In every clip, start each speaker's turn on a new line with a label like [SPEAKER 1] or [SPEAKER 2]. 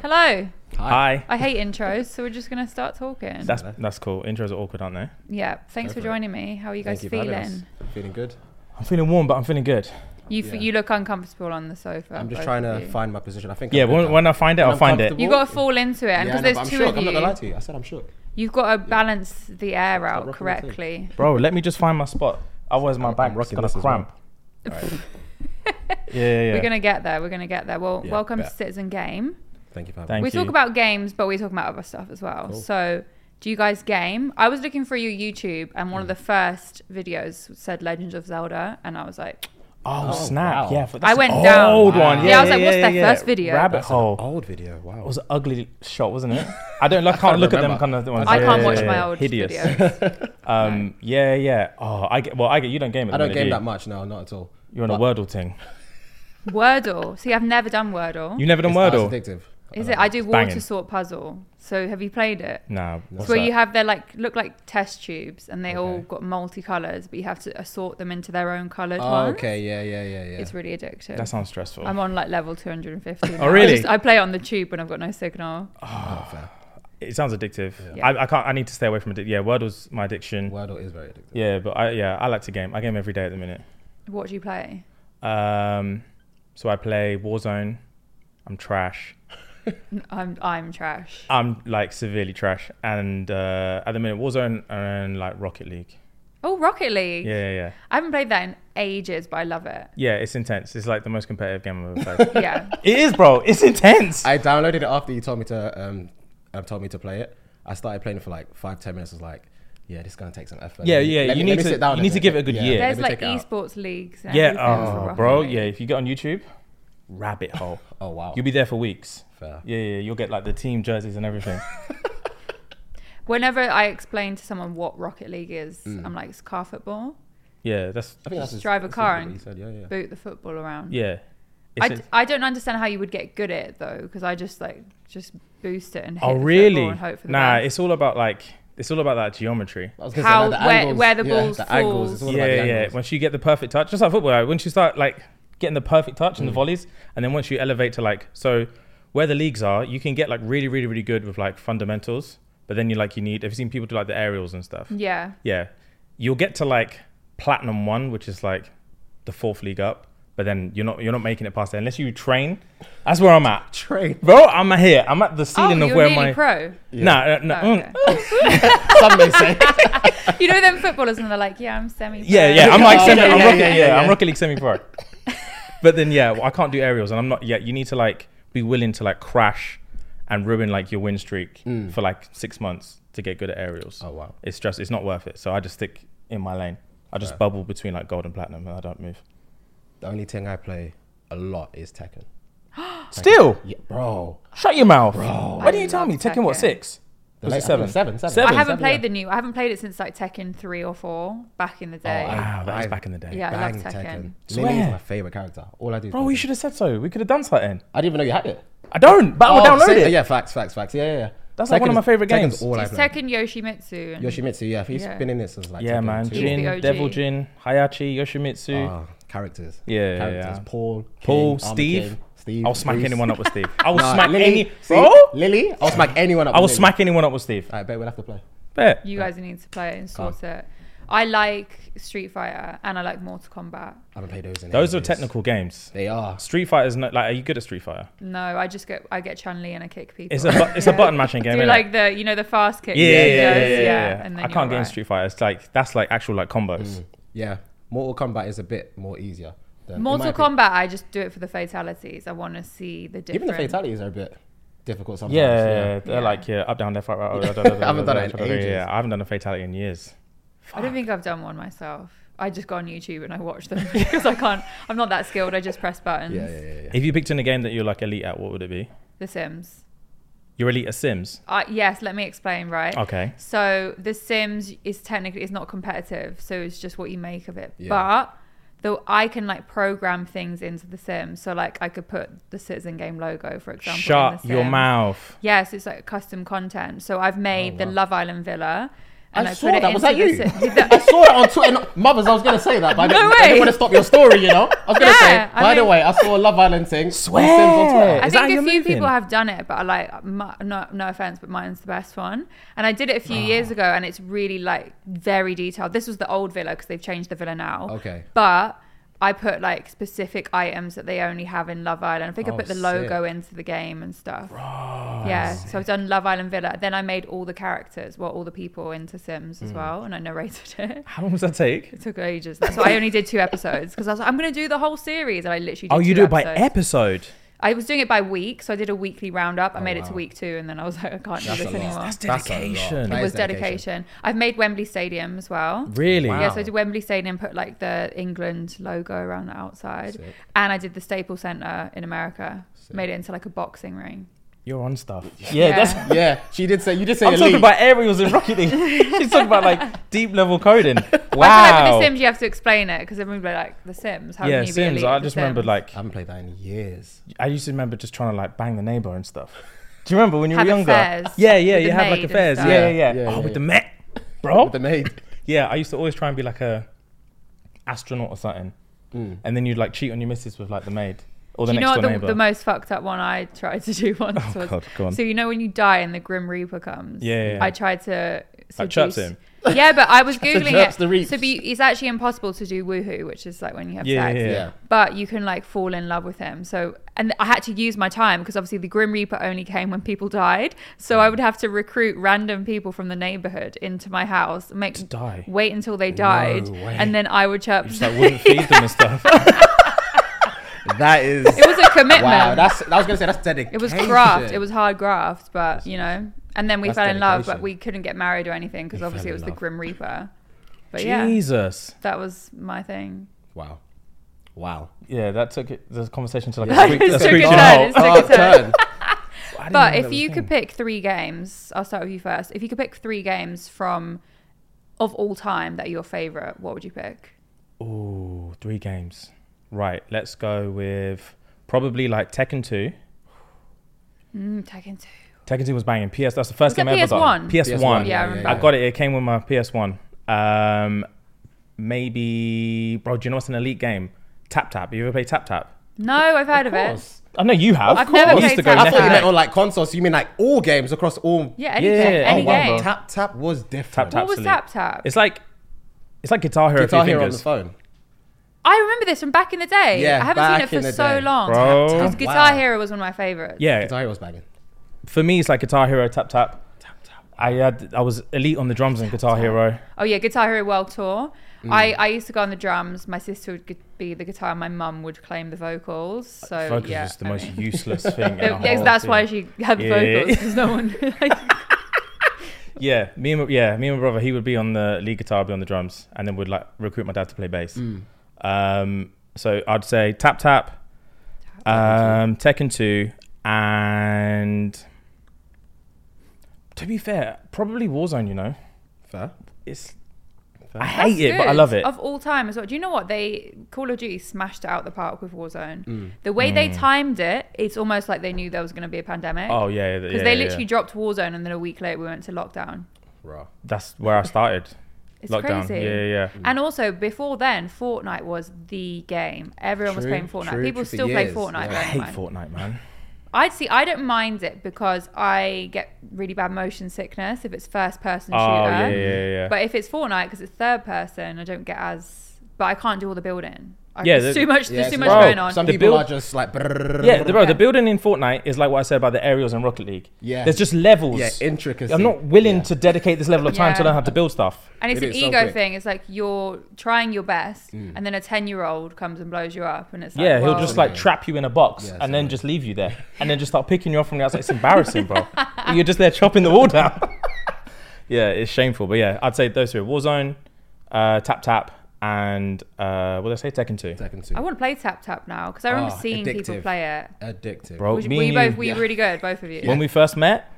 [SPEAKER 1] Hello.
[SPEAKER 2] Hi.
[SPEAKER 1] I hate intros, so we're just gonna start talking.
[SPEAKER 2] That's that's cool. Intros are awkward, aren't they?
[SPEAKER 1] yeah. Thanks for joining me. How are you guys
[SPEAKER 3] Thank you for having us.
[SPEAKER 1] feeling?
[SPEAKER 3] Feeling good.
[SPEAKER 2] I'm feeling warm, but I'm feeling good.
[SPEAKER 1] You f-
[SPEAKER 3] Yeah.
[SPEAKER 1] you look uncomfortable on the sofa.
[SPEAKER 3] I'm just
[SPEAKER 1] both
[SPEAKER 3] trying
[SPEAKER 1] of
[SPEAKER 3] to
[SPEAKER 1] you.
[SPEAKER 3] find my position. I think.
[SPEAKER 2] Yeah,
[SPEAKER 3] I'm good
[SPEAKER 2] when,
[SPEAKER 3] now.
[SPEAKER 2] when I find it,
[SPEAKER 3] When
[SPEAKER 2] I'll
[SPEAKER 3] I'm
[SPEAKER 2] find it.
[SPEAKER 3] comfortable-
[SPEAKER 1] You got to fall into it, and
[SPEAKER 3] Yeah,
[SPEAKER 1] because
[SPEAKER 3] no,
[SPEAKER 1] there's
[SPEAKER 3] but I'm
[SPEAKER 1] two
[SPEAKER 3] shook.
[SPEAKER 1] of
[SPEAKER 3] I'm
[SPEAKER 1] you,
[SPEAKER 3] not gonna lie to you. I said I'm shook.
[SPEAKER 1] you've got to balance the air out
[SPEAKER 3] rocking the thing.
[SPEAKER 1] correctly.
[SPEAKER 2] Bro, let me just find my spot. Otherwise, my back's
[SPEAKER 3] rocking
[SPEAKER 2] gonna
[SPEAKER 3] this as well.
[SPEAKER 2] cramp. Yeah, yeah, yeah.
[SPEAKER 1] We're gonna get there. We're gonna get there. Well,
[SPEAKER 3] Yeah,
[SPEAKER 1] welcome to
[SPEAKER 3] bet.
[SPEAKER 1] Citizen Game.
[SPEAKER 3] Thank you for having
[SPEAKER 2] Thank
[SPEAKER 3] me.
[SPEAKER 1] we
[SPEAKER 2] you.
[SPEAKER 1] talk about games, but we talk about other stuff as well. So, do you guys game? I was looking through your YouTube, and
[SPEAKER 3] Mm.
[SPEAKER 1] one of the first videos said Legend of Zelda, and I was like,
[SPEAKER 2] Oh, snap!
[SPEAKER 3] wow.
[SPEAKER 2] Yeah, for,
[SPEAKER 1] I
[SPEAKER 2] that's
[SPEAKER 1] went
[SPEAKER 2] an
[SPEAKER 1] down.
[SPEAKER 2] Old one. Yeah,
[SPEAKER 1] Yeah, I was like,
[SPEAKER 2] yeah,
[SPEAKER 1] what's their
[SPEAKER 2] yeah,
[SPEAKER 1] first
[SPEAKER 2] yeah.
[SPEAKER 1] video?
[SPEAKER 2] Rabbit
[SPEAKER 1] That's
[SPEAKER 2] hole.
[SPEAKER 3] Old video. Wow.
[SPEAKER 2] It was an ugly shot, wasn't it? I don't. I can't look at them
[SPEAKER 3] remember.
[SPEAKER 2] kind of ones.
[SPEAKER 1] I
[SPEAKER 2] Yeah,
[SPEAKER 1] can't
[SPEAKER 2] yeah,
[SPEAKER 1] watch
[SPEAKER 2] yeah,
[SPEAKER 1] my
[SPEAKER 2] yeah.
[SPEAKER 1] old
[SPEAKER 2] Hideous.
[SPEAKER 1] videos.
[SPEAKER 2] Um, yeah, yeah. Oh, I get. Well, I get. You don't game it.
[SPEAKER 3] I don't game that much. No, not at all.
[SPEAKER 2] You're on a Wordle thing.
[SPEAKER 1] Wordle. See, I've never done Wordle.
[SPEAKER 2] You never done
[SPEAKER 3] It's
[SPEAKER 2] Wordle?
[SPEAKER 3] addictive.
[SPEAKER 1] Is it? I do water
[SPEAKER 2] banging.
[SPEAKER 1] sort puzzle. So have you played it?
[SPEAKER 2] Nah. what's
[SPEAKER 1] It's where
[SPEAKER 2] that?
[SPEAKER 1] you have their like look like test tubes, and they all
[SPEAKER 3] Okay.
[SPEAKER 1] got multicolours, but you have to assort them into their own coloured
[SPEAKER 3] Oh,
[SPEAKER 1] ones.
[SPEAKER 3] okay. Yeah, yeah, yeah, yeah.
[SPEAKER 1] It's really addictive.
[SPEAKER 2] That sounds stressful.
[SPEAKER 1] I'm on like level 250. now.
[SPEAKER 2] Oh, really?
[SPEAKER 1] I, I play it on the tube when I've got no signal.
[SPEAKER 2] it sounds addictive.
[SPEAKER 1] Yeah.
[SPEAKER 2] I, I can't. I need to stay away from it. Yeah, Wordle's my addiction.
[SPEAKER 3] Wordle is very addictive.
[SPEAKER 2] Yeah, but I yeah I like to game. I game every day at the minute.
[SPEAKER 1] What do you play?
[SPEAKER 2] Um, so I play Warzone. I'm trash.
[SPEAKER 1] I'm I'm trash.
[SPEAKER 2] I'm like severely trash. And uh, at the minute, Warzone and like Rocket League.
[SPEAKER 1] Oh, Rocket League.
[SPEAKER 2] Yeah, yeah, yeah.
[SPEAKER 1] I haven't played that in ages, but I love it.
[SPEAKER 2] Yeah, it's intense. It's like the most competitive game I've ever played.
[SPEAKER 1] Yeah.
[SPEAKER 2] it is, bro. It's intense.
[SPEAKER 3] I downloaded it after you told me to um, um told me to play it. I started playing it for like five ten minutes. I was like, yeah, this is gonna take some effort.
[SPEAKER 2] Yeah,
[SPEAKER 3] Let me-
[SPEAKER 2] yeah,
[SPEAKER 3] let
[SPEAKER 2] you
[SPEAKER 3] me-
[SPEAKER 2] need
[SPEAKER 3] let me
[SPEAKER 2] to-
[SPEAKER 3] sit down
[SPEAKER 2] you
[SPEAKER 3] a
[SPEAKER 2] need to
[SPEAKER 3] bit.
[SPEAKER 2] give it a good year.
[SPEAKER 3] let
[SPEAKER 1] There's
[SPEAKER 3] me
[SPEAKER 1] like
[SPEAKER 3] take it out.
[SPEAKER 1] esports leagues. And
[SPEAKER 2] yeah,
[SPEAKER 1] everything for
[SPEAKER 2] oh,
[SPEAKER 1] Rocket
[SPEAKER 2] bro.
[SPEAKER 1] League.
[SPEAKER 2] Yeah, if you get on YouTube, rabbit hole.
[SPEAKER 3] Oh wow.
[SPEAKER 2] You'll be there for weeks.
[SPEAKER 3] Fair.
[SPEAKER 2] Yeah, yeah. You'll get like the team jerseys and everything.
[SPEAKER 1] Whenever I explain to someone what Rocket League is,
[SPEAKER 3] Mm.
[SPEAKER 1] I'm like, it's car football.
[SPEAKER 2] yeah, that's
[SPEAKER 3] I think that's just-
[SPEAKER 1] drive a
[SPEAKER 3] that's
[SPEAKER 1] car
[SPEAKER 3] what
[SPEAKER 1] and-
[SPEAKER 3] you said. Yeah, yeah.
[SPEAKER 1] Boot the football around.
[SPEAKER 2] yeah. It's
[SPEAKER 1] I,
[SPEAKER 2] a-
[SPEAKER 1] d- I don't understand how you would get good at it though, because I just like just boost it and hit
[SPEAKER 2] oh
[SPEAKER 1] the football
[SPEAKER 2] really?
[SPEAKER 1] and hope for the
[SPEAKER 2] nah,
[SPEAKER 1] best.
[SPEAKER 2] it's all about like it's all about that geometry.
[SPEAKER 3] I was gonna
[SPEAKER 1] How-
[SPEAKER 3] say, like, the
[SPEAKER 1] where-
[SPEAKER 3] angles,
[SPEAKER 1] where the
[SPEAKER 3] yeah,
[SPEAKER 1] balls
[SPEAKER 3] the angles. It's all
[SPEAKER 1] falls.
[SPEAKER 3] about
[SPEAKER 2] yeah,
[SPEAKER 3] the
[SPEAKER 2] yeah.
[SPEAKER 3] angles.
[SPEAKER 2] Once you get the perfect touch, just like football, like, once you start like getting the perfect touch and the
[SPEAKER 3] Mm.
[SPEAKER 2] volleys, and then once you elevate to like so where the leagues are, you can get like really, really, really good with like fundamentals. But then you like you need. Have you seen people do like the aerials and stuff?
[SPEAKER 1] yeah.
[SPEAKER 2] Yeah, you'll get to like platinum one, which is like the fourth league up. But then you're not you're not making it past there unless you train. That's where I'm at.
[SPEAKER 3] Train.
[SPEAKER 2] bro. I'm here. I'm at the
[SPEAKER 1] Oh,
[SPEAKER 2] ceiling
[SPEAKER 1] you're
[SPEAKER 2] of where
[SPEAKER 1] nearly
[SPEAKER 2] my
[SPEAKER 1] pro.
[SPEAKER 2] nah, mm, uh, no,
[SPEAKER 1] Oh, okay.
[SPEAKER 3] Some may say.
[SPEAKER 1] you know them footballers, and they're like, "Yeah, I'm semi."
[SPEAKER 2] Yeah, yeah. I'm like
[SPEAKER 3] Oh,
[SPEAKER 2] semi.
[SPEAKER 3] yeah,
[SPEAKER 2] I'm
[SPEAKER 3] yeah,
[SPEAKER 2] Rocket.
[SPEAKER 3] yeah,
[SPEAKER 2] Yeah,
[SPEAKER 3] yeah,
[SPEAKER 2] I'm
[SPEAKER 3] yeah.
[SPEAKER 2] Rocket League semi pro. but then yeah, well, I can't do aerials, and I'm not yet. You need to like be willing to like crash and ruin like your win streak for like six months to get good at aerials.
[SPEAKER 3] Mm. Oh, wow.
[SPEAKER 2] It's just it's not worth it. So I just stick in my lane. I just bubble between like gold and platinum, and I don't move.
[SPEAKER 3] The only thing I play a lot is Tekken.
[SPEAKER 2] Still,
[SPEAKER 3] Yeah, bro.
[SPEAKER 2] shut your mouth. Why didn't you tell
[SPEAKER 1] love
[SPEAKER 2] me? Tekken what
[SPEAKER 1] Tekken.
[SPEAKER 2] six? Was it
[SPEAKER 3] latest-
[SPEAKER 2] seven?
[SPEAKER 3] seven, seven.
[SPEAKER 1] I
[SPEAKER 2] seven.
[SPEAKER 1] haven't played
[SPEAKER 3] yeah.
[SPEAKER 1] the new. I haven't played it since like Tekken three or four back in the day.
[SPEAKER 3] I-
[SPEAKER 2] Oh, Wow, Ah, that was
[SPEAKER 3] I
[SPEAKER 2] back in the day.
[SPEAKER 1] yeah, I love
[SPEAKER 3] Bang
[SPEAKER 1] Tekken.
[SPEAKER 3] Tekken.
[SPEAKER 2] Swear.
[SPEAKER 3] Lily is my favorite character. All I do. is
[SPEAKER 2] Bro,
[SPEAKER 3] play
[SPEAKER 2] we
[SPEAKER 3] Tekken.
[SPEAKER 2] should have said so. We could have done something.
[SPEAKER 3] I didn't even know you had it.
[SPEAKER 2] I don't, but I will
[SPEAKER 3] Oh,
[SPEAKER 2] download
[SPEAKER 3] say-
[SPEAKER 2] it.
[SPEAKER 3] Yeah, facts, facts, facts. Yeah, yeah. yeah.
[SPEAKER 2] That's like one of my favorite games.
[SPEAKER 3] All I
[SPEAKER 1] It's
[SPEAKER 3] play.
[SPEAKER 1] Tekken Yoshimitsu. And
[SPEAKER 3] Yoshimitsu, yeah, he's
[SPEAKER 1] Yeah.
[SPEAKER 3] been in this since like
[SPEAKER 2] Yeah,
[SPEAKER 3] Tekken
[SPEAKER 2] man.
[SPEAKER 3] 2.
[SPEAKER 1] He's the
[SPEAKER 2] Jin,
[SPEAKER 1] OG.
[SPEAKER 2] Devil Jin, Hayachi, Yoshimitsu.
[SPEAKER 3] Ah, characters.
[SPEAKER 2] Yeah, yeah,
[SPEAKER 3] characters.
[SPEAKER 2] yeah.
[SPEAKER 3] Paul, King,
[SPEAKER 2] Paul,
[SPEAKER 3] Armor
[SPEAKER 2] Steve.
[SPEAKER 3] King, Steve.
[SPEAKER 2] I'll smack
[SPEAKER 3] Bruce.
[SPEAKER 2] anyone up with Steve. I will
[SPEAKER 3] Nah,
[SPEAKER 2] smack
[SPEAKER 3] Lily,
[SPEAKER 2] any.
[SPEAKER 3] see,
[SPEAKER 2] Bro,
[SPEAKER 3] Lily, I'll smack anyone up.
[SPEAKER 2] I will
[SPEAKER 3] with Lily.
[SPEAKER 2] smack anyone up with Steve.
[SPEAKER 3] All right, bet we'll have to play.
[SPEAKER 2] Bet.
[SPEAKER 1] You guys need to play it and sort it. I like Street Fighter and I like Mortal Kombat.
[SPEAKER 3] I haven't played those in
[SPEAKER 2] Those are
[SPEAKER 3] ages.
[SPEAKER 2] technical games.
[SPEAKER 3] They are.
[SPEAKER 2] Street Fighter's no, like, are you good at Street Fighter?
[SPEAKER 1] No, I just get I get Chun Li and I kick people.
[SPEAKER 2] It's a bu- it's a button mashing game.
[SPEAKER 1] Do
[SPEAKER 2] innit?
[SPEAKER 1] like the you know the fast kick.
[SPEAKER 2] yeah, yeah, yeah, yeah, yeah, yeah.
[SPEAKER 1] And then
[SPEAKER 2] I can't get
[SPEAKER 1] you're
[SPEAKER 2] in
[SPEAKER 1] right.
[SPEAKER 2] Street Fighter. It's like that's like actual like combos.
[SPEAKER 3] Mm. Yeah. Mortal Kombat is a bit more easier. Than, in my
[SPEAKER 1] Mortal
[SPEAKER 3] opinion.
[SPEAKER 1] Kombat. I just do it for the fatalities. I want to see the difference.
[SPEAKER 3] Even the fatalities are a bit difficult sometimes.
[SPEAKER 2] Yeah, yeah, yeah, they're
[SPEAKER 1] Yeah.
[SPEAKER 2] like yeah, up down left right right.
[SPEAKER 3] I haven't done it in ages.
[SPEAKER 2] Yeah, I haven't done a fatality in years.
[SPEAKER 1] I don't think I've done one myself. I just go on YouTube and I watch them because I can't. I'm not that skilled. I just press buttons.
[SPEAKER 3] Yeah, yeah, yeah, yeah.
[SPEAKER 2] If you picked in a game that you're like elite at, what would it be?
[SPEAKER 1] The Sims.
[SPEAKER 2] You're elite at Sims.
[SPEAKER 1] Uh, yes, let me explain. Right.
[SPEAKER 2] Okay.
[SPEAKER 1] So The Sims is technically it's not competitive, so it's just what you make of it.
[SPEAKER 3] Yeah.
[SPEAKER 1] But though I can like program things into The Sims, so like I could put the Citizen Game logo, for example. in
[SPEAKER 2] Shut
[SPEAKER 1] The
[SPEAKER 2] your
[SPEAKER 1] Sims.
[SPEAKER 2] mouth. Oh,
[SPEAKER 1] Yes, it's like custom content. So I've made the Love Island villa, and I,
[SPEAKER 3] I
[SPEAKER 1] put
[SPEAKER 3] saw
[SPEAKER 1] it
[SPEAKER 3] that.
[SPEAKER 1] into
[SPEAKER 3] Was that
[SPEAKER 1] the
[SPEAKER 3] you?
[SPEAKER 1] Sim- Did
[SPEAKER 3] I
[SPEAKER 1] that-
[SPEAKER 3] saw it on Twitter. No, mothers, I was going to say that, but I didn't, I
[SPEAKER 1] way.
[SPEAKER 3] didn't want to stop your story, you know? I was going to
[SPEAKER 1] Yeah,
[SPEAKER 3] say,
[SPEAKER 1] I
[SPEAKER 3] by the
[SPEAKER 1] mean-
[SPEAKER 3] way, I saw a Love Island thing.
[SPEAKER 2] Swear.
[SPEAKER 1] I
[SPEAKER 2] Is that
[SPEAKER 1] think
[SPEAKER 2] your
[SPEAKER 1] a few
[SPEAKER 2] moving?
[SPEAKER 1] people have done it, but I like my, no, no offense, but mine's the best one. And I did it a few
[SPEAKER 2] Ah.
[SPEAKER 1] years ago, and it's really like very detailed. This was the old villa because they've changed the villa now.
[SPEAKER 3] Okay.
[SPEAKER 1] but I put like specific items that they only have in Love Island. I think I
[SPEAKER 3] Oh,
[SPEAKER 1] put the
[SPEAKER 3] sick.
[SPEAKER 1] logo into the game and stuff. yeah, so I've done Love Island villa. Then I made all the characters, well, all the people into Sims
[SPEAKER 2] Hmm.
[SPEAKER 1] as well, and I narrated it.
[SPEAKER 2] How long does that take?
[SPEAKER 1] It took ages. That's why I only did two episodes because I was like, I'm going to do the whole series. And I literally did
[SPEAKER 2] Oh, you
[SPEAKER 1] two
[SPEAKER 2] do it by
[SPEAKER 1] episodes.
[SPEAKER 2] episode.
[SPEAKER 1] I was doing it by week. So I did a weekly roundup. I made it to
[SPEAKER 3] wow.
[SPEAKER 1] week two and then I was like, I can't
[SPEAKER 3] That's
[SPEAKER 1] do this
[SPEAKER 3] a lot.
[SPEAKER 1] anymore.
[SPEAKER 2] Oh, That's
[SPEAKER 3] That's a lot.
[SPEAKER 2] dedication.
[SPEAKER 3] That
[SPEAKER 1] it
[SPEAKER 3] is
[SPEAKER 1] was dedication. I've made Wembley Stadium as well.
[SPEAKER 2] Really?
[SPEAKER 3] Wow.
[SPEAKER 1] Yeah, so I did Wembley Stadium, put like the England logo around the outside.
[SPEAKER 3] Sick.
[SPEAKER 1] And I did the Staples Center in America, made it into like a boxing ring.
[SPEAKER 2] You're on stuff. Yeah, that's.
[SPEAKER 3] Yeah, she did say, you did say
[SPEAKER 2] I'm talking
[SPEAKER 3] elite.
[SPEAKER 2] about aerials and Rocket League. She's talking about like deep level coding.
[SPEAKER 1] I feel like
[SPEAKER 2] Wow.
[SPEAKER 1] with The Sims, you have to explain it because everyone would be like, The Sims. How
[SPEAKER 2] yeah,
[SPEAKER 1] can you be
[SPEAKER 2] Sims.
[SPEAKER 1] elite
[SPEAKER 2] I
[SPEAKER 1] at The
[SPEAKER 2] just remembered
[SPEAKER 1] Sims?
[SPEAKER 2] like
[SPEAKER 3] I haven't played that in years.
[SPEAKER 2] I used to remember just trying to like bang the neighbor and stuff. Do you remember when you were
[SPEAKER 1] Have
[SPEAKER 2] younger?
[SPEAKER 1] affairs
[SPEAKER 2] Yeah, yeah,
[SPEAKER 1] with
[SPEAKER 2] you
[SPEAKER 1] the
[SPEAKER 2] have like
[SPEAKER 1] maid and
[SPEAKER 2] affairs. Yeah,
[SPEAKER 1] stuff.
[SPEAKER 2] yeah, yeah.
[SPEAKER 3] Yeah,
[SPEAKER 2] oh,
[SPEAKER 3] yeah,
[SPEAKER 2] with the
[SPEAKER 3] yeah.
[SPEAKER 2] Met, bro.
[SPEAKER 3] With the maid.
[SPEAKER 2] yeah, I used to always try and be like a astronaut or something,
[SPEAKER 3] Mm.
[SPEAKER 2] and then you'd like cheat on your missus with like the maid or the
[SPEAKER 1] Do you
[SPEAKER 2] next
[SPEAKER 1] know what
[SPEAKER 2] door
[SPEAKER 1] the,
[SPEAKER 2] neighbor. Oh,
[SPEAKER 1] the most fucked up one I tried to do once was?
[SPEAKER 2] God, go on.
[SPEAKER 1] So you know when you die and the Grim Reaper comes?
[SPEAKER 2] Yeah, yeah, yeah.
[SPEAKER 1] I tried to.
[SPEAKER 2] Like, chirps
[SPEAKER 1] seduce-
[SPEAKER 2] him?
[SPEAKER 1] Yeah, but I was googling
[SPEAKER 3] chirps
[SPEAKER 1] it.
[SPEAKER 3] the reaps.
[SPEAKER 1] so be, it's actually impossible to do woohoo, which is like when you have
[SPEAKER 2] Yeah,
[SPEAKER 1] sex.
[SPEAKER 2] yeah, yeah.
[SPEAKER 3] Yeah.
[SPEAKER 1] But you can like fall in love with him. So and I had to use my time because obviously the Grim Reaper only came when people died. So
[SPEAKER 2] Mm.
[SPEAKER 1] I would have to recruit random people from the neighborhood into my house, make
[SPEAKER 2] die?
[SPEAKER 1] wait until they died,
[SPEAKER 3] way.
[SPEAKER 1] and then I would chirp.
[SPEAKER 2] just like wouldn't feed them and stuff.
[SPEAKER 3] That is.
[SPEAKER 1] it was a commitment.
[SPEAKER 3] Wow, that's. I was gonna say that's dedication.
[SPEAKER 1] It was graft. It was hard graft, but you know. And then we
[SPEAKER 3] That's
[SPEAKER 1] fell in love,
[SPEAKER 3] dedication.
[SPEAKER 1] but we couldn't get married or anything because
[SPEAKER 3] You
[SPEAKER 1] obviously
[SPEAKER 3] fell
[SPEAKER 1] it was
[SPEAKER 3] in
[SPEAKER 1] the
[SPEAKER 3] love.
[SPEAKER 1] Grim Reaper. But yeah,
[SPEAKER 2] Jesus.
[SPEAKER 1] that was my thing.
[SPEAKER 3] Wow, wow.
[SPEAKER 2] Yeah, that took it, the conversation to like
[SPEAKER 1] Yeah.
[SPEAKER 2] a,
[SPEAKER 1] It
[SPEAKER 2] squeak, a
[SPEAKER 1] took a
[SPEAKER 2] screeching
[SPEAKER 1] turn,
[SPEAKER 2] halt.
[SPEAKER 1] it took
[SPEAKER 3] Oh,
[SPEAKER 1] a turn.
[SPEAKER 2] I didn't
[SPEAKER 1] But
[SPEAKER 2] even know
[SPEAKER 1] if
[SPEAKER 2] that
[SPEAKER 1] you
[SPEAKER 2] was a
[SPEAKER 1] could
[SPEAKER 2] thing.
[SPEAKER 1] pick three games, I'll start with you first. If you could pick three games from of all time that are your favorite, what would you pick?
[SPEAKER 2] Ooh, three games. Right, let's go with probably like Tekken 2.
[SPEAKER 1] Mm, Tekken Two.
[SPEAKER 2] Tekken 2 was banging. PS, that's the first
[SPEAKER 1] Was it
[SPEAKER 2] game I ever got.
[SPEAKER 1] PS1?
[SPEAKER 2] PS1.
[SPEAKER 3] PS1,
[SPEAKER 1] Yeah, I remember.
[SPEAKER 2] I got it. It came with my PS1. Um, maybe, bro, do you know what's an elite game? Tap Tap. You ever play Tap Tap?
[SPEAKER 1] No, I've heard of, it.
[SPEAKER 3] course.
[SPEAKER 2] I know you have.
[SPEAKER 1] Of I've never
[SPEAKER 2] We used
[SPEAKER 1] played
[SPEAKER 2] to go
[SPEAKER 1] Tap
[SPEAKER 3] I
[SPEAKER 2] neck
[SPEAKER 3] thought you
[SPEAKER 2] and
[SPEAKER 1] Tap.
[SPEAKER 2] neck.
[SPEAKER 3] meant on like consoles. You mean like all games across all?
[SPEAKER 1] Yeah, any,
[SPEAKER 2] Yeah.
[SPEAKER 1] game.
[SPEAKER 2] Oh,
[SPEAKER 1] any
[SPEAKER 2] wow.
[SPEAKER 1] game.
[SPEAKER 3] Tap tap was different.
[SPEAKER 2] Tap Tap's
[SPEAKER 1] was
[SPEAKER 2] elite.
[SPEAKER 1] Tap Tap?
[SPEAKER 2] It's like, it's like Guitar Hero.
[SPEAKER 3] Guitar
[SPEAKER 2] with your
[SPEAKER 3] Hero on the
[SPEAKER 2] fingers.
[SPEAKER 3] phone.
[SPEAKER 1] I remember this from back in the day.
[SPEAKER 3] Yeah,
[SPEAKER 1] I haven't
[SPEAKER 3] back
[SPEAKER 1] seen
[SPEAKER 3] in
[SPEAKER 1] it for
[SPEAKER 3] the
[SPEAKER 1] so
[SPEAKER 3] day.
[SPEAKER 1] long.
[SPEAKER 2] Bro.
[SPEAKER 1] Because Guitar
[SPEAKER 3] Wow.
[SPEAKER 1] Hero was one of my favorites.
[SPEAKER 2] Yeah.
[SPEAKER 3] Guitar Hero was banging.
[SPEAKER 2] For me, it's like Guitar Hero, Tap Tap. I had, I was elite on the drums in Guitar Hero.
[SPEAKER 1] Oh yeah, Guitar Hero World Tour.
[SPEAKER 2] Mm.
[SPEAKER 1] I, I used to go on the drums. My sister would gu- be the guitar. My mum would claim the vocals. So
[SPEAKER 2] Uh, Vocals
[SPEAKER 1] Oh, yeah,
[SPEAKER 2] is the
[SPEAKER 1] I
[SPEAKER 2] most
[SPEAKER 1] mean-
[SPEAKER 2] useless thing. in
[SPEAKER 1] Yeah,
[SPEAKER 2] the
[SPEAKER 1] yeah,
[SPEAKER 2] whole
[SPEAKER 1] that's why
[SPEAKER 2] thing.
[SPEAKER 1] she had the
[SPEAKER 2] Yeah.
[SPEAKER 1] vocals because no one.
[SPEAKER 2] Yeah, me and my, yeah, me and my brother, he would be on the lead guitar, I'd be on the drums, and then would like recruit my dad to play bass.
[SPEAKER 1] Mm.
[SPEAKER 2] Um, so I'd say tap tap, um, Tekken two, and to be fair, probably Warzone. You know,
[SPEAKER 3] Fair.
[SPEAKER 2] it's I hate
[SPEAKER 1] That's
[SPEAKER 2] it, but I
[SPEAKER 1] good.
[SPEAKER 2] love it.
[SPEAKER 1] Of all time as well. Do you know what? They Call of Duty smashed it out the park with Warzone.
[SPEAKER 2] Mm.
[SPEAKER 1] The way they timed it, it's almost like they knew there was going to be a pandemic.
[SPEAKER 2] Oh yeah, yeah,
[SPEAKER 1] Because
[SPEAKER 2] yeah,
[SPEAKER 1] they
[SPEAKER 2] yeah,
[SPEAKER 1] literally
[SPEAKER 2] yeah.
[SPEAKER 1] dropped Warzone and then a week later we went to lockdown.
[SPEAKER 3] Raw.
[SPEAKER 2] That's where I started.
[SPEAKER 1] It's
[SPEAKER 2] Lockdown.
[SPEAKER 1] crazy.
[SPEAKER 2] Yeah, yeah,
[SPEAKER 3] Mm.
[SPEAKER 2] yeah.
[SPEAKER 1] And also before then, Fortnite was the game. Everyone was
[SPEAKER 3] True,
[SPEAKER 1] playing Fortnite.
[SPEAKER 3] true,
[SPEAKER 1] People
[SPEAKER 3] true, for
[SPEAKER 1] still play
[SPEAKER 3] years.
[SPEAKER 1] Fortnite.
[SPEAKER 3] Yeah.
[SPEAKER 2] I
[SPEAKER 1] bear in
[SPEAKER 2] hate
[SPEAKER 1] mind.
[SPEAKER 2] Fortnite, man.
[SPEAKER 1] I'd see. I don't mind it because I get really bad motion sickness if it's first person
[SPEAKER 2] Oh,
[SPEAKER 1] shooter.
[SPEAKER 2] yeah, yeah, yeah, yeah.
[SPEAKER 1] uh, But if it's Fortnite because it's third person, I don't get as. But I can't do all the building. I,
[SPEAKER 2] Yeah,
[SPEAKER 1] yeah, there's
[SPEAKER 2] the-
[SPEAKER 1] too much.
[SPEAKER 3] Yeah,
[SPEAKER 1] there's
[SPEAKER 3] it's
[SPEAKER 1] too much
[SPEAKER 3] like-
[SPEAKER 2] Bro,
[SPEAKER 1] going on.
[SPEAKER 3] Some
[SPEAKER 2] The
[SPEAKER 3] people
[SPEAKER 2] build-
[SPEAKER 3] are just like. brrrr.
[SPEAKER 2] Yeah, the, bro,
[SPEAKER 1] Yeah.
[SPEAKER 2] the building in Fortnite is like what I said about the aerials in Rocket League.
[SPEAKER 3] Yeah.
[SPEAKER 2] There's just levels.
[SPEAKER 3] Yeah, intricacy.
[SPEAKER 2] I'm not willing
[SPEAKER 3] Yeah.
[SPEAKER 2] to dedicate this level of time to
[SPEAKER 1] Yeah.
[SPEAKER 2] learn how to build stuff.
[SPEAKER 1] and it's
[SPEAKER 3] They
[SPEAKER 1] an
[SPEAKER 3] do it Mm. so
[SPEAKER 1] ego
[SPEAKER 3] quick.
[SPEAKER 1] thing. It's like you're trying your best, and then a ten-year-old comes and blows you up, and it's like,
[SPEAKER 2] Yeah, he'll
[SPEAKER 1] well,
[SPEAKER 2] just like trap you in a box
[SPEAKER 3] Yeah,
[SPEAKER 2] and then
[SPEAKER 3] so-
[SPEAKER 2] just leave you there and then just start picking you off from the outside. It's embarrassing, bro. You're just there chopping the wall down. yeah, it's shameful. But yeah, I'd say those three Warzone, uh, Tap Tap, and uh, what did I say? Tekken 2.
[SPEAKER 3] Second two.
[SPEAKER 1] I want to play Tap Tap now because I remember
[SPEAKER 3] Ah,
[SPEAKER 1] seeing people
[SPEAKER 3] addictive.
[SPEAKER 1] play it.
[SPEAKER 3] Addictive.
[SPEAKER 2] Bro,
[SPEAKER 1] Which,
[SPEAKER 2] me
[SPEAKER 1] were you
[SPEAKER 2] and
[SPEAKER 1] both?
[SPEAKER 2] you-
[SPEAKER 1] Were you really good, both of you?
[SPEAKER 2] When we first met,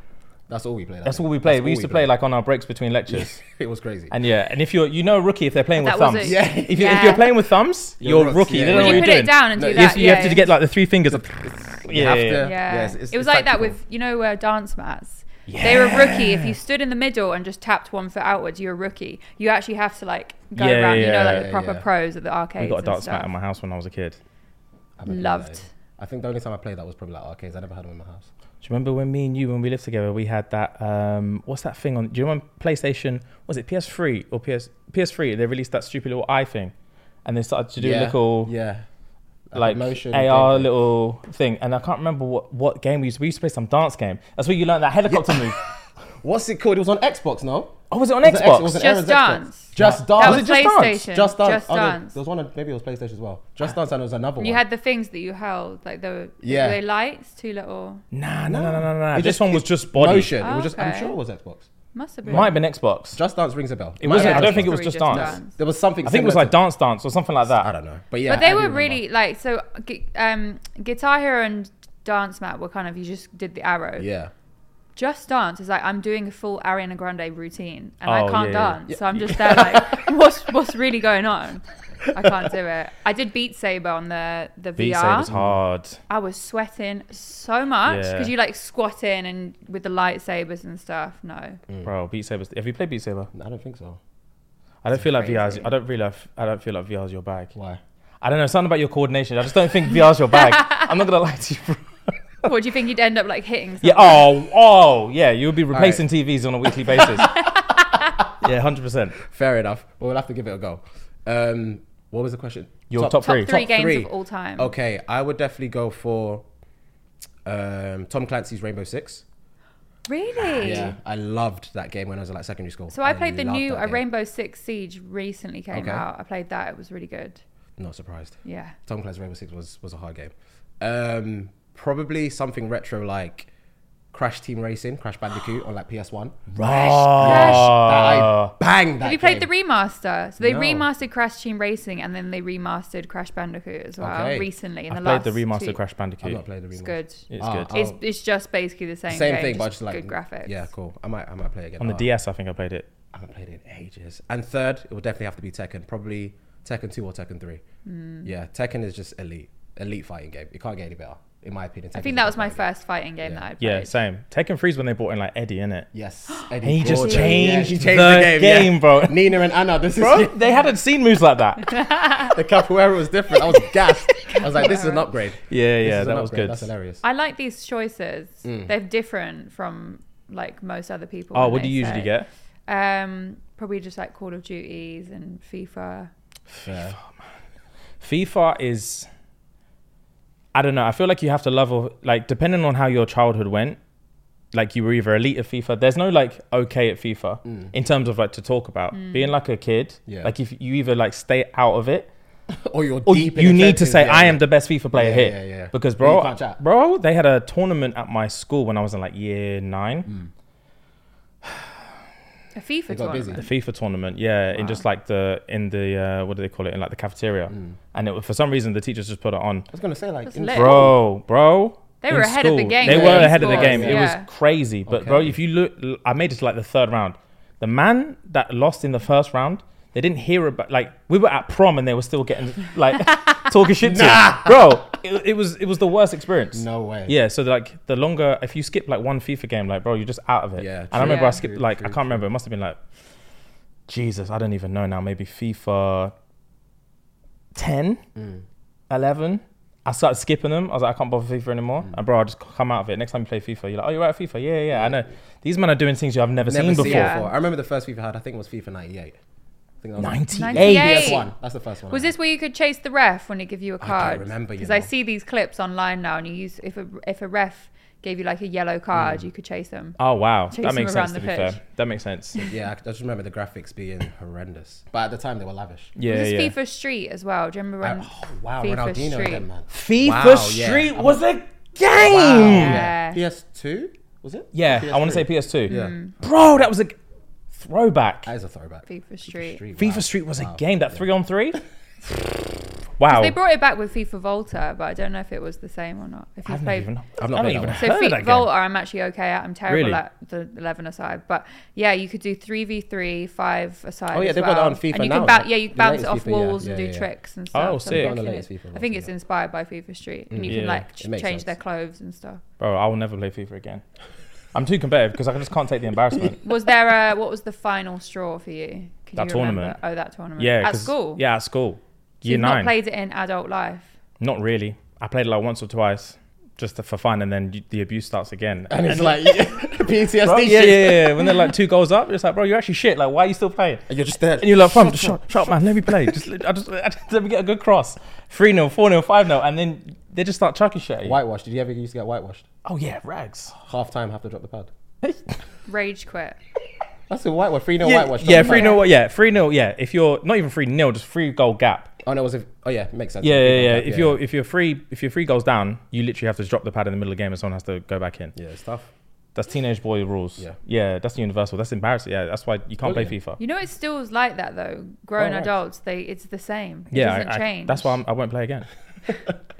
[SPEAKER 3] That's all we played. I
[SPEAKER 2] that's
[SPEAKER 3] think.
[SPEAKER 2] all we played.
[SPEAKER 3] That's all
[SPEAKER 2] we used to play
[SPEAKER 3] played.
[SPEAKER 2] like on our breaks between lectures.
[SPEAKER 3] It was crazy.
[SPEAKER 2] And yeah, and if you're, you know, a rookie, if they're playing with
[SPEAKER 1] That was
[SPEAKER 2] thumbs,
[SPEAKER 1] it. Yeah.
[SPEAKER 2] if, you, if
[SPEAKER 1] Yeah.
[SPEAKER 2] you're playing with thumbs,
[SPEAKER 3] You're
[SPEAKER 2] you're a
[SPEAKER 3] rooks,
[SPEAKER 2] rookie.
[SPEAKER 3] yeah.
[SPEAKER 2] They don't
[SPEAKER 3] Would
[SPEAKER 2] know
[SPEAKER 1] you
[SPEAKER 2] what
[SPEAKER 1] put
[SPEAKER 2] you're
[SPEAKER 1] it
[SPEAKER 2] doing.
[SPEAKER 1] down and
[SPEAKER 3] No,
[SPEAKER 1] do
[SPEAKER 2] You have,
[SPEAKER 1] that.
[SPEAKER 2] to, you
[SPEAKER 1] yeah,
[SPEAKER 2] have to get like the three fingers. Of,
[SPEAKER 3] You have to-
[SPEAKER 2] Yeah.
[SPEAKER 1] Yeah.
[SPEAKER 3] yes, it's-
[SPEAKER 1] it was
[SPEAKER 3] it's
[SPEAKER 1] like that
[SPEAKER 3] tactical.
[SPEAKER 1] with, you know, uh, dance mats. They were rookie. If you stood in the middle and just tapped one foot outwards, you're a rookie. You actually have to like go
[SPEAKER 2] Yeah,
[SPEAKER 1] around, you know, like
[SPEAKER 2] yeah,
[SPEAKER 1] the proper
[SPEAKER 3] yeah.
[SPEAKER 1] pros at the arcades.
[SPEAKER 2] we got a
[SPEAKER 1] and
[SPEAKER 2] dark
[SPEAKER 1] stuff.
[SPEAKER 2] mat in my house when I was a kid.
[SPEAKER 3] I haven't played
[SPEAKER 1] Loved.
[SPEAKER 3] that. I think the only time I played that was probably like arcades. I never had them in my house.
[SPEAKER 2] Do you remember when me and you, when we lived together, we had that? Um, what's that thing on? Do you remember PlayStation? Was it PS3 or PS PS3? They released that stupid little eye thing, and they started to do
[SPEAKER 3] yeah.
[SPEAKER 2] little
[SPEAKER 3] yeah.
[SPEAKER 2] like
[SPEAKER 3] motion
[SPEAKER 2] AR
[SPEAKER 3] thing.
[SPEAKER 2] little thing. And I can't remember what, what game we used. We used to play some dance game. That's where you learned that helicopter move.
[SPEAKER 3] What's it called? It was on Xbox, no?
[SPEAKER 2] Oh, was it on
[SPEAKER 3] It was
[SPEAKER 2] Xbox?
[SPEAKER 3] It was an
[SPEAKER 1] Just
[SPEAKER 3] Aaron's Xbox.
[SPEAKER 1] Dance.
[SPEAKER 3] Just
[SPEAKER 2] That
[SPEAKER 3] dance.
[SPEAKER 1] That
[SPEAKER 2] Was
[SPEAKER 1] was,
[SPEAKER 2] Oh, it Just Dance?
[SPEAKER 1] PlayStation.
[SPEAKER 3] Just dance. Oh, no,
[SPEAKER 1] Dance.
[SPEAKER 3] There was one on maybe it was PlayStation as well. Just dance and there was another one.
[SPEAKER 1] you had the things that you held, like the
[SPEAKER 3] Yeah.
[SPEAKER 1] were they lights, two little,
[SPEAKER 2] nah, nah, nah, nah, nah, nah.
[SPEAKER 3] It
[SPEAKER 2] This one was
[SPEAKER 3] it-
[SPEAKER 2] just body.
[SPEAKER 3] motion. it was just. I'm
[SPEAKER 1] Oh, Okay.
[SPEAKER 3] sure it was Xbox.
[SPEAKER 1] must have been.
[SPEAKER 2] Might have been Xbox.
[SPEAKER 3] Just dance rings a bell.
[SPEAKER 2] It wasn't.
[SPEAKER 1] Yeah,
[SPEAKER 2] I don't
[SPEAKER 1] it's
[SPEAKER 2] think it was
[SPEAKER 1] probably
[SPEAKER 2] just
[SPEAKER 1] Just
[SPEAKER 2] dance.
[SPEAKER 1] Dance.
[SPEAKER 3] There was something.
[SPEAKER 2] I think it was
[SPEAKER 3] similar
[SPEAKER 2] like
[SPEAKER 3] to-
[SPEAKER 2] dance dance or something like that.
[SPEAKER 3] I don't know, but yeah.
[SPEAKER 1] but they
[SPEAKER 3] I do
[SPEAKER 1] were
[SPEAKER 3] remember.
[SPEAKER 1] really like so. gu- Um, Guitar Hero and Dance Mat were kind of you just did the arrow.
[SPEAKER 3] Yeah.
[SPEAKER 1] Just Dance is like I'm doing a full Ariana Grande routine and
[SPEAKER 2] Oh,
[SPEAKER 1] I can't
[SPEAKER 2] yeah, yeah.
[SPEAKER 1] dance, so I'm just there like, what's what's really going on? I can't do it. I did Beat Saber on the the
[SPEAKER 2] Beat
[SPEAKER 1] VR.
[SPEAKER 2] Saber's hard.
[SPEAKER 1] I was sweating so much
[SPEAKER 2] Yeah.
[SPEAKER 1] because you like squat in and with the lightsabers and stuff. No,
[SPEAKER 3] Hmm.
[SPEAKER 2] Bro, Beat Saber's. Have you played Beat Saber?
[SPEAKER 3] I don't think so.
[SPEAKER 2] I don't feel like VR's. I don't really. I don't feel like VR's your bag.
[SPEAKER 3] Why?
[SPEAKER 2] I don't know. Something about your coordination. I just don't think VR's your bag. I'm not gonna lie to you. Bro.
[SPEAKER 1] what do you think you'd end up like hitting?
[SPEAKER 3] uh,
[SPEAKER 2] Yeah. Oh. Oh. Yeah. You would be replacing
[SPEAKER 3] right.
[SPEAKER 2] TVs on a weekly basis. yeah. Hundred percent.
[SPEAKER 3] Fair enough. Well, we'll have to give it a go. Um, what was the question?
[SPEAKER 2] Your top
[SPEAKER 1] Top
[SPEAKER 2] three.
[SPEAKER 1] three games of all time.
[SPEAKER 3] Okay, I would definitely go for um, Tom Clancy's Rainbow Six.
[SPEAKER 1] Really?
[SPEAKER 3] Yeah, I loved that game when I was at like secondary school.
[SPEAKER 1] So I played the
[SPEAKER 3] loved
[SPEAKER 1] new
[SPEAKER 3] that
[SPEAKER 1] a
[SPEAKER 3] game.
[SPEAKER 1] Rainbow Six Siege recently came
[SPEAKER 3] Okay.
[SPEAKER 1] out. I played that. It was really good.
[SPEAKER 3] Not surprised.
[SPEAKER 1] Yeah.
[SPEAKER 3] Tom Clancy's Rainbow Six was was a hard game. Um, probably something retro like Crash Team Racing, Crash Bandicoot on like PS One.
[SPEAKER 2] Ah.
[SPEAKER 3] I banged that.
[SPEAKER 1] Have you played
[SPEAKER 3] game.
[SPEAKER 1] the remaster? So they
[SPEAKER 3] No.
[SPEAKER 1] remastered Crash Team Racing and then they remastered Crash Bandicoot as well
[SPEAKER 3] Okay.
[SPEAKER 1] recently. In
[SPEAKER 2] I
[SPEAKER 1] the
[SPEAKER 2] played
[SPEAKER 1] last
[SPEAKER 2] the remaster
[SPEAKER 1] two-
[SPEAKER 2] of Crash
[SPEAKER 3] I've
[SPEAKER 2] Bandicoot.
[SPEAKER 3] not played the
[SPEAKER 1] It's
[SPEAKER 3] remaster.
[SPEAKER 1] good.
[SPEAKER 2] It's
[SPEAKER 3] Ah,
[SPEAKER 2] good.
[SPEAKER 3] I'll-
[SPEAKER 1] It's, it's just basically the same,
[SPEAKER 3] Same
[SPEAKER 1] game,
[SPEAKER 3] thing, but I
[SPEAKER 1] just
[SPEAKER 3] just like
[SPEAKER 1] good graphics.
[SPEAKER 3] Yeah, cool. I might, I might play again.
[SPEAKER 2] On the
[SPEAKER 3] Ah.
[SPEAKER 2] DS, I think I played it.
[SPEAKER 3] I haven't played it in ages. And third, it would definitely have to be Tekken. Probably Tekken 2 or Tekken 3.
[SPEAKER 1] Mm.
[SPEAKER 3] Yeah, Tekken is just elite. Elite fighting game. It can't get any better, in my opinion.
[SPEAKER 1] I think that was my first fighting game that I played.
[SPEAKER 2] Yeah. Same. Tekken Freeze when they brought in like Eddie in it.
[SPEAKER 3] Yes.
[SPEAKER 2] And he just
[SPEAKER 3] Gorgeous.
[SPEAKER 2] changed
[SPEAKER 3] she
[SPEAKER 2] the
[SPEAKER 3] yeah.
[SPEAKER 2] game, bro.
[SPEAKER 3] Nina and Anna, this is
[SPEAKER 2] Bro, they hadn't seen moves like that.
[SPEAKER 3] the capoeira was different. I was gassed. I was like, this is an upgrade.
[SPEAKER 2] Yeah,
[SPEAKER 3] This
[SPEAKER 2] yeah,
[SPEAKER 3] is an
[SPEAKER 2] that was
[SPEAKER 3] upgrade.
[SPEAKER 2] good.
[SPEAKER 3] That's hilarious.
[SPEAKER 1] I like these choices.
[SPEAKER 3] Mm.
[SPEAKER 1] They're different from like most other people.
[SPEAKER 2] Oh,
[SPEAKER 1] when
[SPEAKER 2] what do
[SPEAKER 1] they
[SPEAKER 2] you usually
[SPEAKER 1] say.
[SPEAKER 2] get?
[SPEAKER 1] Um, probably just like Call of Duties and FIFA.
[SPEAKER 3] Yeah.
[SPEAKER 2] FIFA is. I don't know. I feel like you have to level like depending on how your childhood went. Like you were either elite at FIFA. There's no like okay at FIFA in terms of like to talk about being like a kid.
[SPEAKER 3] Mm. Yeah.
[SPEAKER 2] Like if you either like stay out of it
[SPEAKER 3] Or Oh, you're
[SPEAKER 2] or
[SPEAKER 3] deep in
[SPEAKER 2] Oh, you
[SPEAKER 3] the
[SPEAKER 2] need to
[SPEAKER 3] trenches.
[SPEAKER 2] say
[SPEAKER 3] Yeah,
[SPEAKER 2] I
[SPEAKER 3] yeah.
[SPEAKER 2] am the best FIFA player
[SPEAKER 3] Yeah,
[SPEAKER 2] here.
[SPEAKER 3] yeah, yeah.
[SPEAKER 2] Because
[SPEAKER 3] But you
[SPEAKER 2] bro,
[SPEAKER 3] can't chat.
[SPEAKER 2] bro, they had a tournament at my school when I was in like year nine.
[SPEAKER 1] A Uh, FIFA
[SPEAKER 3] got busy.
[SPEAKER 1] tournament.
[SPEAKER 2] the FIFA tournament, yeah, in just like the in the uh, what do they call it in like the cafeteria, and it, for some reason the teachers just put it on.
[SPEAKER 3] I was going to say, like,
[SPEAKER 1] That's
[SPEAKER 3] in
[SPEAKER 1] lit.
[SPEAKER 2] Bro, bro,
[SPEAKER 1] They
[SPEAKER 2] in
[SPEAKER 1] were ahead of the game
[SPEAKER 2] They
[SPEAKER 1] in
[SPEAKER 2] were
[SPEAKER 1] the
[SPEAKER 2] ahead of the
[SPEAKER 1] scores,
[SPEAKER 2] game. It
[SPEAKER 1] yeah.
[SPEAKER 2] was crazy, but bro,
[SPEAKER 3] Okay.
[SPEAKER 2] if you look, I made it to like the third round. The man that lost in the first round, They didn't hear about like we were at prom and they were still getting like talking shit to us. bro. It, it was it was the worst experience.
[SPEAKER 3] No way.
[SPEAKER 2] Yeah, so like the longer if you skip like one FIFA game, like bro, you're just out of it.
[SPEAKER 3] Yeah,
[SPEAKER 2] and I remember
[SPEAKER 1] true.
[SPEAKER 2] I skipped
[SPEAKER 3] True,
[SPEAKER 2] like
[SPEAKER 3] true,
[SPEAKER 2] I can't remember. It must have been like Jesus, I don't even know now. Maybe FIFA 10, 11. I started skipping them. I was like, I can't bother FIFA anymore.
[SPEAKER 3] Mm.
[SPEAKER 2] And bro, I just come out of it. Next time you play FIFA, you're like, oh, you're right at FIFA. Yeah, yeah, yeah. I know. These men are doing things you have never,
[SPEAKER 3] Never
[SPEAKER 2] seen before.
[SPEAKER 3] seen
[SPEAKER 1] Yeah.
[SPEAKER 3] it before. I remember the first FIFA I had. I think it was FIFA 98. I think that was
[SPEAKER 2] 98.
[SPEAKER 1] 98.
[SPEAKER 3] That's one. That's the first one.
[SPEAKER 1] Was
[SPEAKER 3] I
[SPEAKER 1] this where you could chase the ref when they give you a card?
[SPEAKER 3] remember, you
[SPEAKER 1] Because I
[SPEAKER 3] know.
[SPEAKER 1] see these clips online now, and you use if a if a ref gave you like a yellow card,
[SPEAKER 3] Mm.
[SPEAKER 1] you could chase them.
[SPEAKER 2] Oh, wow.
[SPEAKER 1] Chase
[SPEAKER 2] that
[SPEAKER 1] them
[SPEAKER 2] makes
[SPEAKER 1] around
[SPEAKER 2] sense,
[SPEAKER 1] the
[SPEAKER 2] to be
[SPEAKER 1] pitch.
[SPEAKER 2] fair. That makes sense.
[SPEAKER 3] had. Yeah, I just remember the graphics being horrendous. But at the time, they were lavish.
[SPEAKER 2] Yeah,
[SPEAKER 1] was
[SPEAKER 2] yeah.
[SPEAKER 1] this FIFA Street as well? Do you remember when?
[SPEAKER 3] Oh, wow,
[SPEAKER 1] FIFA
[SPEAKER 3] Ronaldinho
[SPEAKER 1] Street.
[SPEAKER 3] and them, man.
[SPEAKER 2] FIFA
[SPEAKER 3] Wow, yeah.
[SPEAKER 2] Street
[SPEAKER 3] I'm
[SPEAKER 2] was a game.
[SPEAKER 3] Wow.
[SPEAKER 1] Yeah.
[SPEAKER 3] PS2? Was it?
[SPEAKER 2] Yeah,
[SPEAKER 3] Or
[SPEAKER 2] I want to say
[SPEAKER 3] PS3?
[SPEAKER 2] PS2.
[SPEAKER 3] Yeah.
[SPEAKER 1] Mm.
[SPEAKER 2] Bro, that was a g- throwback.
[SPEAKER 3] That is a throwback.
[SPEAKER 1] FIFA Street.
[SPEAKER 2] FIFA
[SPEAKER 3] wow.
[SPEAKER 2] Street was
[SPEAKER 3] Wow.
[SPEAKER 2] a game. That three on three. wow.
[SPEAKER 1] They brought it back with FIFA Volta, but I don't know if it was the same or not. If you
[SPEAKER 2] I've not
[SPEAKER 1] played
[SPEAKER 2] even.
[SPEAKER 3] I've
[SPEAKER 2] I've
[SPEAKER 3] not
[SPEAKER 2] not,
[SPEAKER 3] played that
[SPEAKER 2] even
[SPEAKER 3] one.
[SPEAKER 2] heard
[SPEAKER 1] So
[SPEAKER 2] of
[SPEAKER 1] feet
[SPEAKER 2] that
[SPEAKER 1] Volta,
[SPEAKER 2] game.
[SPEAKER 1] I'm actually okay at. I'm terrible
[SPEAKER 2] Really?
[SPEAKER 1] at the 11 aside, but yeah, you could do 3v3, 5 aside.
[SPEAKER 3] Oh, yeah,
[SPEAKER 1] as
[SPEAKER 3] they've
[SPEAKER 1] well.
[SPEAKER 3] got that on FIFA
[SPEAKER 1] and you
[SPEAKER 3] now,
[SPEAKER 1] Could bounce,
[SPEAKER 3] right?
[SPEAKER 1] yeah, you
[SPEAKER 3] The
[SPEAKER 1] could bounce
[SPEAKER 3] latest
[SPEAKER 1] off
[SPEAKER 3] FIFA, yeah,
[SPEAKER 1] walls and
[SPEAKER 3] yeah,
[SPEAKER 1] do
[SPEAKER 3] yeah.
[SPEAKER 1] tricks and stuff.
[SPEAKER 2] Oh,
[SPEAKER 1] So I'm
[SPEAKER 2] sick.
[SPEAKER 3] On the
[SPEAKER 1] guessing
[SPEAKER 3] latest
[SPEAKER 1] it-
[SPEAKER 3] FIFA
[SPEAKER 1] I think
[SPEAKER 3] ones,
[SPEAKER 1] it's
[SPEAKER 3] yeah.
[SPEAKER 1] inspired by FIFA Street, and you
[SPEAKER 2] Yeah.
[SPEAKER 1] can like ch-
[SPEAKER 3] It makes
[SPEAKER 1] change their
[SPEAKER 3] sense.
[SPEAKER 1] clothes and stuff.
[SPEAKER 2] Bro, I will never play FIFA again. I'm too competitive because I just can't take the embarrassment.
[SPEAKER 1] Was there a what was the final straw for you? Can
[SPEAKER 2] That
[SPEAKER 1] you
[SPEAKER 2] tournament.
[SPEAKER 1] Remember? Oh, that tournament.
[SPEAKER 2] Yeah,
[SPEAKER 1] at
[SPEAKER 2] 'cause-
[SPEAKER 1] school.
[SPEAKER 2] Yeah, at school.
[SPEAKER 1] So
[SPEAKER 2] Year
[SPEAKER 1] you've
[SPEAKER 2] nine.
[SPEAKER 1] Not played it in adult life.
[SPEAKER 2] Not really. I played it like once or twice, just to, for fun, and then you, the abuse starts again.
[SPEAKER 3] And it's like PTSD
[SPEAKER 2] Bro,
[SPEAKER 3] shit.
[SPEAKER 2] yeah, yeah, yeah, yeah. When they're like two goals up, it's like, bro, you're actually shit. Like, why are you still playing?
[SPEAKER 3] And you're just there.
[SPEAKER 2] And you're like, fam, shut, shut, up, man. Let me play. Just, I just, I just let me get a good cross. 3 0, 4 0, 5 0. And then they just start chucking shit at you.
[SPEAKER 3] Whitewashed. Did you ever used to get whitewashed?
[SPEAKER 2] Oh, yeah, rags.
[SPEAKER 3] Half time, have to drop the pad.
[SPEAKER 1] Rage quit.
[SPEAKER 3] That's a whitewash. 3 0
[SPEAKER 2] yeah,
[SPEAKER 3] whitewash.
[SPEAKER 2] yeah,
[SPEAKER 3] drop the
[SPEAKER 2] 3
[SPEAKER 3] pad.
[SPEAKER 2] 0. Yeah, 3 0. Yeah, if you're not even 3 0, just three goal gap.
[SPEAKER 3] Oh, no, it was a, oh, yeah, makes sense.
[SPEAKER 2] Yeah, yeah, yeah.
[SPEAKER 3] Okay,
[SPEAKER 2] If you're if you're three if you're three goals down, you literally have to drop the pad in the middle of the game, and someone has to go back in.
[SPEAKER 3] Yeah, it's tough.
[SPEAKER 2] That's teenage boy rules.
[SPEAKER 3] Yeah.
[SPEAKER 2] yeah, that's universal. That's embarrassing. Yeah, that's why you can't play
[SPEAKER 3] Brilliant.
[SPEAKER 2] FIFA.
[SPEAKER 1] You know, it still is like that though. Grown
[SPEAKER 3] Oh, right.
[SPEAKER 1] adults, they it's the same. It
[SPEAKER 2] yeah, I-
[SPEAKER 1] doesn't
[SPEAKER 2] I-
[SPEAKER 1] change.
[SPEAKER 2] that's why I'm, I won't play again.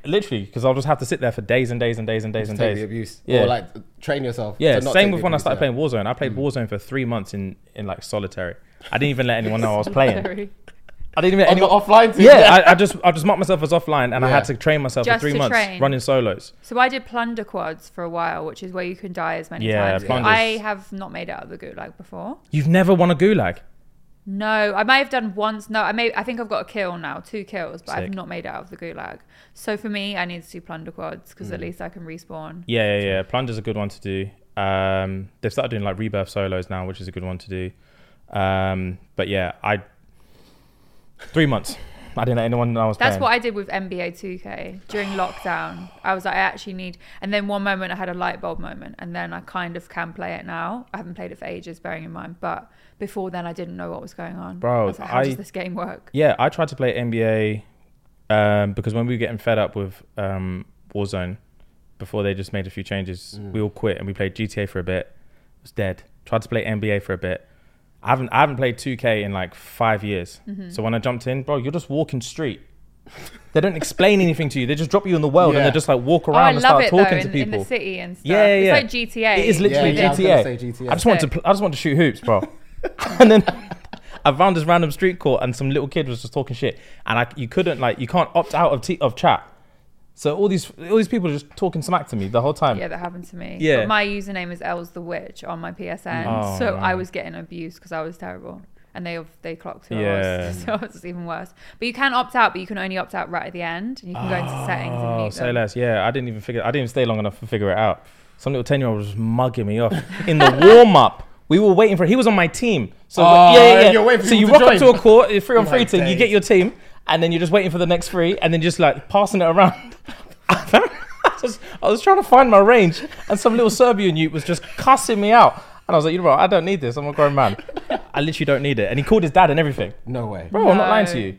[SPEAKER 2] Literally, because I'll just have to sit there for days and days and days and days and
[SPEAKER 3] Take
[SPEAKER 2] days.
[SPEAKER 3] the abuse.
[SPEAKER 2] Yeah.
[SPEAKER 3] Or like train yourself.
[SPEAKER 2] Yeah,
[SPEAKER 3] to not
[SPEAKER 2] same
[SPEAKER 3] take
[SPEAKER 2] with
[SPEAKER 3] the
[SPEAKER 2] when I
[SPEAKER 3] abuse,
[SPEAKER 2] started
[SPEAKER 3] yeah. Mm.
[SPEAKER 2] playing Warzone. I played Warzone for three months in in like solitary. I didn't even let anyone know I was playing.
[SPEAKER 1] Sorry.
[SPEAKER 2] I didn't even
[SPEAKER 3] On the
[SPEAKER 2] anyone.
[SPEAKER 3] offline team.
[SPEAKER 2] Yeah, I, I just I just marked myself as offline, and I
[SPEAKER 3] Yeah.
[SPEAKER 2] had to train myself
[SPEAKER 1] Just
[SPEAKER 2] for three
[SPEAKER 1] to
[SPEAKER 2] months
[SPEAKER 1] train.
[SPEAKER 2] running solos.
[SPEAKER 1] So I did plunder quads for a while, which is where you can die as many
[SPEAKER 2] Yeah,
[SPEAKER 1] times.
[SPEAKER 2] plunders.
[SPEAKER 1] I have not made it out of the gulag before.
[SPEAKER 2] You've never won a gulag.
[SPEAKER 1] No, I may have done once. No, I may. I think I've got a kill now, two kills, but I've
[SPEAKER 2] Sick.
[SPEAKER 1] not made it out of the gulag. So for me, I need to do plunder quads because at least I can respawn.
[SPEAKER 2] Mm. Yeah, yeah, yeah. Plunder's a good one to do. Um, they've started doing like rebirth solos now, which is a good one to do. Um, but yeah, I three months. I didn't let anyone know I was
[SPEAKER 1] That's
[SPEAKER 2] playing.
[SPEAKER 1] what I did with NBA 2K during lockdown. I was like, I actually need. And then one moment I had a light bulb moment, and then I kind of can play it now. I haven't played it for ages, bearing in mind. But before then, I didn't know what was going on.
[SPEAKER 2] Bro,
[SPEAKER 1] I was like, how
[SPEAKER 2] I-
[SPEAKER 1] does this game work?
[SPEAKER 2] Yeah, I tried to play NBA um, because when we were getting fed up with um, Warzone, before they just made a few changes, we all quit and we played GTA for a bit. It was dead. Tried to play NBA for a bit. I haven't I haven't played 2K in like five years.
[SPEAKER 1] Mm-hmm.
[SPEAKER 2] So when I jumped in, bro, you're just walking street. they don't explain anything to you. They just drop you in the world
[SPEAKER 3] Yeah.
[SPEAKER 2] and they just like walk
[SPEAKER 1] Oh, I
[SPEAKER 2] around and
[SPEAKER 1] love
[SPEAKER 2] start
[SPEAKER 1] it though
[SPEAKER 2] talking to
[SPEAKER 1] in, in
[SPEAKER 2] people.
[SPEAKER 1] the city and stuff.
[SPEAKER 2] Yeah, yeah,
[SPEAKER 1] It's like GTA.
[SPEAKER 2] It is literally
[SPEAKER 3] Yeah, yeah, I was
[SPEAKER 2] GTA.
[SPEAKER 3] gonna
[SPEAKER 2] I,
[SPEAKER 3] say GTA.
[SPEAKER 2] just want to. Pl- I just want to shoot hoops, bro. and then I found this random street court, and some little kid was just talking shit, and I, you couldn't like, you can't opt out of t- of chat. So all these all these people are just talking smack to me the whole time.
[SPEAKER 1] Yeah, that happened to me.
[SPEAKER 2] Yeah.
[SPEAKER 1] But my username is Els the Witch on my PSN,
[SPEAKER 2] Oh,
[SPEAKER 1] so
[SPEAKER 2] no.
[SPEAKER 1] I was getting abused because I was terrible, and they they clocked who I
[SPEAKER 2] Yeah.
[SPEAKER 1] was, so it's even worse. But you can opt out, but you can only opt out right at the end, and you can go into settings and
[SPEAKER 2] Oh,
[SPEAKER 1] mute
[SPEAKER 2] say
[SPEAKER 1] them.
[SPEAKER 2] less. Yeah, I didn't even figure. I didn't even stay long enough to figure it out. Some little ten year old was just mugging me off in the warm up. We were waiting for. He was on my team. So
[SPEAKER 3] Oh,
[SPEAKER 2] yeah, yeah, yeah.
[SPEAKER 3] you're waiting for
[SPEAKER 2] so you
[SPEAKER 3] people
[SPEAKER 2] rock
[SPEAKER 3] to
[SPEAKER 2] up to
[SPEAKER 3] join.
[SPEAKER 2] a court, a three on three
[SPEAKER 3] My
[SPEAKER 2] thing. You
[SPEAKER 3] days.
[SPEAKER 2] get your team, and then you're just waiting for the next three, and then just like passing it around. I, just, I was trying to find my range, and some little Serbian youth was just cussing me out. And I was like, you know what? I don't need this. I'm a grown man. I literally don't need it. And he called his dad and everything.
[SPEAKER 3] No way.
[SPEAKER 2] Bro, I'm not lying to
[SPEAKER 1] No.
[SPEAKER 2] you.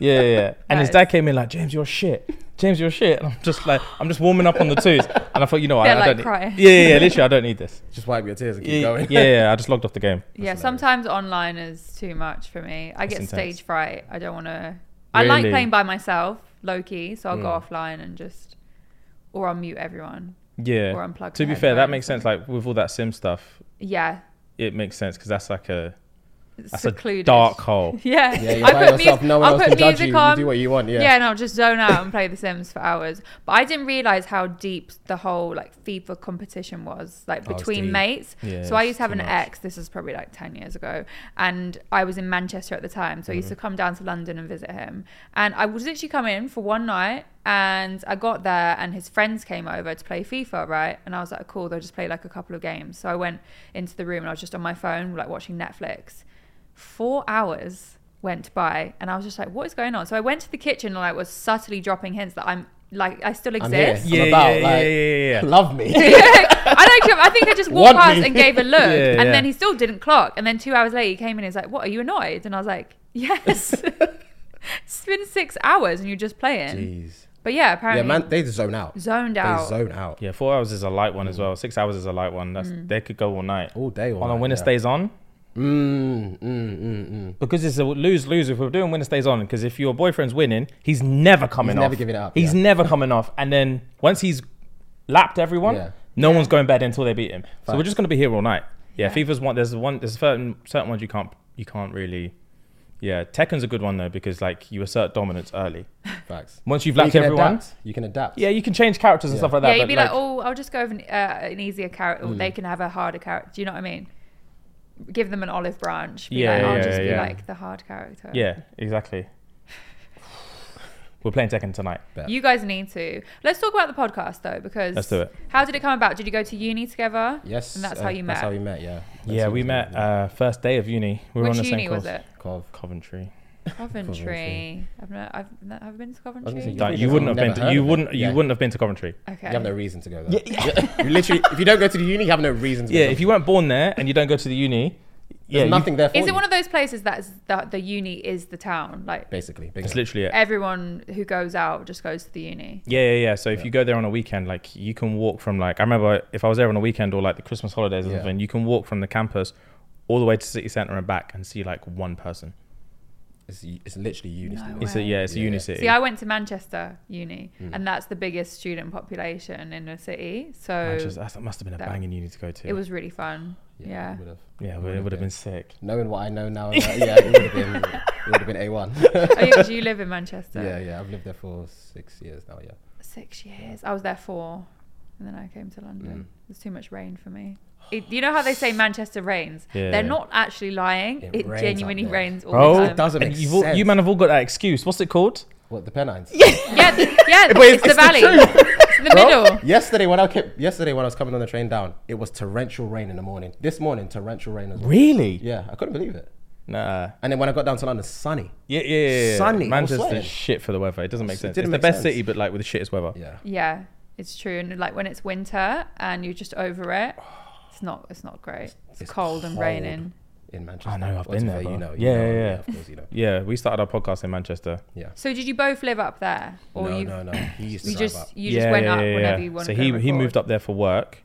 [SPEAKER 2] Yeah, yeah, yeah. And his
[SPEAKER 1] Nice.
[SPEAKER 2] dad came in like, James, you're shit. James, you're shit. And I'm just like, I'm just warming up on the twos. And I thought, you know, I,
[SPEAKER 1] They're
[SPEAKER 2] I
[SPEAKER 1] like
[SPEAKER 2] don't. need-
[SPEAKER 1] crying.
[SPEAKER 2] Yeah, yeah, yeah, literally, I don't need this.
[SPEAKER 3] Just wipe your tears and keep
[SPEAKER 2] Yeah,
[SPEAKER 3] going.
[SPEAKER 2] yeah, yeah, I just logged off the game.
[SPEAKER 1] Yeah, sometimes online is too much for me. I get
[SPEAKER 2] intense.
[SPEAKER 1] stage fright. I don't want to. I like
[SPEAKER 2] Really?
[SPEAKER 1] playing by myself, low key, so I'll go offline and just, or I'll mute everyone.
[SPEAKER 2] Yeah.
[SPEAKER 1] Or unplug
[SPEAKER 2] to
[SPEAKER 1] the
[SPEAKER 2] be fair, that
[SPEAKER 1] headphones
[SPEAKER 2] makes sense. Like with all that sim stuff,
[SPEAKER 1] Yeah,
[SPEAKER 2] it makes sense because that's like a That's
[SPEAKER 1] secluded.
[SPEAKER 2] a dark hole.
[SPEAKER 1] Yeah,
[SPEAKER 3] Yeah, you're by yourself. No one else can judge you. You do what you want. Yeah.
[SPEAKER 1] yeah, and I'll just zone out and play The Sims for hours. But I didn't realize how deep the whole like FIFA competition was, like
[SPEAKER 3] Oh, it's
[SPEAKER 1] between
[SPEAKER 3] deep.
[SPEAKER 1] mates.
[SPEAKER 2] Yeah,
[SPEAKER 1] so I
[SPEAKER 2] it's
[SPEAKER 1] used to have
[SPEAKER 2] too
[SPEAKER 1] an
[SPEAKER 2] much.
[SPEAKER 1] ex. This is probably like ten years ago, and I was in Manchester at the time. So I
[SPEAKER 3] Mm-hmm.
[SPEAKER 1] used to come down to London and visit him. And I was literally come in for one night, and I got there, and his friends came over to play FIFA, right? And I was like, cool, they'll just play like a couple of games. So I went into the room, and I was just on my phone, like watching Netflix four hours went by and I was just like, what is going on? So I went to the kitchen and I was subtly dropping hints that I'm like, I still
[SPEAKER 3] I'm here.
[SPEAKER 1] exist.
[SPEAKER 2] Yeah,
[SPEAKER 3] I'm about.
[SPEAKER 2] yeah, yeah,
[SPEAKER 3] like,
[SPEAKER 2] yeah, yeah.
[SPEAKER 3] Love me.
[SPEAKER 1] I don't care. I think I just walked
[SPEAKER 3] Want
[SPEAKER 1] past
[SPEAKER 3] me.
[SPEAKER 1] and gave a look
[SPEAKER 2] Yeah,
[SPEAKER 1] and
[SPEAKER 2] yeah.
[SPEAKER 1] then he still didn't clock. And then two hours later he came in and he's like, what, are you annoyed? And I was like, yes. it's been six hours and you're just playing.
[SPEAKER 3] Jeez.
[SPEAKER 1] But yeah,
[SPEAKER 3] Yeah,
[SPEAKER 1] apparently
[SPEAKER 3] man, they just zone out.
[SPEAKER 1] zoned
[SPEAKER 3] They
[SPEAKER 1] out.
[SPEAKER 3] zone out
[SPEAKER 2] Yeah, four hours is a light one as well. Six hours is a light one. That's
[SPEAKER 1] Mm.
[SPEAKER 2] they could go all night.
[SPEAKER 3] all day. All
[SPEAKER 2] on a
[SPEAKER 3] night,
[SPEAKER 2] winner
[SPEAKER 3] yeah.
[SPEAKER 2] stays on
[SPEAKER 3] Mm, mm, mm, mm.
[SPEAKER 2] because it's a lose lose. If we're doing winner stays on, because if your boyfriend's winning, he's never coming
[SPEAKER 3] He's
[SPEAKER 2] off.
[SPEAKER 3] never giving it up,
[SPEAKER 2] He's
[SPEAKER 3] yeah.
[SPEAKER 2] never coming off. And then once he's lapped everyone,
[SPEAKER 3] Yeah.
[SPEAKER 2] no one's going bed until they beat him. So we're
[SPEAKER 3] Facts.
[SPEAKER 2] just gonna be here all night. Yeah, FIFA's one. There's one. There's certain certain ones you can't you can't really. Yeah, Tekken's a good one though because like you assert dominance early.
[SPEAKER 3] Facts.
[SPEAKER 2] Once you've
[SPEAKER 3] But
[SPEAKER 2] lapped
[SPEAKER 3] you can
[SPEAKER 2] everyone,
[SPEAKER 3] adapt. You can adapt.
[SPEAKER 2] yeah, you can change characters and
[SPEAKER 3] Yeah.
[SPEAKER 2] stuff like that.
[SPEAKER 1] yeah, you'd
[SPEAKER 2] but,
[SPEAKER 1] be like, oh, I'll just go with an, uh, an easier carrot. Or they can have a harder carrot. Do you know what I mean? Give them an olive branch. Be
[SPEAKER 2] Yeah,
[SPEAKER 1] like, I'll
[SPEAKER 2] yeah,
[SPEAKER 1] just be
[SPEAKER 2] yeah.
[SPEAKER 1] like the hard character.
[SPEAKER 2] yeah, exactly. we're playing Tekken tonight.
[SPEAKER 1] You guys need to. Let's talk about the podcast though, because
[SPEAKER 2] Let's do it.
[SPEAKER 1] How did it come about? Did you go to uni together?
[SPEAKER 3] Yes.
[SPEAKER 1] and that's
[SPEAKER 3] uh,
[SPEAKER 1] how you met.
[SPEAKER 3] That's how we met. Yeah. That's
[SPEAKER 2] Yeah,
[SPEAKER 3] how
[SPEAKER 2] we met uh, first day of uni. We were
[SPEAKER 1] Which
[SPEAKER 2] on the
[SPEAKER 1] uni
[SPEAKER 2] same course.
[SPEAKER 1] was it?
[SPEAKER 3] Cov.
[SPEAKER 2] Coventry.
[SPEAKER 1] Coventry.
[SPEAKER 3] Coventry.
[SPEAKER 1] I've not. I've not, have I been to
[SPEAKER 3] gonna say,
[SPEAKER 1] Coventry.
[SPEAKER 3] you
[SPEAKER 2] Don't-
[SPEAKER 3] think
[SPEAKER 2] you
[SPEAKER 3] I've
[SPEAKER 2] wouldn't have been.
[SPEAKER 3] never heard
[SPEAKER 2] To, you
[SPEAKER 3] of it?
[SPEAKER 2] wouldn't.
[SPEAKER 3] Yeah.
[SPEAKER 2] You wouldn't have been to Coventry.
[SPEAKER 1] Okay.
[SPEAKER 3] You have no reason to go there. you literally, if you don't go to the uni, you have no reason to
[SPEAKER 2] Yeah,
[SPEAKER 3] go.
[SPEAKER 2] if you weren't born there and you don't go to the uni, yeah,
[SPEAKER 3] There's
[SPEAKER 2] you-
[SPEAKER 3] nothing there for
[SPEAKER 1] is
[SPEAKER 3] you,
[SPEAKER 1] it one of those places that's that the uni is the town? Like
[SPEAKER 3] basically.
[SPEAKER 2] That's
[SPEAKER 3] basically.
[SPEAKER 2] literally it.
[SPEAKER 1] everyone who goes out just goes to the uni.
[SPEAKER 2] Yeah, yeah, yeah. So if you go there on a weekend, like you can walk from like I remember if I was there on a weekend or like the Christmas holidays or
[SPEAKER 3] Yeah.
[SPEAKER 2] something, you can walk from the campus all the way to city centre and back and see like one person.
[SPEAKER 3] It's, it's literally uni.
[SPEAKER 1] No
[SPEAKER 3] students.
[SPEAKER 2] It's a,
[SPEAKER 1] Wow.
[SPEAKER 2] yeah, it's a
[SPEAKER 3] Yeah,
[SPEAKER 2] uni
[SPEAKER 3] yeah. Hmm.
[SPEAKER 2] city.
[SPEAKER 1] See, I went to Manchester uni, and that's the biggest student population in the city. So
[SPEAKER 2] Manchester, that must have been a
[SPEAKER 1] that-
[SPEAKER 2] banging uni to go to.
[SPEAKER 1] it was really fun. Yeah.
[SPEAKER 3] it would've-
[SPEAKER 2] yeah, but it would have been sick.
[SPEAKER 3] Knowing what I know now, about- yeah, it would have been, it would have been a one.
[SPEAKER 1] oh, yeah, 'cause you live in Manchester.
[SPEAKER 3] yeah, yeah. I've lived there for six years now. Yeah.
[SPEAKER 1] six years. I was there four, and then I came to London.
[SPEAKER 3] Hmm.
[SPEAKER 1] There's too much rain for me. It, you know how they say Manchester rains?
[SPEAKER 2] Yeah.
[SPEAKER 1] They're not actually lying.
[SPEAKER 3] It
[SPEAKER 1] It,
[SPEAKER 3] rains up
[SPEAKER 1] genuinely
[SPEAKER 3] there.
[SPEAKER 1] rains all
[SPEAKER 2] Bro,
[SPEAKER 1] the
[SPEAKER 3] It
[SPEAKER 1] time.
[SPEAKER 3] doesn't
[SPEAKER 2] And
[SPEAKER 3] make
[SPEAKER 2] you've all,
[SPEAKER 3] sense.
[SPEAKER 2] you man have all got that excuse. What's it called?
[SPEAKER 3] What the Pennines?
[SPEAKER 1] Yeah, th- yeah.
[SPEAKER 3] But
[SPEAKER 1] it's,
[SPEAKER 3] it's-
[SPEAKER 1] the
[SPEAKER 3] it's the
[SPEAKER 1] valley. it's in the middle.
[SPEAKER 3] Yesterday when I kept, yesterday when I was coming on the train down, it was torrential rain in the morning. This morning, torrential rain as well.
[SPEAKER 2] Really?
[SPEAKER 3] Yeah, I couldn't believe it.
[SPEAKER 2] Nah.
[SPEAKER 3] And then when I got down to London, sunny.
[SPEAKER 2] Yeah, yeah, yeah, yeah.
[SPEAKER 3] Sunny, I was
[SPEAKER 2] Manchester's
[SPEAKER 3] sweating.
[SPEAKER 2] shit for the weather. It doesn't make sense.
[SPEAKER 3] didn't
[SPEAKER 2] It's the
[SPEAKER 3] make
[SPEAKER 2] best
[SPEAKER 3] sense.
[SPEAKER 2] city, but like with the shittest weather.
[SPEAKER 3] Yeah.
[SPEAKER 1] Yeah, it's true. And like when it's winter and you're just over it, it's not. It's not great. It's, cold and
[SPEAKER 3] cold
[SPEAKER 1] raining.
[SPEAKER 3] in Manchester.
[SPEAKER 2] I know, I've
[SPEAKER 3] Well,
[SPEAKER 2] been
[SPEAKER 3] to
[SPEAKER 2] there.
[SPEAKER 3] be fair,
[SPEAKER 2] bro.
[SPEAKER 3] You know, you
[SPEAKER 2] yeah,
[SPEAKER 3] know,
[SPEAKER 2] yeah, yeah,
[SPEAKER 3] Of course, you know.
[SPEAKER 2] Yeah, we started our podcast in Manchester.
[SPEAKER 3] Yeah.
[SPEAKER 1] So did you both live up there, or
[SPEAKER 3] no,
[SPEAKER 1] you
[SPEAKER 3] no, no. He used to
[SPEAKER 1] you
[SPEAKER 3] drive
[SPEAKER 1] just
[SPEAKER 3] up.
[SPEAKER 1] you
[SPEAKER 2] yeah,
[SPEAKER 1] just went
[SPEAKER 2] yeah,
[SPEAKER 1] up
[SPEAKER 2] yeah,
[SPEAKER 1] whenever
[SPEAKER 2] yeah.
[SPEAKER 1] you wanted?
[SPEAKER 2] So
[SPEAKER 1] to
[SPEAKER 2] he
[SPEAKER 1] record?
[SPEAKER 2] he moved up there for work.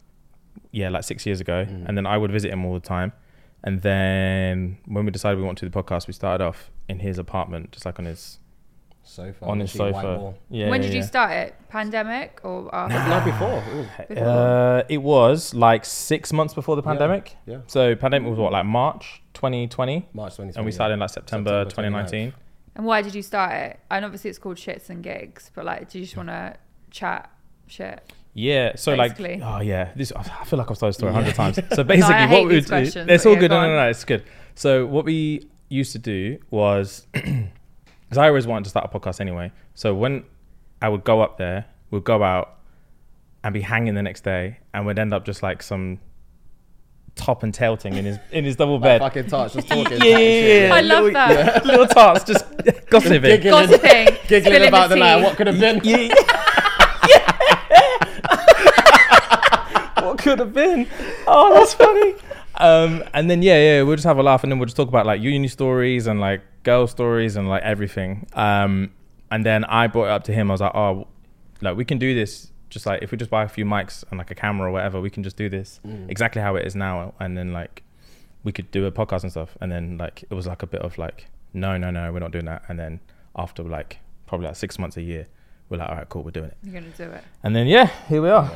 [SPEAKER 2] Yeah, like six years ago,
[SPEAKER 3] Mm.
[SPEAKER 2] and then I would visit him all the time. And then when we decided we want to do the podcast, we started off in his apartment, just like on his
[SPEAKER 3] Sofa.
[SPEAKER 2] on his
[SPEAKER 3] literally white
[SPEAKER 2] sofa.
[SPEAKER 3] wall.
[SPEAKER 2] Yeah.
[SPEAKER 1] when
[SPEAKER 2] yeah,
[SPEAKER 1] did you
[SPEAKER 2] yeah.
[SPEAKER 1] start it? Pandemic or after?
[SPEAKER 3] No, before. It was before.
[SPEAKER 2] Uh, it was like six months before the pandemic.
[SPEAKER 3] yeah.
[SPEAKER 2] So pandemic was what, like March 2020,
[SPEAKER 3] March 2020.
[SPEAKER 2] and we started in like September,
[SPEAKER 3] September
[SPEAKER 2] 2019.
[SPEAKER 1] And why did you start it? And obviously it's called shits and gigs, but like, do you just want to chat shit?
[SPEAKER 2] Yeah, so
[SPEAKER 1] Basically.
[SPEAKER 2] like, oh yeah, this I feel like I've told this story a hundred times.
[SPEAKER 1] No,
[SPEAKER 2] So basically,
[SPEAKER 1] I hate
[SPEAKER 2] what we
[SPEAKER 1] these
[SPEAKER 2] would do,
[SPEAKER 1] questions,
[SPEAKER 2] it's
[SPEAKER 1] but
[SPEAKER 2] all
[SPEAKER 1] yeah,
[SPEAKER 2] good.
[SPEAKER 1] go
[SPEAKER 2] No, no,
[SPEAKER 1] on.
[SPEAKER 2] no, it's good. So what we used to do was, because I always wanted to start a podcast anyway. So when I would go up there, we'd go out and be hanging the next day, and we'd end up just like some top and tail thing in his in his double
[SPEAKER 3] Like
[SPEAKER 2] bed.
[SPEAKER 3] fucking touch, just talking.
[SPEAKER 2] yeah, yeah, yeah.
[SPEAKER 1] I love that.
[SPEAKER 2] Little tarts just gossiping.
[SPEAKER 3] Giggling,
[SPEAKER 1] Gossiping.
[SPEAKER 3] giggling
[SPEAKER 1] spilling
[SPEAKER 3] about the
[SPEAKER 1] tea.
[SPEAKER 3] night. What could have been?
[SPEAKER 2] Yeah. what could have been? Oh, that's funny. Um, and then yeah, yeah, we'll just have a laugh, and then we'll just talk about like uni stories and like girl stories and like everything. Um, and then I brought it up to him. I was like, oh, like we can do this. Just like if we just buy a few mics and like a camera or whatever, we can just do this exactly how it is now, and then like we could do a podcast and stuff. And then like it was like a bit of like, no, no, no, we're not doing that. And then after like probably like six months a year, we're like, all right, cool, we're doing it.
[SPEAKER 1] You're going to do it.
[SPEAKER 2] And then yeah, here we are.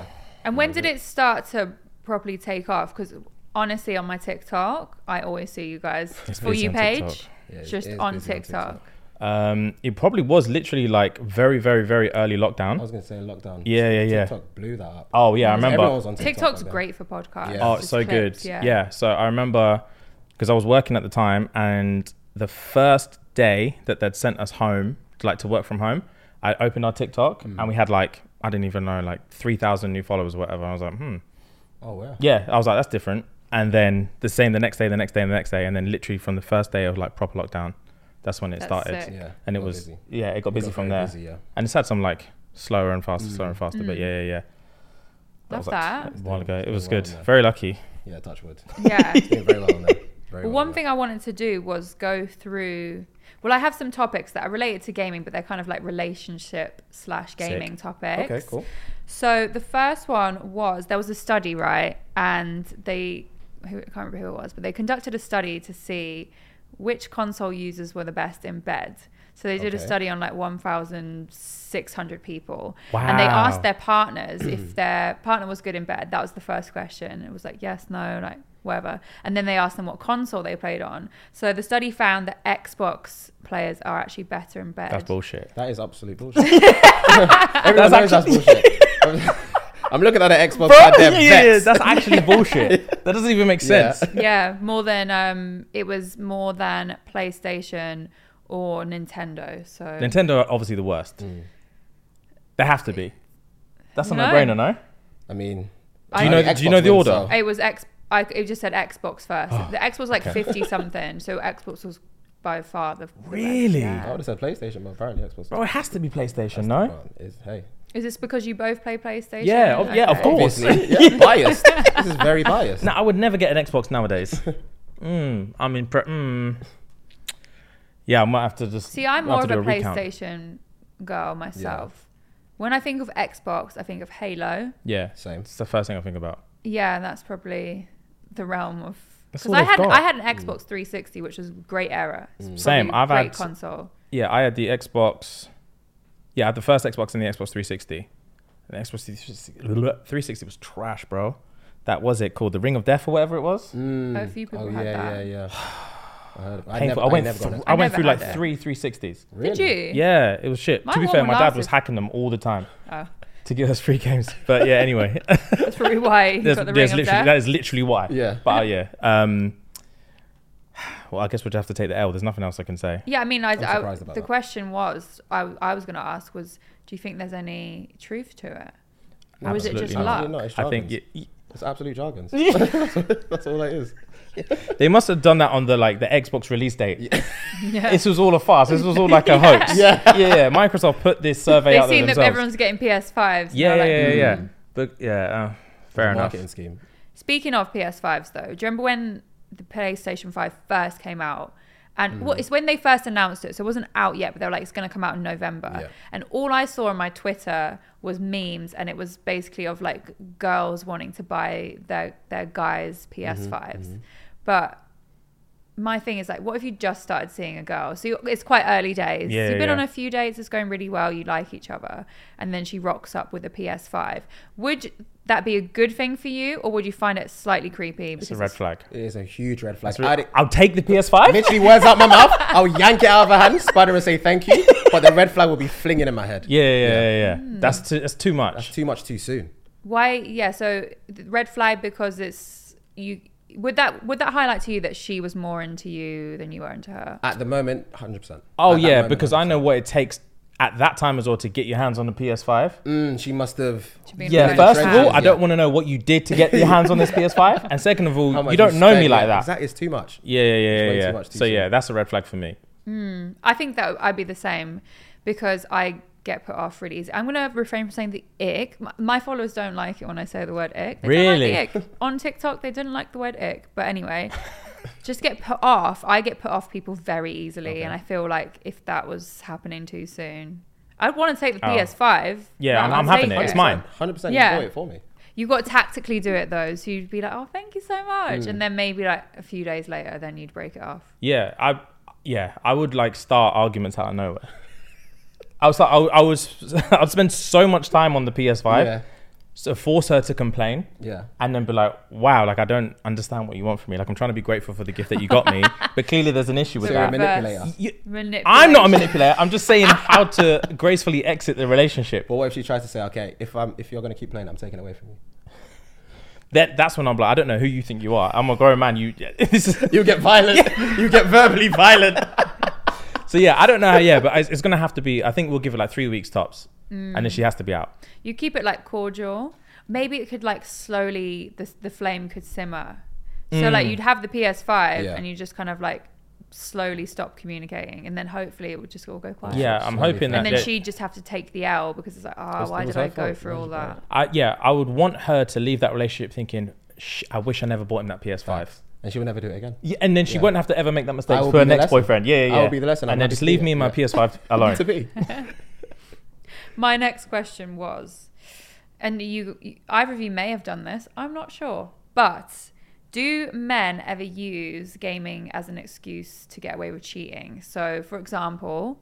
[SPEAKER 1] And when did it start to properly take off? Because honestly on my TikTok, I always see you guys for
[SPEAKER 3] busy
[SPEAKER 1] you
[SPEAKER 3] on
[SPEAKER 1] page,
[SPEAKER 3] TikTok. Yeah, it
[SPEAKER 1] just
[SPEAKER 3] is
[SPEAKER 1] on
[SPEAKER 3] busy on
[SPEAKER 1] TikTok.
[SPEAKER 3] TikTok.
[SPEAKER 2] Um, it probably was literally like very, very, very early
[SPEAKER 3] I was
[SPEAKER 2] lockdown.
[SPEAKER 3] gonna say lockdown.
[SPEAKER 2] Yeah, yeah, yeah.
[SPEAKER 3] TikTok blew that up.
[SPEAKER 2] Oh yeah, I remember.
[SPEAKER 3] Everyone was on TikTok
[SPEAKER 1] TikTok's
[SPEAKER 3] back then.
[SPEAKER 1] great for podcasts.
[SPEAKER 3] Yeah.
[SPEAKER 2] Oh,
[SPEAKER 1] Just
[SPEAKER 2] it's so
[SPEAKER 1] clips,
[SPEAKER 2] good. Yeah. So I remember because I was working at the time, and the first day that they'd sent us home, like to work from home, I opened our TikTok
[SPEAKER 3] Hmm.
[SPEAKER 2] and we had like I didn't even know like three thousand new followers or whatever. I was like, hmm,
[SPEAKER 3] Oh wow.
[SPEAKER 2] yeah. I was like, that's different. And then the same the next day, the next day, and the next day, and then literally from the first day of like proper lockdown, that's when it
[SPEAKER 1] That's
[SPEAKER 2] started.
[SPEAKER 1] sick.
[SPEAKER 3] Yeah,
[SPEAKER 2] And it
[SPEAKER 3] got
[SPEAKER 2] was
[SPEAKER 3] busy.
[SPEAKER 2] yeah, it got busy
[SPEAKER 3] got
[SPEAKER 2] from
[SPEAKER 3] very
[SPEAKER 2] there.
[SPEAKER 3] busy, yeah.
[SPEAKER 2] And it's had some like slower and faster, slower
[SPEAKER 1] Mm.
[SPEAKER 2] and faster. But yeah, yeah, yeah.
[SPEAKER 1] Love
[SPEAKER 2] was, like,
[SPEAKER 1] that.
[SPEAKER 2] A while ago, it was
[SPEAKER 3] well
[SPEAKER 2] good.
[SPEAKER 3] on there.
[SPEAKER 2] Very lucky.
[SPEAKER 3] Yeah, touch wood.
[SPEAKER 1] Yeah.
[SPEAKER 3] Doing very well on there.
[SPEAKER 1] Well,
[SPEAKER 3] Very well
[SPEAKER 1] one
[SPEAKER 3] on
[SPEAKER 1] thing I wanted to do was go through. Well, I have some topics that are related to gaming, but they're kind of like relationship slash gaming
[SPEAKER 3] there.
[SPEAKER 1] topics.
[SPEAKER 3] Okay, cool.
[SPEAKER 1] So the first one was there was a study, right? And they, who, I can't remember who it was, but they conducted a study to see which console users were the best in bed. So they did a
[SPEAKER 3] Okay.
[SPEAKER 1] study on like 1,600 people, and they asked
[SPEAKER 2] Wow.
[SPEAKER 1] their partners if their partner was good in bed. That was the first question. It was like yes, no, like whatever. And then they asked them what console they played on. So the study found that Xbox players are actually better in bed.
[SPEAKER 2] That's bullshit.
[SPEAKER 3] That is absolute bullshit. Everyone knows that's bullshit. I'm looking at an Xbox. goddamn
[SPEAKER 2] yeah, yeah, yeah,
[SPEAKER 3] Vex.
[SPEAKER 2] that's actually bullshit. That doesn't even make
[SPEAKER 3] Yeah.
[SPEAKER 2] sense.
[SPEAKER 1] yeah, more than um, it was more than PlayStation or Nintendo. So
[SPEAKER 2] Nintendo are obviously the worst.
[SPEAKER 3] Mm.
[SPEAKER 2] They have to be. That's a
[SPEAKER 1] No.
[SPEAKER 2] no-brainer, no?
[SPEAKER 3] I mean,
[SPEAKER 1] I-
[SPEAKER 2] Do you know?
[SPEAKER 3] Xbox
[SPEAKER 2] do you know the
[SPEAKER 3] wins,
[SPEAKER 2] order?
[SPEAKER 3] so-
[SPEAKER 1] it was X. I it just said Xbox first.
[SPEAKER 2] Oh,
[SPEAKER 1] the Xbox was like fifty something, so Xbox was by far the the best,
[SPEAKER 2] Really?
[SPEAKER 3] I
[SPEAKER 1] yeah.
[SPEAKER 3] would have said PlayStation, but apparently Xbox.
[SPEAKER 2] Bro, it has to be PlayStation, no?
[SPEAKER 3] Well, it's- hey,
[SPEAKER 1] Is this because you both play PlayStation?
[SPEAKER 2] Yeah, ob- yeah, of
[SPEAKER 1] Okay.
[SPEAKER 2] course.
[SPEAKER 3] obviously, yeah, biased. This is very biased.
[SPEAKER 2] No, I would never get an Xbox nowadays. mm, I'm in. Pre- mm. Yeah, I might have to just.
[SPEAKER 1] See, I'm
[SPEAKER 2] I'll
[SPEAKER 1] more
[SPEAKER 2] have
[SPEAKER 1] of
[SPEAKER 2] to
[SPEAKER 1] a
[SPEAKER 2] do recount.
[SPEAKER 1] PlayStation girl myself. When I think of Xbox, I think of Halo.
[SPEAKER 2] Yeah,
[SPEAKER 3] Same.
[SPEAKER 2] It's the first thing I think about.
[SPEAKER 1] Yeah, that's probably the realm of.
[SPEAKER 2] That's
[SPEAKER 1] Because
[SPEAKER 2] all
[SPEAKER 1] I
[SPEAKER 2] they've
[SPEAKER 1] had
[SPEAKER 2] got. Hmm.
[SPEAKER 1] I had an Xbox 360, which was great era. It's probably
[SPEAKER 2] Same, I've
[SPEAKER 1] great
[SPEAKER 2] had-
[SPEAKER 1] console.
[SPEAKER 2] Yeah, I had the Xbox. Yeah, I had the first Xbox and the Xbox 360. And the Xbox 360 360 was trash, bro. That was it called the Ring of Death or whatever it was.
[SPEAKER 1] a
[SPEAKER 2] Hmm.
[SPEAKER 1] few people
[SPEAKER 3] Oh yeah,
[SPEAKER 1] had that.
[SPEAKER 3] yeah, yeah. I, heard, I,
[SPEAKER 2] Painful.
[SPEAKER 3] never,
[SPEAKER 2] I went.
[SPEAKER 3] never got
[SPEAKER 2] thr-
[SPEAKER 3] an
[SPEAKER 2] I
[SPEAKER 3] Xbox.
[SPEAKER 2] went
[SPEAKER 1] never
[SPEAKER 2] through
[SPEAKER 1] had
[SPEAKER 2] like
[SPEAKER 1] it.
[SPEAKER 2] three 360s.
[SPEAKER 1] Did you?
[SPEAKER 2] Yeah, it was shit.
[SPEAKER 1] My
[SPEAKER 2] to be
[SPEAKER 1] one
[SPEAKER 2] fair, my dad was
[SPEAKER 1] lasted-
[SPEAKER 2] hacking them all the time
[SPEAKER 1] Oh,
[SPEAKER 2] to give us free games. But yeah, anyway,
[SPEAKER 1] that's probably why you
[SPEAKER 2] there's,
[SPEAKER 1] got the
[SPEAKER 2] there's
[SPEAKER 1] ring of
[SPEAKER 2] literally
[SPEAKER 1] death.
[SPEAKER 2] that is literally why.
[SPEAKER 3] Yeah.
[SPEAKER 2] But uh, yeah, um, well, I guess we'll just have to take the L. There's nothing else I can say.
[SPEAKER 1] yeah, I mean, I, I-
[SPEAKER 3] surprised
[SPEAKER 1] the
[SPEAKER 3] about that.
[SPEAKER 1] question was, I, I was going to ask was, do you think there's any truth to it, or was it just
[SPEAKER 2] Absolutely not.
[SPEAKER 1] luck?
[SPEAKER 3] Absolutely not. It's
[SPEAKER 2] I
[SPEAKER 3] jargons.
[SPEAKER 2] think y y-
[SPEAKER 3] it's absolute jargons. that's, all it is.
[SPEAKER 2] they must have done that on the like the Xbox release date.
[SPEAKER 1] Yeah.
[SPEAKER 2] This was all a farce. This was all like a hoax. Yeah. yeah, yeah. Microsoft put this survey
[SPEAKER 1] They've
[SPEAKER 2] out there
[SPEAKER 1] seen that
[SPEAKER 2] themselves.
[SPEAKER 1] everyone's getting PS5s.
[SPEAKER 2] yeah,
[SPEAKER 1] now,
[SPEAKER 2] yeah,
[SPEAKER 1] like,
[SPEAKER 2] yeah, yeah.
[SPEAKER 3] Hmm.
[SPEAKER 2] But yeah, uh, fair enough.
[SPEAKER 3] Marketing scheme.
[SPEAKER 1] Speaking of PS5s, though, do you remember when the PlayStation 5 first came out?
[SPEAKER 2] Mm.
[SPEAKER 1] And well, it's when they first announced it, so it wasn't out yet, but they were like, it's going to come out in November.
[SPEAKER 3] Yeah.
[SPEAKER 1] And all I saw on my Twitter was memes, and it was basically of like girls wanting to buy their, their
[SPEAKER 2] Mm-hmm,
[SPEAKER 1] guys' PS5s. But my thing is like, what if you just started seeing a girl? So you it's quite early days.
[SPEAKER 2] Yeah,
[SPEAKER 1] You've been
[SPEAKER 2] yeah.
[SPEAKER 1] on a few dates. It's going really well. You like each other, and then she rocks up with a PS5. Would that be a good thing for you, or would you find it slightly creepy?
[SPEAKER 2] It's a red flag.
[SPEAKER 3] It is a huge red flag.
[SPEAKER 2] I'd-
[SPEAKER 3] I'd,
[SPEAKER 2] I'll take the PS5.
[SPEAKER 3] literally words out my mouth. I'll yank it out of her hand. Spider would say thank you, but the red flag will be flinging in my head.
[SPEAKER 2] Yeah, yeah, yeah, yeah.
[SPEAKER 1] Hmm.
[SPEAKER 2] That's too, that's too much.
[SPEAKER 3] That's too much too soon.
[SPEAKER 1] Why? Yeah. So the red flag because it's you. Would that would that highlight to you that she was more into you than you were into her?
[SPEAKER 3] At the moment, hundred percent.
[SPEAKER 2] oh yeah, because I know what it takes at that time as well to get your hands on the PS5.
[SPEAKER 3] mm, she must have.
[SPEAKER 1] To be in
[SPEAKER 2] Yeah,
[SPEAKER 1] red
[SPEAKER 2] first of
[SPEAKER 1] flag?
[SPEAKER 2] all, I don't
[SPEAKER 3] Yeah.
[SPEAKER 2] want to know what you did to get your hands on this PS5, and second of
[SPEAKER 3] how
[SPEAKER 2] all,
[SPEAKER 3] much
[SPEAKER 2] you don't know
[SPEAKER 3] spent,
[SPEAKER 2] me
[SPEAKER 3] yeah,
[SPEAKER 2] like that.
[SPEAKER 3] That is too much.
[SPEAKER 2] Yeah, yeah, yeah,
[SPEAKER 3] It's
[SPEAKER 2] yeah.
[SPEAKER 3] way too
[SPEAKER 2] yeah.
[SPEAKER 3] much too
[SPEAKER 2] So yeah,
[SPEAKER 3] soon.
[SPEAKER 2] that's a red flag for me.
[SPEAKER 1] I think that I'd be the same because I get put off really easy. I'm gonna refrain from saying the ick. My, my followers don't like it when I say the word ick. They
[SPEAKER 2] Really?
[SPEAKER 1] Don't like the ick. On TikTok, they didn't like the word ick. But anyway, just get put off. I get put off people very easily, and I feel like if that was happening too soon, I'd want to take the
[SPEAKER 2] Oh.
[SPEAKER 1] PS5.
[SPEAKER 2] Yeah,
[SPEAKER 1] but
[SPEAKER 2] I'm-
[SPEAKER 1] I'll
[SPEAKER 2] I'm having
[SPEAKER 1] take
[SPEAKER 2] it. It's mine.
[SPEAKER 3] Hundred percent.
[SPEAKER 1] Yeah.
[SPEAKER 3] You bought it for me.
[SPEAKER 1] You've got to tactically do it though, so you'd be like, "Oh, thank you so much,"
[SPEAKER 2] Mm.
[SPEAKER 1] and then maybe like a few days later, then you'd break it off.
[SPEAKER 2] Yeah, I yeah, I would like start arguments out of nowhere. I was like, I, I was, I'd spend so much time on the PS5,
[SPEAKER 3] Yeah.
[SPEAKER 2] so force her to complain
[SPEAKER 3] Yeah.
[SPEAKER 2] and then be like, wow, like I don't understand what you want from me. Like I'm trying to be grateful for the gift that you got me, but clearly there's an issue with
[SPEAKER 3] So you're a
[SPEAKER 2] that.
[SPEAKER 3] manipulator.
[SPEAKER 2] You-
[SPEAKER 1] Manipulation.
[SPEAKER 2] I'm not a manipulator. I'm just saying how to gracefully exit the relationship.
[SPEAKER 3] But what if she tries to say, okay, if I'm if you're gonna keep playing, I'm taking it away from you.
[SPEAKER 2] That that's when I'm like, I don't know who you think you are. I'm a grown man. You, this is,
[SPEAKER 3] You get violent. you get verbally violent.
[SPEAKER 2] so yeah, I don't know how. Yeah, but it's, it's gonna have to be. I think we'll give it like three weeks tops, and then she has to be out.
[SPEAKER 3] Mm.
[SPEAKER 1] You keep it like cordial. Maybe it could like slowly the the flame could simmer. So like you'd have the PS5
[SPEAKER 3] Mm. Yeah.
[SPEAKER 1] and you just kind of like slowly stop communicating and then hopefully it would just all go quiet.
[SPEAKER 2] Yeah, I'm
[SPEAKER 3] Slowly
[SPEAKER 2] hoping
[SPEAKER 3] fade.
[SPEAKER 2] that.
[SPEAKER 1] And then
[SPEAKER 2] that-
[SPEAKER 1] she'd just have to take the L because it's like, ah,
[SPEAKER 3] It's-
[SPEAKER 1] why
[SPEAKER 3] it was
[SPEAKER 1] did
[SPEAKER 3] her
[SPEAKER 1] I go
[SPEAKER 3] fault.
[SPEAKER 1] through
[SPEAKER 3] It
[SPEAKER 1] all
[SPEAKER 3] was her
[SPEAKER 1] that?
[SPEAKER 2] I, yeah, I would want her to leave that relationship thinking, Shh, I wish I never bought him that PS5.
[SPEAKER 3] And she will never do it again.
[SPEAKER 2] Yeah, and then she
[SPEAKER 3] Yeah.
[SPEAKER 2] won't have to ever make that mistake
[SPEAKER 3] I will
[SPEAKER 2] for her
[SPEAKER 3] be the
[SPEAKER 2] next
[SPEAKER 3] lesson.
[SPEAKER 2] boyfriend. Yeah, yeah,
[SPEAKER 3] I will
[SPEAKER 2] yeah.
[SPEAKER 3] be the lesson. I'm
[SPEAKER 2] And then
[SPEAKER 3] happy
[SPEAKER 2] just
[SPEAKER 3] to
[SPEAKER 2] leave
[SPEAKER 3] see
[SPEAKER 2] me
[SPEAKER 3] it.
[SPEAKER 2] and my
[SPEAKER 3] Yeah.
[SPEAKER 2] PS5 alone.
[SPEAKER 3] To be.
[SPEAKER 1] My next question was, and you, either of you may have done this, I'm not sure, but do men ever use gaming as an excuse to get away with cheating? So, for example,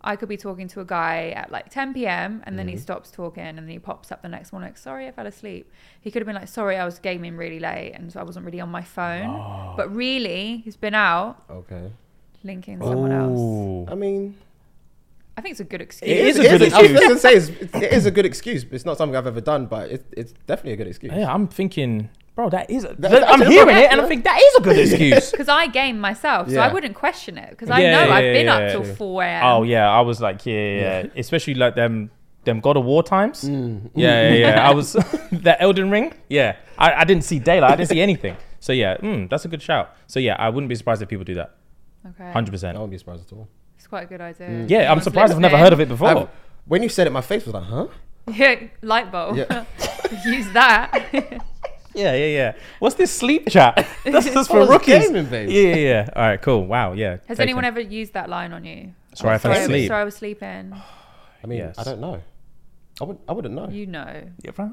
[SPEAKER 1] I could be talking to a guy at like 10 p.m. and then
[SPEAKER 2] Mm-hmm.
[SPEAKER 1] he stops talking and then he pops up the next morning like, sorry, I fell asleep. He could have been like, sorry, I was gaming really late and so I wasn't really on my phone.
[SPEAKER 2] Oh.
[SPEAKER 1] But really, he's been out
[SPEAKER 3] Okay.
[SPEAKER 1] linking someone else.
[SPEAKER 2] Ooh.
[SPEAKER 3] I mean,
[SPEAKER 1] I think it's a good excuse.
[SPEAKER 2] Oh. It is a
[SPEAKER 3] it
[SPEAKER 2] good
[SPEAKER 3] is- I was
[SPEAKER 2] excuse.
[SPEAKER 3] gonna say it's, it is a good excuse. But it's not something I've ever done, but it, it's definitely a good excuse.
[SPEAKER 2] Yeah, I'm thinking, bro, that is. A,
[SPEAKER 3] That-
[SPEAKER 2] I'm
[SPEAKER 3] that's-
[SPEAKER 2] hearing it, and I think that is a good excuse.
[SPEAKER 1] because I game myself, so I
[SPEAKER 3] Yeah.
[SPEAKER 1] wouldn't question it because
[SPEAKER 2] Yeah,
[SPEAKER 1] I know
[SPEAKER 2] yeah,
[SPEAKER 1] I've been
[SPEAKER 2] yeah,
[SPEAKER 1] up
[SPEAKER 2] yeah.
[SPEAKER 1] till four a.m.
[SPEAKER 2] oh yeah, I was like, yeah, yeah, yeah. especially like them, them God of War times.
[SPEAKER 3] Mm.
[SPEAKER 2] Yeah, yeah, yeah. I was that Elden Ring. Yeah, I, I didn't see daylight. I didn't see anything. So yeah, mm, that's a good shout. So yeah, I wouldn't be surprised if people do that.
[SPEAKER 1] okay,
[SPEAKER 2] Hundred
[SPEAKER 3] I
[SPEAKER 2] percent.
[SPEAKER 3] wouldn't be surprised at all.
[SPEAKER 1] it's quite a good idea.
[SPEAKER 2] Yeah, I'm
[SPEAKER 1] Someone's
[SPEAKER 2] surprised I've never heard of it before.
[SPEAKER 3] I've- when you said it, my face was like, huh?
[SPEAKER 1] listening. Yeah, light bulb.
[SPEAKER 3] Yeah.
[SPEAKER 1] Use that.
[SPEAKER 2] Yeah, yeah, yeah. What's this sleep chat? That's just for
[SPEAKER 3] Oh, it's
[SPEAKER 2] rookies.
[SPEAKER 3] gaming, babe.
[SPEAKER 2] Yeah, yeah, yeah. All right, cool. Wow, yeah.
[SPEAKER 1] Has
[SPEAKER 2] Taken.
[SPEAKER 1] anyone ever used that line on you?
[SPEAKER 2] Sorry, I fell
[SPEAKER 1] Sorry,
[SPEAKER 2] asleep.
[SPEAKER 1] sorry, I was sleeping.
[SPEAKER 3] I mean,
[SPEAKER 2] Yes.
[SPEAKER 3] I don't know. I wouldn't. I wouldn't know.
[SPEAKER 1] You know,
[SPEAKER 2] Yeah, bro.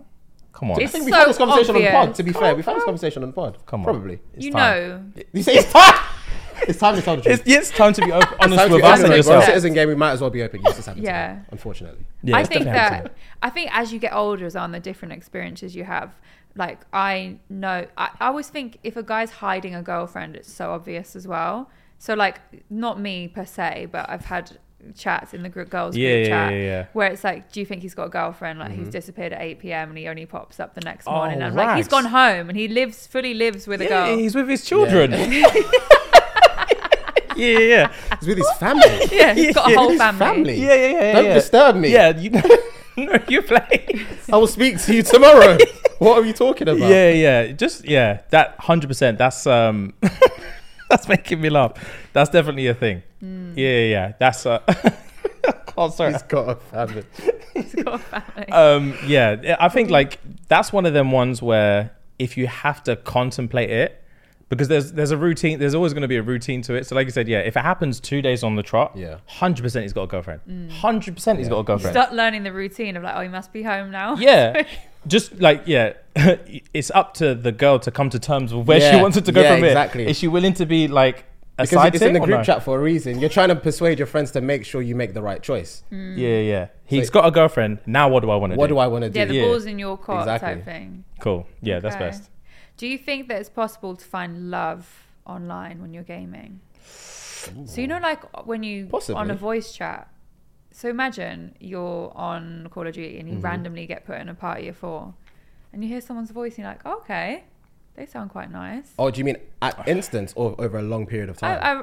[SPEAKER 2] Come on.
[SPEAKER 1] It's
[SPEAKER 3] I think we
[SPEAKER 1] so
[SPEAKER 3] had this conversation
[SPEAKER 1] obvious.
[SPEAKER 3] on the pod. To be fair, we had this conversation on the pod.
[SPEAKER 2] Come on.
[SPEAKER 3] Probably.
[SPEAKER 2] It's
[SPEAKER 1] you
[SPEAKER 2] time.
[SPEAKER 1] know.
[SPEAKER 3] You say it's time. it's time to tell the truth.
[SPEAKER 2] It's, yeah, it's time to be op-
[SPEAKER 3] It's time
[SPEAKER 2] honest
[SPEAKER 3] to
[SPEAKER 2] with
[SPEAKER 3] be honest with
[SPEAKER 2] us and
[SPEAKER 1] honest.
[SPEAKER 3] ourselves.
[SPEAKER 2] yourself.
[SPEAKER 3] As a citizen game, we might as well be open. Yes, it's happened.
[SPEAKER 1] Yeah.
[SPEAKER 3] To me, unfortunately.
[SPEAKER 2] Yeah,
[SPEAKER 1] I
[SPEAKER 2] it's
[SPEAKER 1] think
[SPEAKER 2] definitely happened
[SPEAKER 1] that I think as you get older, as on the different experiences you have, like I know, I, I always think if a guy's hiding a girlfriend, it's so obvious as well. So like, not me per se, but I've had chats in the group girls
[SPEAKER 2] Yeah,
[SPEAKER 1] group
[SPEAKER 2] yeah,
[SPEAKER 1] chat
[SPEAKER 2] yeah, yeah. Mm-hmm.
[SPEAKER 1] where it's like, do you think he's got a girlfriend? Like he's disappeared at 8 p.m. and he only pops up the next morning. And I'm like, he's
[SPEAKER 2] rags.
[SPEAKER 1] gone home and he lives fully lives with a
[SPEAKER 2] Oh, Yeah,
[SPEAKER 1] girl.
[SPEAKER 2] he's with his children. Yeah, yeah, yeah.
[SPEAKER 3] It's with his family.
[SPEAKER 1] yeah, he's got a whole
[SPEAKER 3] His
[SPEAKER 1] family.
[SPEAKER 3] family.
[SPEAKER 2] Yeah, yeah, yeah, yeah,
[SPEAKER 3] Don't
[SPEAKER 2] yeah.
[SPEAKER 3] disturb me.
[SPEAKER 2] Yeah, you no, you play.
[SPEAKER 3] I will speak to you tomorrow. what are you talking about?
[SPEAKER 2] Yeah, yeah. Just yeah, that hundred percent. That's um, that's making me laugh. That's definitely a thing. Yeah, yeah, yeah. That's uh, oh sorry.
[SPEAKER 3] He's got a family.
[SPEAKER 1] He's got a family.
[SPEAKER 2] um, yeah, I think like that's one of them ones where if you have to contemplate it, because there's there's a routine. There's always going to be a routine to it. So like you said, yeah, if it happens two days on the trot,
[SPEAKER 3] Yeah.
[SPEAKER 2] hundred percent he's got a girlfriend. Hundred percent he's got a girlfriend.
[SPEAKER 1] Start learning the routine of like, oh, you must be home now.
[SPEAKER 2] Yeah. Just like yeah, it's up to the girl to come to terms with where she
[SPEAKER 3] Yeah.
[SPEAKER 2] wants it to go
[SPEAKER 3] Yeah,
[SPEAKER 2] from here.
[SPEAKER 3] exactly.
[SPEAKER 2] Is she willing to be like a
[SPEAKER 3] Because
[SPEAKER 2] side
[SPEAKER 3] it's in the
[SPEAKER 2] chick or
[SPEAKER 3] group
[SPEAKER 2] no?
[SPEAKER 3] chat for a reason. You're trying to persuade your friends to make sure you make the right choice.
[SPEAKER 1] Mm.
[SPEAKER 2] Yeah, yeah. He's got a girlfriend. Now what do I want to do?
[SPEAKER 3] What do I want to do?
[SPEAKER 1] Yeah, the
[SPEAKER 2] Yeah.
[SPEAKER 1] ball's in your court
[SPEAKER 3] Exactly.
[SPEAKER 1] type thing.
[SPEAKER 2] Cool. Yeah, that's
[SPEAKER 1] Okay.
[SPEAKER 2] best.
[SPEAKER 1] Do you think that it's possible to find love online when you're gaming? So you know, like when you on
[SPEAKER 3] Possibly.
[SPEAKER 1] a voice chat. So imagine you're on Call of Duty and you
[SPEAKER 3] Mm-hmm.
[SPEAKER 1] randomly get put in a party of four, and you hear someone's voice. and You're like, okay, they sound quite nice.
[SPEAKER 3] Oh, do you mean at instance or over a long period of time?
[SPEAKER 1] I,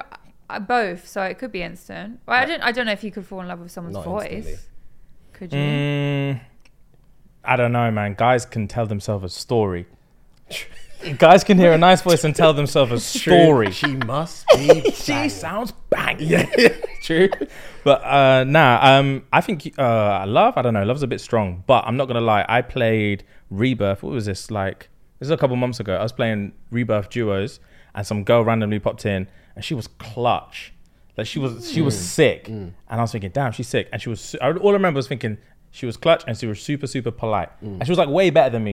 [SPEAKER 1] I, I, both, so it could be instant. Well, I don't. I don't know if you could fall in love with someone's
[SPEAKER 3] Not
[SPEAKER 1] voice.
[SPEAKER 3] instantly.
[SPEAKER 1] Could you?
[SPEAKER 2] Mm, I don't know, man. Guys can tell themselves a story. Guys can hear a nice voice and tell themselves a story.
[SPEAKER 3] She must be.
[SPEAKER 2] She sounds bang.
[SPEAKER 3] True.
[SPEAKER 2] But uh, nah, um, I think uh, love. I don't know. Love's a bit strong, but I'm not gonna lie. I played Rebirth. What was this like? This is a couple months ago. I was playing Rebirth duos, and some girl randomly popped in, and she was clutch. Like she was, she was sick, and I was thinking, damn, she's sick. And she was. su- I, all I remember was thinking she was clutch, and she was super, super polite, and she was like way better than me.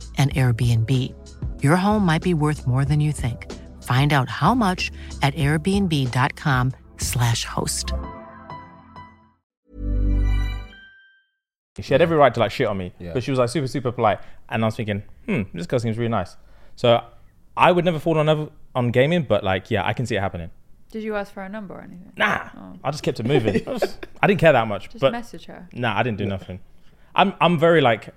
[SPEAKER 4] an Airbnb. Your home might be worth more than you think. Find out how much at airbnb.com/slash host.
[SPEAKER 2] She had every right to like shit on me,
[SPEAKER 3] Yeah.
[SPEAKER 2] but she was like super, super polite. And I was thinking, hmm, this girl seems really nice. So I would never fall on ever, on gaming, but like, yeah, I can see it happening.
[SPEAKER 1] Did you ask for her number or anything?
[SPEAKER 2] Nah,
[SPEAKER 1] Oh.
[SPEAKER 2] I just kept it moving. I, was- I didn't care that much,
[SPEAKER 1] Just
[SPEAKER 2] but
[SPEAKER 1] message her.
[SPEAKER 2] nah, I didn't do nothing. I'm I'm very like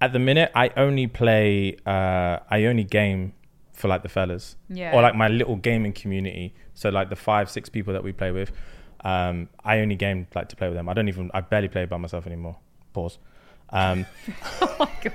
[SPEAKER 2] at the minute I only play uh I only game for like the fellas
[SPEAKER 1] Yeah.
[SPEAKER 2] or like my little gaming community. So like the five six people that we play with, um I only game like to play with them. I don't even I barely play by myself anymore. Pause. Um,
[SPEAKER 1] I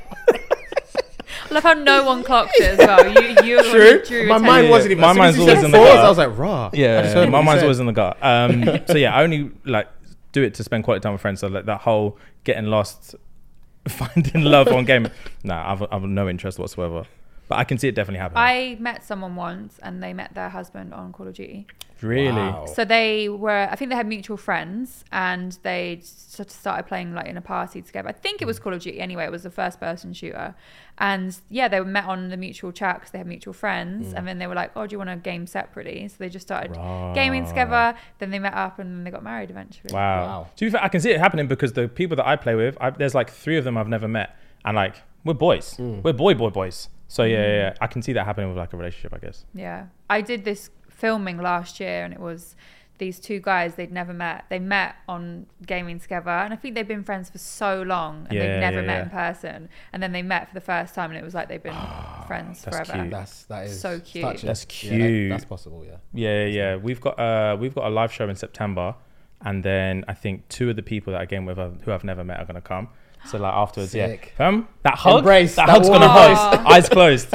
[SPEAKER 1] love how no one clocked it as well. You, you were
[SPEAKER 3] True.
[SPEAKER 1] Drew
[SPEAKER 3] My mind
[SPEAKER 2] Yeah.
[SPEAKER 3] wasn't even.
[SPEAKER 2] My
[SPEAKER 3] as soon
[SPEAKER 2] mind's
[SPEAKER 3] as he said
[SPEAKER 2] always in the
[SPEAKER 3] pause,
[SPEAKER 2] car.
[SPEAKER 3] I was like, raw. I just heard
[SPEAKER 2] yeah,
[SPEAKER 3] what
[SPEAKER 2] my
[SPEAKER 3] you
[SPEAKER 2] mind's
[SPEAKER 3] said.
[SPEAKER 2] always in the gut. Um, so yeah, I only like do it to spend quality time with friends. So like that whole getting lost, finding love on game. Nah, I've I've no interest whatsoever. But I can see it definitely happening.
[SPEAKER 1] I met someone once and they met their husband on Call of Duty.
[SPEAKER 2] really,
[SPEAKER 3] Wow.
[SPEAKER 1] So they were, I think they had mutual friends and they sort of started playing like in a party together. I think it was
[SPEAKER 3] Mm.
[SPEAKER 1] Call of Duty anyway, it was the first person shooter. And yeah, they were met on the mutual chat because they had mutual
[SPEAKER 3] Mm.
[SPEAKER 1] friends. And then they were like, oh, do you want to game separately? So they just started gaming together. Then they met up and then they got married eventually.
[SPEAKER 2] wow.
[SPEAKER 3] Wow.
[SPEAKER 2] To be fair, I can see it happening because the people that I play with, I, there's like three of them I've never met, and like we're boys, we're boy boy boys. So yeah, yeah, yeah, I can see that happening with like a relationship, I guess.
[SPEAKER 1] Yeah. I did this filming last year and it was these two guys they'd never met. They met on gaming together and I think they've been friends for so long and
[SPEAKER 2] Yeah,
[SPEAKER 1] they'd never
[SPEAKER 2] yeah,
[SPEAKER 1] met
[SPEAKER 2] yeah.
[SPEAKER 1] in person. And then they met for the first time and it was like they've been friends
[SPEAKER 2] that's
[SPEAKER 1] forever.
[SPEAKER 2] cute.
[SPEAKER 3] That's that is
[SPEAKER 1] So cute.
[SPEAKER 3] touching.
[SPEAKER 2] That's
[SPEAKER 3] Yeah, that-
[SPEAKER 2] cute.
[SPEAKER 3] that's possible. Yeah.
[SPEAKER 2] Yeah, yeah, yeah. We've got uh, we've got a live show in September, and then I think two of the people that I game with uh, who I've never met are gonna come. So like afterwards,
[SPEAKER 3] Sick.
[SPEAKER 2] yeah, um, that hug,
[SPEAKER 3] Embrace,
[SPEAKER 2] that,
[SPEAKER 3] that
[SPEAKER 2] hug's gonna
[SPEAKER 3] warm
[SPEAKER 2] hug, eyes closed.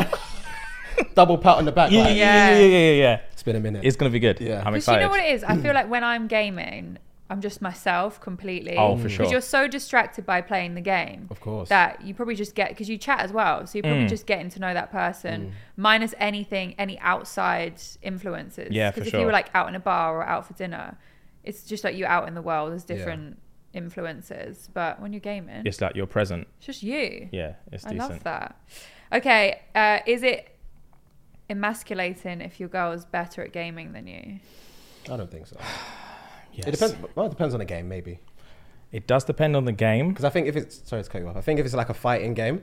[SPEAKER 3] Double pat on the back.
[SPEAKER 2] yeah, yeah,
[SPEAKER 3] like,
[SPEAKER 2] yeah, yeah, yeah, yeah.
[SPEAKER 3] It's been a minute.
[SPEAKER 2] It's gonna be good.
[SPEAKER 3] Yeah.
[SPEAKER 2] I'm
[SPEAKER 1] Because you
[SPEAKER 2] excited.
[SPEAKER 1] know what it is? I feel like when I'm gaming, I'm just myself completely.
[SPEAKER 2] Oh, for
[SPEAKER 1] Because
[SPEAKER 2] sure.
[SPEAKER 1] you're so distracted by playing the game. Of
[SPEAKER 3] course.
[SPEAKER 1] That you probably just get, because you chat as well. So you're probably
[SPEAKER 2] Mm.
[SPEAKER 1] just getting to know that person, minus anything, any outside influences.
[SPEAKER 2] Yeah, for
[SPEAKER 1] Because if
[SPEAKER 2] sure.
[SPEAKER 1] you were like out in a bar or out for dinner, it's just like you out in the world, there's different influences. But when you're gaming,
[SPEAKER 2] It's like you're present.
[SPEAKER 1] it's just you.
[SPEAKER 2] Yeah, it's
[SPEAKER 1] I
[SPEAKER 2] decent.
[SPEAKER 1] love that. Okay. Uh, is it emasculating if your girl's better at gaming than you?
[SPEAKER 3] I don't think so.
[SPEAKER 2] Yes.
[SPEAKER 3] It depends. Well, it depends on the game, maybe.
[SPEAKER 2] It does depend on the game.
[SPEAKER 3] Because I think if it's sorry to cut you off, I think if it's like a fighting game,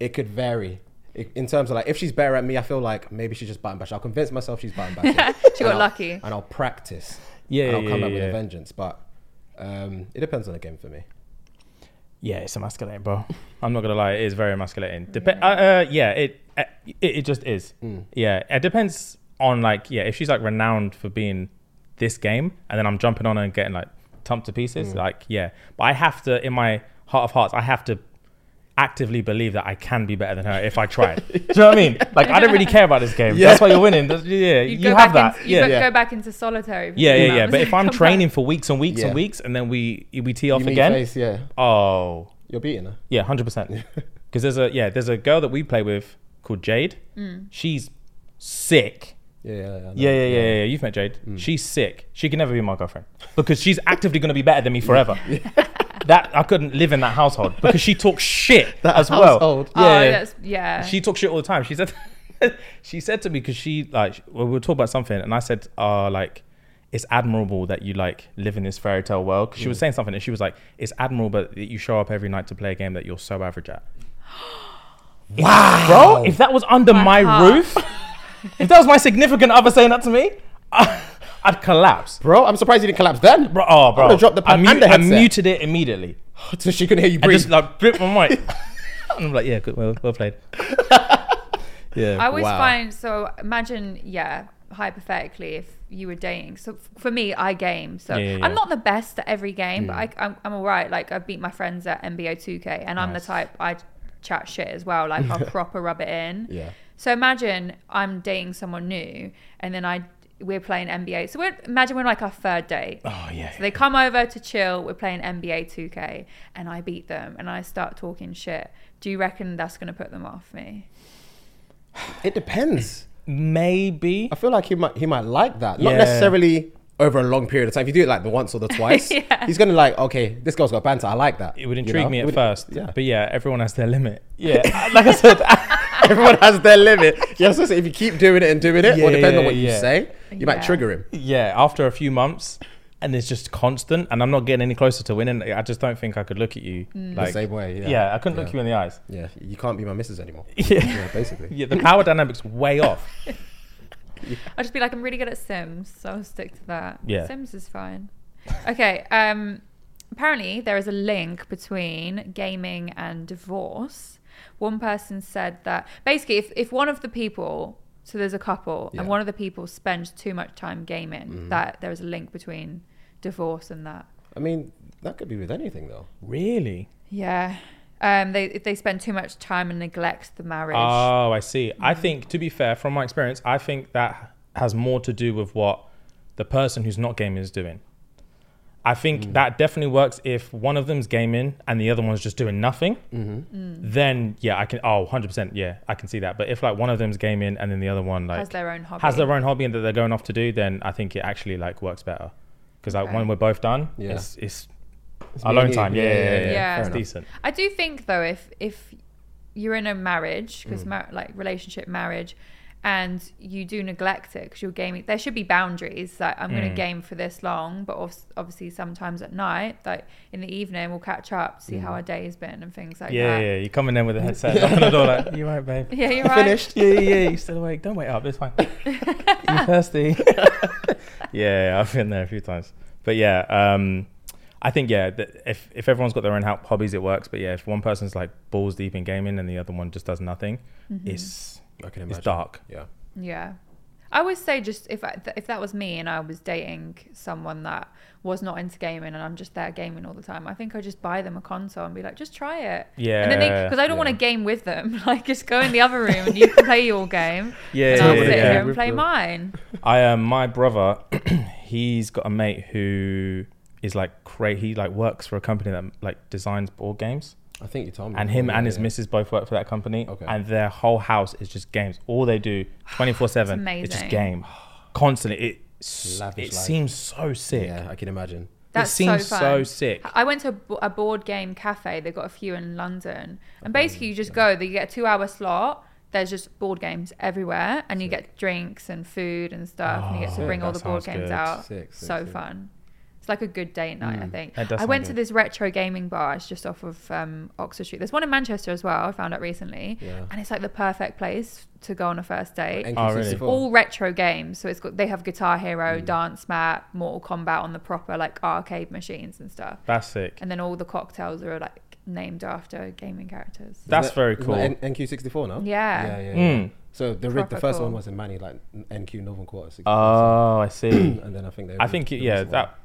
[SPEAKER 3] it could vary. It, in terms of like, if she's better at me, I feel like maybe she's just button bashing. I'll convince myself she's button bashing.
[SPEAKER 1] She got
[SPEAKER 3] I'll-
[SPEAKER 1] lucky.
[SPEAKER 3] and I'll practice.
[SPEAKER 2] Yeah,
[SPEAKER 3] and I'll
[SPEAKER 2] yeah,
[SPEAKER 3] come
[SPEAKER 2] yeah,
[SPEAKER 3] up with
[SPEAKER 2] yeah.
[SPEAKER 3] a vengeance. But um, it depends on the game for me.
[SPEAKER 2] Yeah, it's emasculating, bro. I'm not gonna lie, it is very emasculating. Depe- uh, uh, yeah, it, uh, it it just is.
[SPEAKER 1] Hmm.
[SPEAKER 2] Yeah, it depends on like yeah, if she's like renowned for being this game, and then I'm jumping on her and getting like tumped to
[SPEAKER 1] Hmm.
[SPEAKER 2] pieces, like yeah. But I have to, in my heart of hearts, I have to actively believe that I can be better than her if I tried. Do you know what I mean? Like I don't really care about this game. That's why you're winning. That's- yeah, you,
[SPEAKER 1] You'd go
[SPEAKER 2] have
[SPEAKER 1] back
[SPEAKER 2] that.
[SPEAKER 1] in-
[SPEAKER 2] yeah,
[SPEAKER 1] you go,
[SPEAKER 2] yeah.
[SPEAKER 1] go back into solitary. for
[SPEAKER 2] Yeah,
[SPEAKER 1] three
[SPEAKER 2] yeah, yeah.
[SPEAKER 1] months
[SPEAKER 2] But
[SPEAKER 1] and
[SPEAKER 2] if I'm
[SPEAKER 1] come back.
[SPEAKER 2] training for weeks and weeks
[SPEAKER 3] Yeah.
[SPEAKER 2] and weeks, and then we we tee off
[SPEAKER 3] You meet
[SPEAKER 2] again,
[SPEAKER 3] face, yeah.
[SPEAKER 2] oh,
[SPEAKER 3] You're beating her.
[SPEAKER 2] yeah, hundred percent. Because there's a yeah, there's a girl that we play with called Jade. She's sick.
[SPEAKER 3] Yeah, yeah, yeah. I know.
[SPEAKER 2] Yeah, yeah, yeah, Mm. yeah, yeah. You've met Jade. She's sick. She can never be my girlfriend because she's actively going to be better than me forever. that I couldn't live in that household because she talks shit as
[SPEAKER 3] household.
[SPEAKER 2] well.
[SPEAKER 1] oh,
[SPEAKER 2] Yeah, yeah.
[SPEAKER 1] that's, yeah.
[SPEAKER 2] She talks shit all the time. She said, she said to me because she like well, we were talking about something, and I said, uh, like it's admirable that you like live in this fairy tale world. 'Cause she was
[SPEAKER 5] Mm.
[SPEAKER 2] saying something, and she was like, it's admirable that you show up every night to play a game that you're so average at. wow, bro! If that was under
[SPEAKER 1] My
[SPEAKER 2] my,
[SPEAKER 1] heart.
[SPEAKER 2] roof, if that was my significant other saying that to me. I'd collapse.
[SPEAKER 5] Bro, I'm surprised you didn't collapse then.
[SPEAKER 2] Bro, oh, bro.
[SPEAKER 5] I dropped the
[SPEAKER 2] I,
[SPEAKER 5] pad
[SPEAKER 2] mute-
[SPEAKER 5] and the
[SPEAKER 2] I
[SPEAKER 5] headset.
[SPEAKER 2] muted it immediately.
[SPEAKER 5] so she couldn't hear you
[SPEAKER 2] I
[SPEAKER 5] breathe.
[SPEAKER 2] just like flipped my mic. and I'm like, yeah, good, well, well played.
[SPEAKER 1] I always
[SPEAKER 5] Wow.
[SPEAKER 1] find so. Imagine, yeah, hypothetically, if you were dating. So f- for me, I game. So
[SPEAKER 2] Yeah, yeah,
[SPEAKER 1] I'm
[SPEAKER 2] yeah.
[SPEAKER 1] not the best at every game, but I, I'm, I'm all right. Like I beat my friends at NBA 2K, and I'm the type I chat shit as well. Like I'll proper rub it in.
[SPEAKER 3] Yeah.
[SPEAKER 1] So imagine I'm dating someone new, and then I we're playing NBA. So we're, imagine we're like our third date.
[SPEAKER 2] Oh, yeah.
[SPEAKER 1] So they come over to chill. We're playing NBA 2K, and I beat them, and I start talking shit. Do you reckon that's gonna put them off me?
[SPEAKER 5] it depends.
[SPEAKER 2] Maybe.
[SPEAKER 5] I feel like he might he might like that. Not
[SPEAKER 2] Yeah.
[SPEAKER 5] necessarily over a long period of time. If you do it like the once or the twice,
[SPEAKER 1] Yeah.
[SPEAKER 5] he's gonna like, okay, this girl's got banter. I like that.
[SPEAKER 2] It would
[SPEAKER 5] you
[SPEAKER 2] intrigue
[SPEAKER 5] know?
[SPEAKER 2] me at
[SPEAKER 5] Would-
[SPEAKER 2] first.
[SPEAKER 5] Yeah.
[SPEAKER 2] But yeah, everyone has their limit. Yeah. like I said,
[SPEAKER 5] Everyone has their limit. Yeah, so if you keep doing it and doing it, or
[SPEAKER 2] Yeah,
[SPEAKER 5] depending on what you
[SPEAKER 2] yeah.
[SPEAKER 5] say, you might
[SPEAKER 1] Yeah.
[SPEAKER 5] trigger him.
[SPEAKER 2] yeah, after a few months and it's just constant and I'm not getting any closer to winning, I just don't think I could look at you
[SPEAKER 1] Mm.
[SPEAKER 2] like
[SPEAKER 5] The same way. Yeah.
[SPEAKER 2] Yeah, I couldn't look
[SPEAKER 5] Yeah.
[SPEAKER 2] you in the eyes.
[SPEAKER 5] Yeah, you can't be my missus anymore.
[SPEAKER 2] Yeah.
[SPEAKER 5] yeah basically.
[SPEAKER 2] Yeah, the power dynamics way off.
[SPEAKER 1] I'll just be like, I'm really good at Sims, so I'll stick to that.
[SPEAKER 2] Yeah.
[SPEAKER 1] Sims is fine. Okay. Um, apparently, there is a link between gaming and divorce. One person said that basically, if, if one of the people, so there's a couple,
[SPEAKER 5] Yeah.
[SPEAKER 1] and one of the people spends too much time gaming, that there is a link between divorce and that.
[SPEAKER 5] I mean, that could be with anything though.
[SPEAKER 2] Really?
[SPEAKER 1] Yeah. Um, they they spend too much time and neglect the marriage.
[SPEAKER 2] Oh, I see. I
[SPEAKER 1] Mm-hmm.
[SPEAKER 2] think, to be fair, from my experience, I think that has more to do with what the person who's not gaming is doing. I think
[SPEAKER 5] Mm.
[SPEAKER 2] that definitely works if one of them's gaming and the other one's just doing nothing.
[SPEAKER 5] Mm-hmm.
[SPEAKER 1] Mm.
[SPEAKER 2] Then, yeah, I can, oh, 100%, yeah, I can see that. But if like one of them's gaming and then the other one like
[SPEAKER 1] Has their own hobby.
[SPEAKER 2] has their own hobby and that they're going off to do, then I think it actually like works better. Because like
[SPEAKER 1] Okay.
[SPEAKER 2] when we're both done,
[SPEAKER 5] Yeah.
[SPEAKER 2] it's, it's,
[SPEAKER 5] me
[SPEAKER 2] alone
[SPEAKER 5] and you.
[SPEAKER 2] time. Yeah, yeah, yeah. yeah,
[SPEAKER 1] Yeah.
[SPEAKER 2] It's
[SPEAKER 1] enough.
[SPEAKER 2] decent.
[SPEAKER 1] I do think though, if if you're in a marriage,
[SPEAKER 2] Mm.
[SPEAKER 1] because mar- like relationship marriage, and you do neglect it because you're gaming, there should be boundaries. Like I'm
[SPEAKER 2] Mm.
[SPEAKER 1] going to game for this long, but obs- obviously sometimes at night, like in the evening, we'll catch up, see how our day has been, and things like
[SPEAKER 2] Mm. Yeah,
[SPEAKER 1] that.
[SPEAKER 2] yeah, yeah. You come in there with a headset, knocking on the door like, you right, babe?
[SPEAKER 1] Yeah, you're right.
[SPEAKER 2] Yeah, yeah, yeah. You still awake? Don't wake up. It's fine. you thirsty? yeah, I've been there a few times. But yeah, um, I think yeah, that if if everyone's got their own ho- hobbies, it works. But yeah, if one person's like balls deep in gaming and the other one just does nothing,
[SPEAKER 1] Mm-hmm.
[SPEAKER 2] it's
[SPEAKER 5] I can
[SPEAKER 2] it's
[SPEAKER 5] imagine.
[SPEAKER 2] dark.
[SPEAKER 5] Yeah.
[SPEAKER 1] Yeah. I always say just if I, th- if that was me and I was dating someone that was not into gaming and I'm just there gaming all the time, I think I just buy them a console and be like, just try it. And then
[SPEAKER 2] Yeah,
[SPEAKER 1] because I don't want to game with them, like just go in the other room and you can play your game.
[SPEAKER 2] Yeah,
[SPEAKER 1] and
[SPEAKER 2] yeah,
[SPEAKER 1] I'll
[SPEAKER 2] yeah,
[SPEAKER 1] sit
[SPEAKER 2] yeah.
[SPEAKER 1] here and play mine.
[SPEAKER 2] I um, my brother, he's got a mate who is like cra He like works for a company that like designs board games.
[SPEAKER 5] I think you told me.
[SPEAKER 2] and him
[SPEAKER 5] Yeah,
[SPEAKER 2] and
[SPEAKER 5] yeah,
[SPEAKER 2] his
[SPEAKER 5] yeah.
[SPEAKER 2] missus both work for that company
[SPEAKER 5] Okay.
[SPEAKER 2] and their whole house is just games all they do 24 7
[SPEAKER 1] It's
[SPEAKER 2] it's just
[SPEAKER 1] amazing.
[SPEAKER 2] game constantly it s-
[SPEAKER 5] Lavish
[SPEAKER 2] it
[SPEAKER 5] life.
[SPEAKER 2] seems so sick
[SPEAKER 5] Yeah, I can imagine.
[SPEAKER 1] That's
[SPEAKER 2] it seems
[SPEAKER 1] so,
[SPEAKER 2] so,
[SPEAKER 1] fun.
[SPEAKER 2] sick
[SPEAKER 1] I went to a bo- a board game cafe. They got a few in London, and basically you just go. They get a two-hour slot. There's just board games everywhere, and you get drinks and food and stuff, and you get to
[SPEAKER 2] Oh,
[SPEAKER 1] bring all
[SPEAKER 2] that
[SPEAKER 1] the board
[SPEAKER 2] sounds
[SPEAKER 1] games
[SPEAKER 2] good.
[SPEAKER 1] out.
[SPEAKER 5] Sick, sick,
[SPEAKER 1] so
[SPEAKER 5] sick.
[SPEAKER 1] fun. It's like a good date night, I think.
[SPEAKER 2] Mm, That does
[SPEAKER 1] I
[SPEAKER 2] sound
[SPEAKER 1] went to
[SPEAKER 2] good.
[SPEAKER 1] this retro gaming bar. It's just off of um, Oxford Street. There's one in Manchester as well. I found out recently,
[SPEAKER 5] Yeah.
[SPEAKER 1] and it's like the perfect place to go on a first date
[SPEAKER 2] Oh,
[SPEAKER 5] NK64.
[SPEAKER 1] all retro games. So it's got they have Guitar
[SPEAKER 2] Mm.
[SPEAKER 1] Hero, Dance Mat, Mortal Kombat on the proper like arcade machines and stuff.
[SPEAKER 2] that's sick
[SPEAKER 1] And then all the cocktails are like named after gaming characters.
[SPEAKER 2] that's
[SPEAKER 5] Isn't that-
[SPEAKER 2] very
[SPEAKER 5] isn't
[SPEAKER 2] cool
[SPEAKER 5] that N- NQ64 now?
[SPEAKER 1] Yeah.
[SPEAKER 5] Yeah, yeah. yeah.
[SPEAKER 2] Mm.
[SPEAKER 5] So the rig, the
[SPEAKER 1] Proper
[SPEAKER 5] first one
[SPEAKER 1] cool.
[SPEAKER 5] was in Manny, like NQ Northern Quarter. 64,
[SPEAKER 2] oh i see
[SPEAKER 5] and then I think they.
[SPEAKER 2] i think
[SPEAKER 5] the
[SPEAKER 2] it, yeah
[SPEAKER 5] recent one.
[SPEAKER 2] that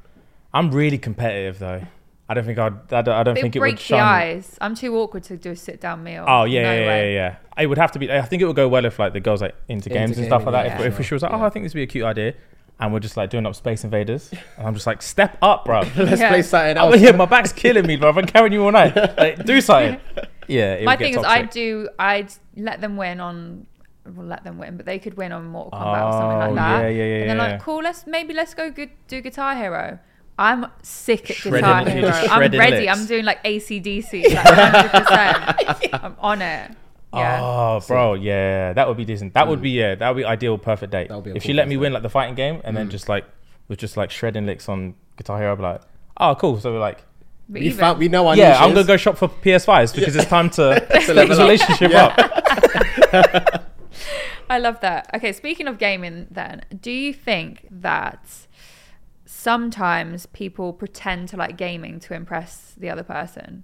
[SPEAKER 2] i'm really competitive though i don't think i'd i don't, I don't
[SPEAKER 1] They
[SPEAKER 2] think it
[SPEAKER 1] break
[SPEAKER 2] would
[SPEAKER 1] the
[SPEAKER 2] shine
[SPEAKER 1] ice. I'm too awkward to do a sit down meal.
[SPEAKER 2] Oh yeah,
[SPEAKER 1] No
[SPEAKER 2] yeah, yeah,
[SPEAKER 1] way.
[SPEAKER 2] yeah, yeah. It would have to be. I think it would go well if like the girls like into games and stuff like
[SPEAKER 5] gaming,
[SPEAKER 2] that.
[SPEAKER 1] yeah,
[SPEAKER 2] if, if she was like, oh, I think this would be a cute idea, and we're just like doing up Space Invaders, and I'm just like, step up, bro.
[SPEAKER 5] Let's
[SPEAKER 1] Yeah.
[SPEAKER 5] play something
[SPEAKER 2] Oh
[SPEAKER 5] else.
[SPEAKER 2] yeah, my back's killing me, bro. I'm carrying you all night. Like, do something. Yeah. It
[SPEAKER 1] My
[SPEAKER 2] would get
[SPEAKER 1] thing is,
[SPEAKER 2] toxic.
[SPEAKER 1] I'd do. I'd let them win on. Well, let them win, but they could win on Mortal Kombat or something
[SPEAKER 2] Oh,
[SPEAKER 1] like that.
[SPEAKER 2] yeah, yeah, yeah,
[SPEAKER 1] And they're
[SPEAKER 2] yeah,
[SPEAKER 1] like,
[SPEAKER 2] yeah.
[SPEAKER 1] cool. Let's maybe let's go good, do Guitar Hero. I'm sick at
[SPEAKER 2] Shredding-
[SPEAKER 1] Guitar Hero.
[SPEAKER 2] just
[SPEAKER 1] I'm
[SPEAKER 2] shredding
[SPEAKER 1] ready.
[SPEAKER 2] licks.
[SPEAKER 1] I'm doing like ACDC. Like 100%. I'm on it. Yeah.
[SPEAKER 2] Oh, bro, yeah, that would be decent. That would be yeah, that would be ideal, perfect date.
[SPEAKER 5] That would be a
[SPEAKER 2] if
[SPEAKER 5] cool
[SPEAKER 2] she let
[SPEAKER 5] first
[SPEAKER 2] me win like the fighting game, and then just like with just like shredding licks on Guitar Hero, I'd be like, oh, cool. So we're like,
[SPEAKER 1] But
[SPEAKER 5] We
[SPEAKER 1] even-
[SPEAKER 5] found. We know our
[SPEAKER 2] yeah,
[SPEAKER 5] niches.
[SPEAKER 2] I'm gonna go shop for PS5s because it's time to step this
[SPEAKER 5] level up.
[SPEAKER 2] relationship up.
[SPEAKER 1] I love that. Okay, speaking of gaming, then, do you think that sometimes people pretend to like gaming to impress the other person?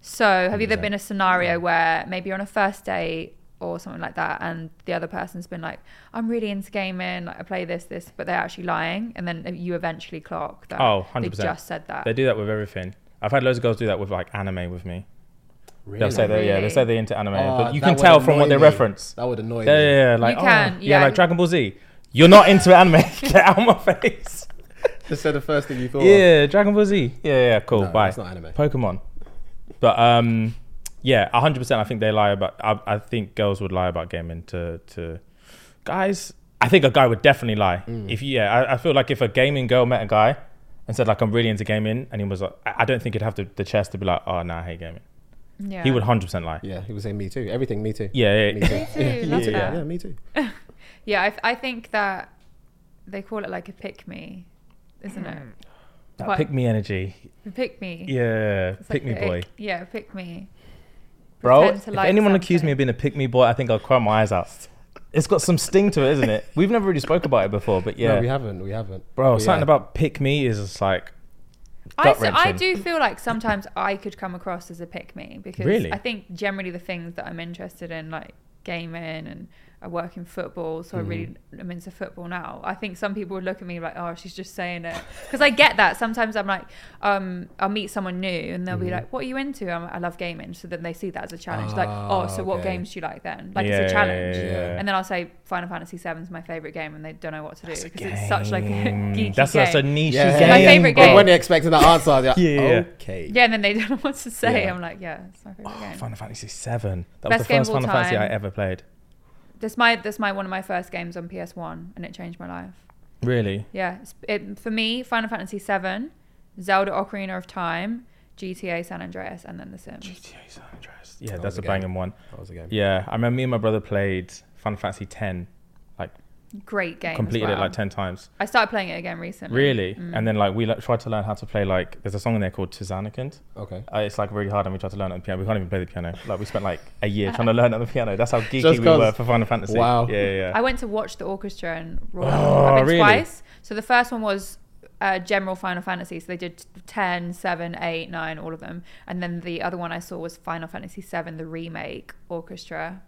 [SPEAKER 1] So, have you there been a scenario where maybe you're on a first date or something like that, and the other person's been like, "I'm really into gaming. Like, I play this, this," but they're actually lying, and then you eventually clock that
[SPEAKER 2] Oh,
[SPEAKER 1] they
[SPEAKER 2] 100 percent.
[SPEAKER 1] just said that.
[SPEAKER 2] They do that with everything. I've had loads of girls do that with like anime with me. They'll say they yeah, they
[SPEAKER 1] Really?
[SPEAKER 2] say they're into anime,
[SPEAKER 3] Oh,
[SPEAKER 2] but you
[SPEAKER 3] that
[SPEAKER 2] can
[SPEAKER 3] would
[SPEAKER 2] tell from what
[SPEAKER 3] annoy
[SPEAKER 2] they
[SPEAKER 3] me.
[SPEAKER 2] reference.
[SPEAKER 3] That would annoy
[SPEAKER 2] Yeah,
[SPEAKER 3] me.
[SPEAKER 2] yeah, yeah, like
[SPEAKER 1] You
[SPEAKER 2] oh,
[SPEAKER 1] can,
[SPEAKER 2] yeah.
[SPEAKER 1] yeah.
[SPEAKER 2] like Dragon Ball Z. You're not into anime. Get out of my face.
[SPEAKER 3] Just said the first thing you thought. of.
[SPEAKER 2] Yeah, Dragon Ball Z. Yeah, yeah, cool.
[SPEAKER 3] No,
[SPEAKER 2] Bye.
[SPEAKER 3] it's not anime.
[SPEAKER 2] Pokemon. But um, yeah, hundred percent. I think they lie about. I, I think girls would lie about gaming to to guys. I think a guy would definitely lie. If yeah, I, I feel like if a gaming girl met a guy and said like I'm really into gaming, and he was like, I, I don't think he'd have the, the chest to be like, oh no, I hate gaming.
[SPEAKER 1] yeah.
[SPEAKER 2] He would hundred percent lie.
[SPEAKER 3] Yeah, he was saying me too. Everything me too.
[SPEAKER 2] Yeah, yeah,
[SPEAKER 3] Me too.
[SPEAKER 2] yeah.
[SPEAKER 3] Yeah,
[SPEAKER 1] love
[SPEAKER 3] me too.
[SPEAKER 1] that.
[SPEAKER 3] Yeah, me too.
[SPEAKER 1] Yeah, I, I think that they call it like a pick me, isn't it?
[SPEAKER 2] That
[SPEAKER 1] Quite-
[SPEAKER 2] pick me energy.
[SPEAKER 1] pick me.
[SPEAKER 2] Mm. Yeah,
[SPEAKER 1] It's
[SPEAKER 2] pick
[SPEAKER 1] like
[SPEAKER 2] me
[SPEAKER 1] the
[SPEAKER 2] boy,
[SPEAKER 1] ick- Yeah, pick me.
[SPEAKER 2] bro.
[SPEAKER 1] pretend
[SPEAKER 2] If
[SPEAKER 1] to like
[SPEAKER 2] anyone accused me
[SPEAKER 1] something.
[SPEAKER 2] of being a pick me boy, I think I'll cry my eyes out. It's got some sting to it, isn't it? We've never really spoke about it before, but yeah,
[SPEAKER 3] No, we haven't. We haven't.
[SPEAKER 2] Bro,
[SPEAKER 3] But
[SPEAKER 2] something
[SPEAKER 3] yeah.
[SPEAKER 2] about pick me is just like
[SPEAKER 1] I, s-
[SPEAKER 2] gut-wrenching.
[SPEAKER 1] I do feel like sometimes I could come across as a pick me because
[SPEAKER 2] Really?
[SPEAKER 1] I think generally the things that I'm interested in, like gaming and I work in football, so I
[SPEAKER 2] Mm-hmm.
[SPEAKER 1] really am into football now. I think some people would look at me like, oh, she's just saying it. Because I get that. Sometimes I'm like, um, I'll meet someone new and they'll
[SPEAKER 2] Mm-hmm.
[SPEAKER 1] be like, what are you into? I'm, like, I love gaming. So then they see that as a challenge. like, oh, so what
[SPEAKER 3] okay.
[SPEAKER 1] games do you like then? Like
[SPEAKER 2] Ah, Yeah,
[SPEAKER 1] it's
[SPEAKER 2] yeah,
[SPEAKER 1] a challenge.
[SPEAKER 2] yeah, yeah.
[SPEAKER 1] And then I'll say Final Fantasy VII is my favorite game and they don't know what to do because it's such like a geeky
[SPEAKER 2] that's
[SPEAKER 1] game.
[SPEAKER 2] that's a niche
[SPEAKER 3] Yeah,
[SPEAKER 2] game.
[SPEAKER 3] yeah,
[SPEAKER 1] My favorite
[SPEAKER 3] But
[SPEAKER 1] game.
[SPEAKER 3] when you're expecting that answer, yeah.
[SPEAKER 2] Yeah.
[SPEAKER 3] Okay.
[SPEAKER 1] Yeah, and then they don't know what to say.
[SPEAKER 2] Yeah. Oh,
[SPEAKER 1] I'm like, yeah, it's my favorite game.
[SPEAKER 2] Final Fantasy Seven. That
[SPEAKER 1] Best
[SPEAKER 2] was the
[SPEAKER 1] game
[SPEAKER 2] first
[SPEAKER 1] of all
[SPEAKER 2] Final Fantasy I
[SPEAKER 1] time.
[SPEAKER 2] ever played.
[SPEAKER 1] That's my that's my one of my first games on PS One, and it changed my life.
[SPEAKER 2] Really?
[SPEAKER 1] Yeah, it's, it, for me, Final Fantasy VII, Zelda: Ocarina of Time, GTA San Andreas, and then The Sims.
[SPEAKER 2] GTA San Andreas. Yeah,
[SPEAKER 3] was
[SPEAKER 2] that's
[SPEAKER 3] a
[SPEAKER 2] a
[SPEAKER 3] game.
[SPEAKER 2] banging one.
[SPEAKER 3] That was a game.
[SPEAKER 2] Yeah, I remember me and my brother played Final Fantasy Ten, like
[SPEAKER 1] Great game. as
[SPEAKER 2] completed it
[SPEAKER 1] well. Mm.
[SPEAKER 2] like ten times.
[SPEAKER 1] I started playing it again recently.
[SPEAKER 2] Really? And then like we like, tried to learn how to play like there's a song in there called Tizanakand.
[SPEAKER 3] Okay.
[SPEAKER 2] Uh, it's like really hard, and we tried to learn it on the piano. We can't even play the piano. Like we spent like a year trying to learn it on the piano. That's how geeky we
[SPEAKER 3] 'cause-
[SPEAKER 2] were for Final Fantasy.
[SPEAKER 3] Wow.
[SPEAKER 2] Yeah, yeah. yeah.
[SPEAKER 1] I went to watch the orchestra in Royal.
[SPEAKER 2] Oh,
[SPEAKER 1] I've been
[SPEAKER 2] really?
[SPEAKER 1] twice. So the first one was uh, general Final Fantasy. So they did 10, 7, 8, 9, all of them. And then the other one I saw was Final Fantasy 7, the remake orchestra.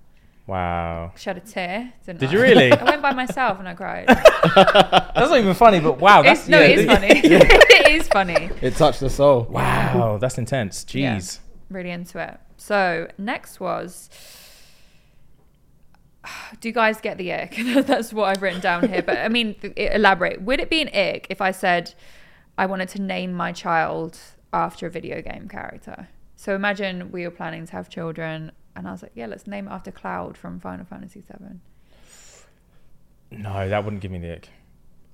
[SPEAKER 2] wow.
[SPEAKER 1] Shed a tear. Didn't
[SPEAKER 2] Did
[SPEAKER 1] I?
[SPEAKER 2] you really?
[SPEAKER 1] I went by myself and I cried.
[SPEAKER 2] That's not even funny, but wow. That's
[SPEAKER 1] It's, no, it is
[SPEAKER 2] yeah.
[SPEAKER 1] funny. it is funny.
[SPEAKER 3] It touched the soul.
[SPEAKER 2] Wow, that's intense.
[SPEAKER 1] Yeah.
[SPEAKER 2] Jeez.
[SPEAKER 1] Really into it. So next was. Do guys get the ick? That's what I've written down here. But I mean, th- elaborate. Would it be an ick if I said I wanted to name my child after a video game character? So imagine we were planning to have children, and I was like, yeah, let's name it after Cloud from Final Fantasy VII.
[SPEAKER 2] No, that wouldn't give me the ick.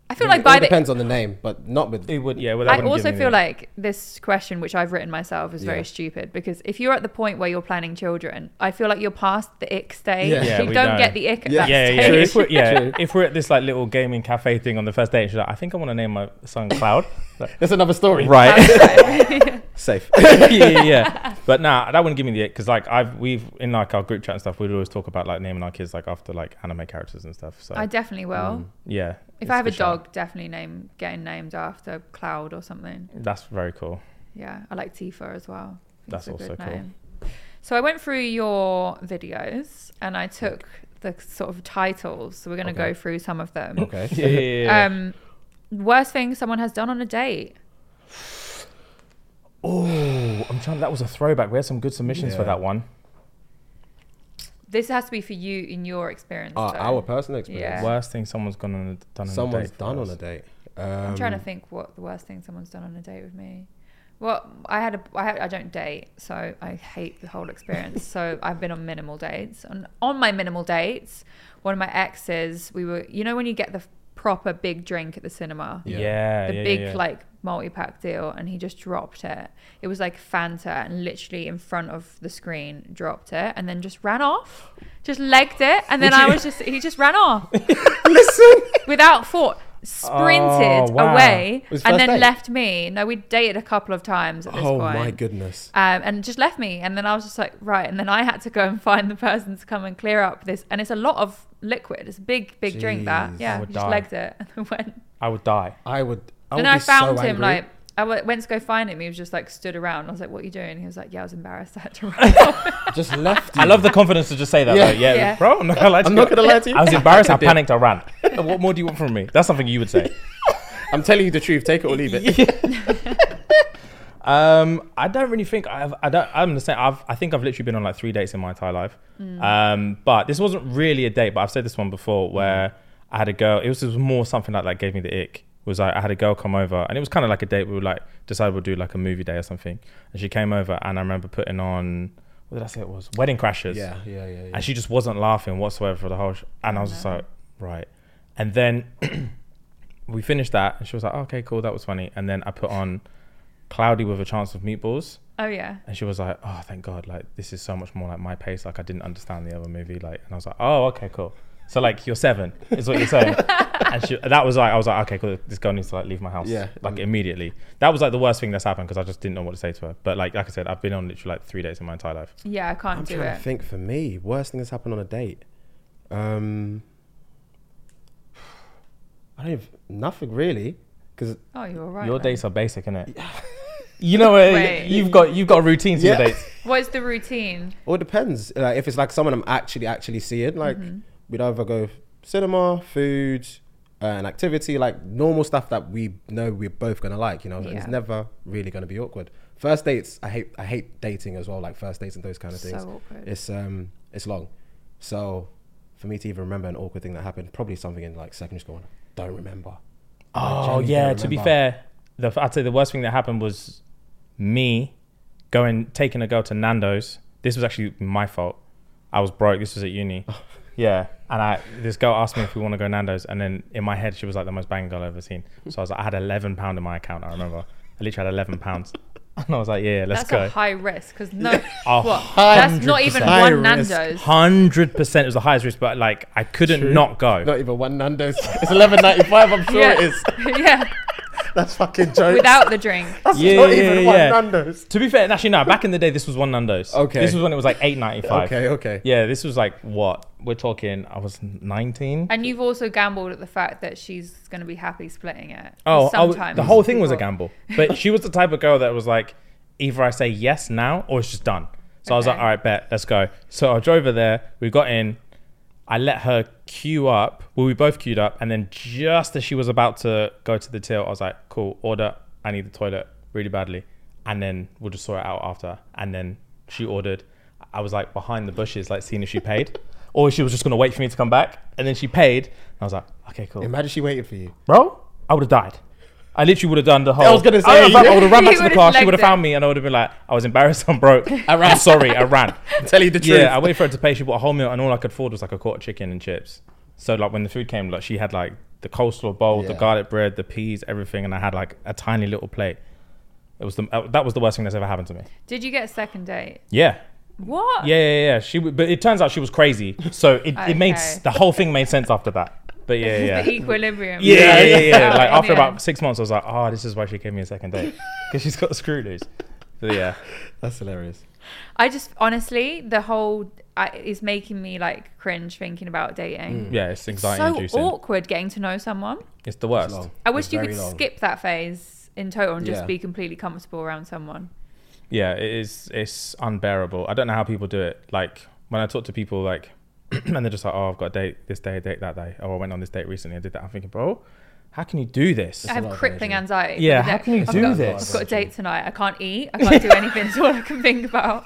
[SPEAKER 1] I feel
[SPEAKER 3] it
[SPEAKER 1] like
[SPEAKER 3] all
[SPEAKER 1] by the
[SPEAKER 3] depends on the name, but not with.
[SPEAKER 2] It would, yeah. Well, that
[SPEAKER 1] I
[SPEAKER 2] wouldn't
[SPEAKER 1] also
[SPEAKER 2] give me
[SPEAKER 1] feel
[SPEAKER 2] the ick.
[SPEAKER 1] like this question, which I've written myself, is
[SPEAKER 3] Yeah.
[SPEAKER 1] very stupid because if you're at the point where you're planning children, I feel like you're past the ick stage.
[SPEAKER 3] Yeah.
[SPEAKER 2] Yeah,
[SPEAKER 1] you
[SPEAKER 2] we
[SPEAKER 1] don't
[SPEAKER 2] know.
[SPEAKER 1] get the ick at
[SPEAKER 3] Yeah.
[SPEAKER 1] that
[SPEAKER 2] Yeah, yeah.
[SPEAKER 1] stage.
[SPEAKER 2] If we're, yeah, if we're at this like little gaming cafe thing on the first date, and she's like, I think I want to name my son Cloud. Like,
[SPEAKER 3] That's another story.
[SPEAKER 2] right.
[SPEAKER 3] Safe.
[SPEAKER 2] yeah, yeah, yeah. But nah, that wouldn't give me the ick because like I've we've in like our group chat and stuff, we'd always talk about like naming our kids like after like anime characters and stuff. So
[SPEAKER 1] I definitely will.
[SPEAKER 2] yeah.
[SPEAKER 1] if
[SPEAKER 2] Mm, it's
[SPEAKER 1] I have a
[SPEAKER 2] good shout.
[SPEAKER 1] dog, definitely name getting named after Cloud or something.
[SPEAKER 2] that's very cool.
[SPEAKER 1] Yeah, I like Tifa as well.
[SPEAKER 2] That's also cool.
[SPEAKER 1] So I went through your videos and I took the sort of titles. So we're going to go through some of them.
[SPEAKER 3] Okay.
[SPEAKER 2] Yeah, yeah, yeah, yeah.
[SPEAKER 1] Um, worst thing someone has done on a date. Uh,
[SPEAKER 2] oh, I'm trying. That was a throwback. We had some good submissions for
[SPEAKER 3] Yeah.
[SPEAKER 2] that one.
[SPEAKER 1] This has to be for you in your experience.
[SPEAKER 3] Uh,
[SPEAKER 1] though.
[SPEAKER 3] our personal experience.
[SPEAKER 1] Yeah.
[SPEAKER 2] Worst thing someone's gone on a, done. on a
[SPEAKER 3] Someone's
[SPEAKER 2] date for
[SPEAKER 3] done on
[SPEAKER 2] us.
[SPEAKER 3] a date.
[SPEAKER 1] I'm
[SPEAKER 3] Um,
[SPEAKER 1] trying to think what the worst thing someone's done on a date with me. Well, I had a I, had, I don't date, so I hate the whole experience. so I've been on minimal dates. On on my minimal dates, one of my exes, we were you know when you get the proper big drink at the cinema.
[SPEAKER 2] Yeah,
[SPEAKER 3] Yeah.
[SPEAKER 2] yeah,
[SPEAKER 1] the
[SPEAKER 2] yeah,
[SPEAKER 1] big
[SPEAKER 2] yeah.
[SPEAKER 1] like multi-pack deal and he just dropped it it was like fanta and literally in front of the screen dropped it and then just ran off just legged it and then i was just he just ran off
[SPEAKER 3] Listen.
[SPEAKER 1] without thought sprinted
[SPEAKER 2] Oh, wow.
[SPEAKER 1] away
[SPEAKER 3] It was
[SPEAKER 1] and
[SPEAKER 3] first
[SPEAKER 1] then
[SPEAKER 3] date?
[SPEAKER 1] left me. No, we dated a couple of times at this
[SPEAKER 3] Oh
[SPEAKER 1] point.
[SPEAKER 3] my goodness.
[SPEAKER 1] Um, and just left me. And then I was just like, right. And then I had to go and find the person to come and clear up this. And it's a lot of liquid. It's a big, big drink that.
[SPEAKER 3] Jeez.
[SPEAKER 1] Yeah.
[SPEAKER 2] would
[SPEAKER 1] Just
[SPEAKER 2] die.
[SPEAKER 1] legged it and then went.
[SPEAKER 2] I would die.
[SPEAKER 3] I would. I would
[SPEAKER 1] Then I
[SPEAKER 3] be so
[SPEAKER 1] found him
[SPEAKER 3] angry.
[SPEAKER 1] like I w- went to go find him. He was just like stood around. I was like, "What are you doing?" He was like, "Yeah, I was embarrassed. I had to run."
[SPEAKER 3] just left.
[SPEAKER 2] I love the confidence to just say that. Yeah,
[SPEAKER 3] Yeah.
[SPEAKER 2] yeah,
[SPEAKER 1] Yeah.
[SPEAKER 2] bro. I'm not gonna lie to
[SPEAKER 3] I'm
[SPEAKER 2] you.
[SPEAKER 3] not gonna lie to you.
[SPEAKER 2] I was embarrassed. I
[SPEAKER 3] did.
[SPEAKER 2] panicked. I ran. what more do you want from me? That's something you would say.
[SPEAKER 3] I'm telling you the truth. Take it or leave it.
[SPEAKER 2] Um, I don't really think I've. I don't. I'm gonna say I've. I think I've literally been on like three dates in my entire life. Um, but this wasn't really a date. But I've said this one before where I had a girl. It was, it was more something like that gave me the ick. Was like I had a girl come over and it was kind of like a date. We would like decide we'll do like a movie day or something. And she came over and I remember putting on. What did I say it was? Wedding Crashers.
[SPEAKER 3] Yeah, yeah, yeah, yeah.
[SPEAKER 2] And she just wasn't laughing whatsoever for the whole. Sh- and I was just like, right. And then we finished that, and she was like, okay, cool, that was funny. And then I put on Cloudy with a Chance of Meatballs,
[SPEAKER 1] oh yeah,
[SPEAKER 2] and she was like, oh, thank God, like this is so much more like my pace. Like I didn't understand the other movie, like, and I was like, oh, okay, cool. So like you're seven is what you're saying, and she, that was like I was like okay cool this girl needs to like leave my house
[SPEAKER 3] Yeah.
[SPEAKER 2] like immediately that was like the worst thing that's happened because I just didn't know what to say to her but like like I said I've been on literally like three dates in my entire life
[SPEAKER 1] yeah. I can't
[SPEAKER 3] I'm
[SPEAKER 1] do
[SPEAKER 3] trying
[SPEAKER 1] it.
[SPEAKER 3] to think. For me, worst thing that's happened on a date. Um, I don't. Even, nothing really. Because
[SPEAKER 1] Oh, you're right.
[SPEAKER 2] Your
[SPEAKER 1] then.
[SPEAKER 2] dates are basic, innit? you know where
[SPEAKER 1] Wait.
[SPEAKER 2] you've got you've got routines for
[SPEAKER 3] Yeah.
[SPEAKER 2] your dates.
[SPEAKER 1] What is the routine?
[SPEAKER 3] Well, it depends. Like if it's like someone I'm actually actually seeing, like
[SPEAKER 1] Mm-hmm.
[SPEAKER 3] we'd either go cinema, food, uh, an activity, like normal stuff that we know we're both gonna like. You know, it's
[SPEAKER 1] Yeah.
[SPEAKER 3] never really gonna be awkward. First dates, I hate I hate dating as well. Like first dates and those kind of
[SPEAKER 1] So
[SPEAKER 3] things.
[SPEAKER 1] awkward.
[SPEAKER 3] It's um it's long, so for me to even remember an awkward thing that happened, probably something in like secondary school. I don't remember. I
[SPEAKER 2] Oh
[SPEAKER 3] genuinely
[SPEAKER 2] yeah.
[SPEAKER 3] don't
[SPEAKER 2] To be
[SPEAKER 3] remember.
[SPEAKER 2] fair, the, I'd say the worst thing that happened was me going taking a girl to Nando's. This was actually my fault. I was broke. This was at uni. yeah, and I this girl asked me if we want to go Nando's, and then in my head she was like the most banging girl I've ever seen. So I was like, I had eleven pound in my account. I remember. I literally had eleven pounds, and I was like, yeah, let's
[SPEAKER 1] That's
[SPEAKER 2] go.
[SPEAKER 1] a high risk because no,
[SPEAKER 2] A
[SPEAKER 1] what? That's not even one
[SPEAKER 2] 100%.
[SPEAKER 3] High risk.
[SPEAKER 1] Nando's.
[SPEAKER 2] Hundred percent it was the highest risk, but like I couldn't not go.
[SPEAKER 3] Not even one Nando's. It's eleven ninety five. I'm sure
[SPEAKER 1] yeah.
[SPEAKER 3] it is.
[SPEAKER 1] yeah,
[SPEAKER 3] That's fucking joke.
[SPEAKER 1] without the drink.
[SPEAKER 3] That's
[SPEAKER 2] Yeah,
[SPEAKER 3] not
[SPEAKER 2] yeah,
[SPEAKER 3] even
[SPEAKER 2] yeah.
[SPEAKER 3] one Nando's.
[SPEAKER 2] To be fair, actually no. Back in the day, this was one Nando's.
[SPEAKER 3] Okay.
[SPEAKER 2] This was when it was like eight ninety five.
[SPEAKER 3] Okay, okay.
[SPEAKER 2] Yeah, this was like what we're talking. I was nineteen.
[SPEAKER 1] And you've also gambled at the fact that she's going to be happy splitting it. 'Cause
[SPEAKER 2] Oh, I was-
[SPEAKER 1] sometimes
[SPEAKER 2] the whole thing was a
[SPEAKER 1] people-
[SPEAKER 2] gamble. But she was the type of girl that was like, either I say yes now or it's just done. So I was like,
[SPEAKER 1] Okay.
[SPEAKER 2] all right, bet, let's go. So I drove her there. We got in. I let her queue up. Well, we both queued up, and then just as she was about to go to the till, I was like, cool, order. I need the toilet really badly, and then we'll just sort it out after. And then she ordered. I was like behind the bushes, like seeing if she paid. Or she was just gonna wait for me to come back, and then she paid. And I was like, "Okay, cool."
[SPEAKER 3] Imagine she waited for you.
[SPEAKER 2] bro, I would have died. I literally would have done the whole. I
[SPEAKER 3] was gonna
[SPEAKER 2] I
[SPEAKER 3] say.
[SPEAKER 2] would have, run
[SPEAKER 1] You
[SPEAKER 2] back to the
[SPEAKER 1] would've
[SPEAKER 2] car. She would
[SPEAKER 1] legged
[SPEAKER 2] have found
[SPEAKER 1] it.
[SPEAKER 2] me, and I would have been like, "I was embarrassed. I'm broke. I ran. I'm sorry, I ran."
[SPEAKER 3] Tell you the truth.
[SPEAKER 2] Yeah, I waited for her to pay. She bought a whole meal, and all I could afford was like a quarter chicken and chips. So like when the food came, like she had like the coleslaw bowl, the
[SPEAKER 3] Yeah.
[SPEAKER 2] garlic bread, the peas, everything, and I had like a tiny little plate. It was the uh, that was the worst thing that's ever happened to me.
[SPEAKER 1] Did you get a second date?
[SPEAKER 2] Yeah.
[SPEAKER 1] What?
[SPEAKER 2] Yeah, yeah, yeah. She, w- but it turns out she was crazy, so it, it made s-
[SPEAKER 1] Okay.
[SPEAKER 2] the whole thing made sense after that. But yeah, yeah.
[SPEAKER 1] The equilibrium.
[SPEAKER 2] Yeah, yeah, yeah.
[SPEAKER 1] Oh,
[SPEAKER 2] Like
[SPEAKER 1] in
[SPEAKER 2] after
[SPEAKER 1] the
[SPEAKER 2] about
[SPEAKER 1] end.
[SPEAKER 2] six months, I was like, oh, this is why she gave me a second date because she's got screw loose. So yeah,
[SPEAKER 3] That's hilarious.
[SPEAKER 1] I just honestly, the whole I, is making me like cringe thinking about
[SPEAKER 3] Mm.
[SPEAKER 1] dating.
[SPEAKER 2] yeah, it's anxiety
[SPEAKER 1] So
[SPEAKER 2] inducing.
[SPEAKER 1] awkward getting to know someone.
[SPEAKER 2] It's the worst.
[SPEAKER 3] long.
[SPEAKER 1] I wish you
[SPEAKER 3] very
[SPEAKER 1] could
[SPEAKER 3] long.
[SPEAKER 1] skip that phase in total and just
[SPEAKER 3] Yeah.
[SPEAKER 1] be completely comfortable around someone.
[SPEAKER 2] Yeah, it is. It's unbearable. I don't know how people do it. Like when I talk to people, like, and they're just like, oh, I've got a date this day, a date that day. Oh, I went on this date recently. I did that. I'm thinking, bro, how can you do this?
[SPEAKER 1] I have
[SPEAKER 3] lot of
[SPEAKER 1] crippling
[SPEAKER 3] energy.
[SPEAKER 1] anxiety.
[SPEAKER 2] Yeah,
[SPEAKER 1] for the
[SPEAKER 2] how
[SPEAKER 1] day.
[SPEAKER 2] can you
[SPEAKER 1] I've
[SPEAKER 2] do
[SPEAKER 1] got-
[SPEAKER 2] this?
[SPEAKER 1] I've got a date tonight. I can't eat. I can't do anything. It's all I can think about.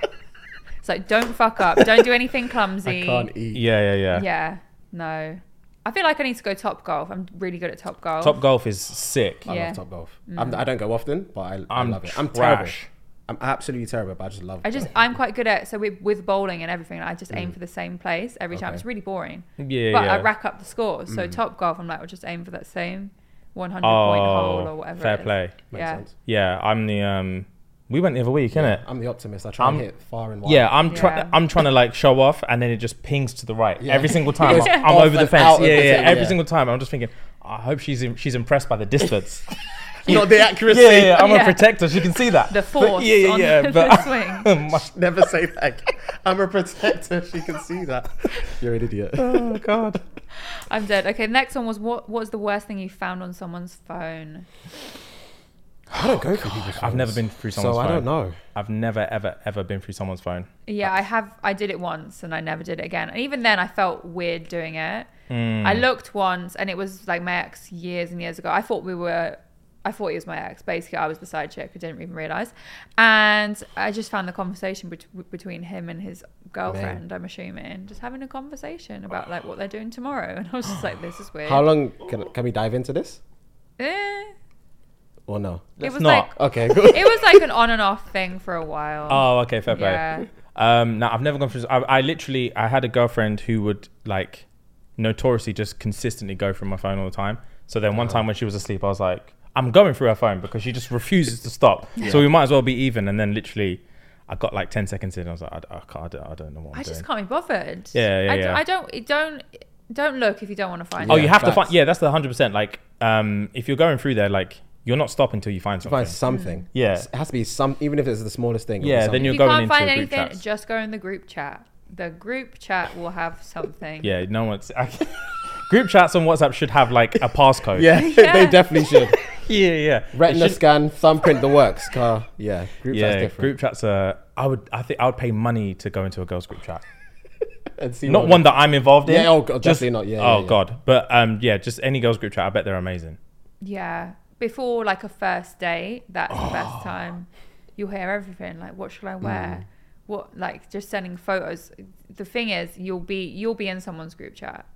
[SPEAKER 1] It's like don't fuck up. Don't do anything clumsy.
[SPEAKER 3] I can't eat.
[SPEAKER 2] Yeah, yeah, yeah.
[SPEAKER 1] Yeah. No. I feel like I need to go top golf. I'm really good at top golf.
[SPEAKER 2] Top golf is sick.
[SPEAKER 3] I
[SPEAKER 1] Yeah. Mm.
[SPEAKER 3] love top golf. I'm, I don't go often, but I, I
[SPEAKER 2] I'm
[SPEAKER 3] love it. I'm
[SPEAKER 2] trash.
[SPEAKER 3] terrible. I'm absolutely terrible, but I just love.
[SPEAKER 1] I just I'm quite good at so with, with bowling and everything. I just aim for the same place every time.
[SPEAKER 3] Okay.
[SPEAKER 1] It's really boring.
[SPEAKER 2] Mm. Yeah,
[SPEAKER 1] but I
[SPEAKER 2] yeah. Mm.
[SPEAKER 1] rack up the scores. So top golf, I'm like, I'll just aim for that same 100 point
[SPEAKER 2] Oh,
[SPEAKER 1] hole or whatever.
[SPEAKER 2] fair
[SPEAKER 1] it is.
[SPEAKER 2] play.
[SPEAKER 1] yeah.
[SPEAKER 3] sense.
[SPEAKER 2] Yeah, I'm the um We went the other week, innit?
[SPEAKER 3] I'm the optimist. I try
[SPEAKER 2] I'm-
[SPEAKER 3] and hit far and wide.
[SPEAKER 2] Yeah, I'm trying.
[SPEAKER 1] Yeah.
[SPEAKER 2] I'm trying to like show off, and then it just pings to the right every single time.
[SPEAKER 3] goes
[SPEAKER 2] I'm,
[SPEAKER 3] off
[SPEAKER 2] over the
[SPEAKER 3] and
[SPEAKER 2] fence.
[SPEAKER 3] out
[SPEAKER 2] Yeah,
[SPEAKER 3] of
[SPEAKER 2] yeah.
[SPEAKER 3] the thing,
[SPEAKER 2] Every
[SPEAKER 3] yeah.
[SPEAKER 2] single time, I'm just thinking. I hope she's in, she's impressed by the distance.
[SPEAKER 3] Not the accuracy.
[SPEAKER 2] yeah, yeah, yeah, I'm
[SPEAKER 1] Yeah.
[SPEAKER 2] a protector. She can see that.
[SPEAKER 1] The
[SPEAKER 2] But
[SPEAKER 1] force
[SPEAKER 2] yeah, yeah,
[SPEAKER 1] on
[SPEAKER 2] yeah.
[SPEAKER 1] the
[SPEAKER 2] but
[SPEAKER 1] swing.
[SPEAKER 2] My-
[SPEAKER 3] Never say that. again. I'm a protector. She can see that. You're an idiot.
[SPEAKER 2] oh God.
[SPEAKER 1] I'm dead. Okay, next one was what was the worst thing you found on someone's phone?
[SPEAKER 3] I don't go through people's
[SPEAKER 2] I've never
[SPEAKER 3] phones.
[SPEAKER 2] been through someone's
[SPEAKER 3] So
[SPEAKER 2] phone.
[SPEAKER 3] I don't know.
[SPEAKER 2] I've never ever ever been through someone's phone.
[SPEAKER 1] Yeah, I have. I did it once, and I never did it again. And even then, I felt weird doing it.
[SPEAKER 2] Hmm.
[SPEAKER 1] I looked once, and it was like my ex years and years ago. I thought we were. I thought he was my ex. Basically, I was the side chick who didn't even realize. And I just found the conversation bet- between him and his girlfriend. I'm assuming just having a conversation about like what they're doing tomorrow. And I was just like, this is weird.
[SPEAKER 3] How long can, can we dive into this
[SPEAKER 1] Eh,
[SPEAKER 3] or no?
[SPEAKER 1] it was
[SPEAKER 2] not.
[SPEAKER 1] like
[SPEAKER 3] Okay, good.
[SPEAKER 1] it was like an on and off thing for a while.
[SPEAKER 2] Oh, okay, fair play.
[SPEAKER 1] Yeah.
[SPEAKER 2] Um, no, I've never gone through. I, I literally, I had a girlfriend who would like notoriously just consistently go through my phone all the time. So then one time when she was asleep, I was like, I'm going through her phone because she just refuses to stop. So we might as well be even. And then literally, I got like 10 seconds in. I was like, I, I, can't, I, don't, I don't know what I'm
[SPEAKER 1] I
[SPEAKER 2] doing.
[SPEAKER 1] just can't be bothered.
[SPEAKER 2] Yeah, yeah,
[SPEAKER 1] I,
[SPEAKER 2] yeah.
[SPEAKER 1] I don't. it Don't. Don't look if you don't want to find.
[SPEAKER 2] Oh,
[SPEAKER 1] it.
[SPEAKER 2] you have to
[SPEAKER 3] facts.
[SPEAKER 2] find. Yeah, that's the 100%. Like, um, if you're going through there, like, you're not stopping until you find something.
[SPEAKER 3] Find something.
[SPEAKER 2] Mm. Yeah.
[SPEAKER 3] S- it has to be some. Even if it's the smallest thing. it'll be
[SPEAKER 2] Yeah,
[SPEAKER 3] something.
[SPEAKER 2] then you're
[SPEAKER 1] If you
[SPEAKER 2] going
[SPEAKER 1] can't
[SPEAKER 2] into
[SPEAKER 1] find
[SPEAKER 2] a group
[SPEAKER 1] anything,
[SPEAKER 2] chats.
[SPEAKER 1] just go in the group chat. The group chat will have something.
[SPEAKER 2] Yeah, no one's. group chats on WhatsApp should have like a passcode.
[SPEAKER 3] Yeah, they definitely should.
[SPEAKER 2] yeah, yeah.
[SPEAKER 3] Retina
[SPEAKER 2] It should-
[SPEAKER 3] scan, thumbprint, the works. Car. Yeah. Group chat's
[SPEAKER 2] yeah,
[SPEAKER 3] different.
[SPEAKER 2] group chats are. I would. I think I would pay money to go into a girls' group chat.
[SPEAKER 3] And see
[SPEAKER 2] Not
[SPEAKER 3] what-
[SPEAKER 2] one that I'm involved in.
[SPEAKER 3] Yeah, oh God, definitely not. Yeah,
[SPEAKER 2] Oh
[SPEAKER 3] yeah, yeah.
[SPEAKER 2] god. But um, yeah, just any girls' group chat. I bet they're amazing.
[SPEAKER 1] Yeah. Before like a first date, that's the best time. You'll hear everything. Like, what should I
[SPEAKER 2] Mm.
[SPEAKER 1] wear? What like just sending photos. The thing is, you'll be you'll be in someone's group chat.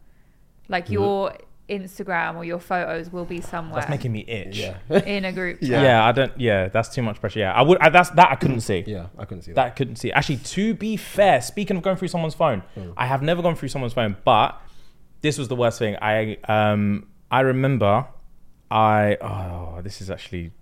[SPEAKER 1] Like your Instagram or your photos will be somewhere
[SPEAKER 2] Mm-hmm. That's making me itch. Yeah.
[SPEAKER 1] in a group chat.
[SPEAKER 2] yeah. I don't. Yeah, that's too much pressure. Yeah, I would. I, that's that. I couldn't see.
[SPEAKER 3] Yeah, I couldn't see that.
[SPEAKER 2] That I couldn't see. Actually, to be fair, speaking of going through someone's phone,
[SPEAKER 3] Hmm.
[SPEAKER 2] I have never gone through someone's phone, but this was the worst thing. I um I remember I oh this is actually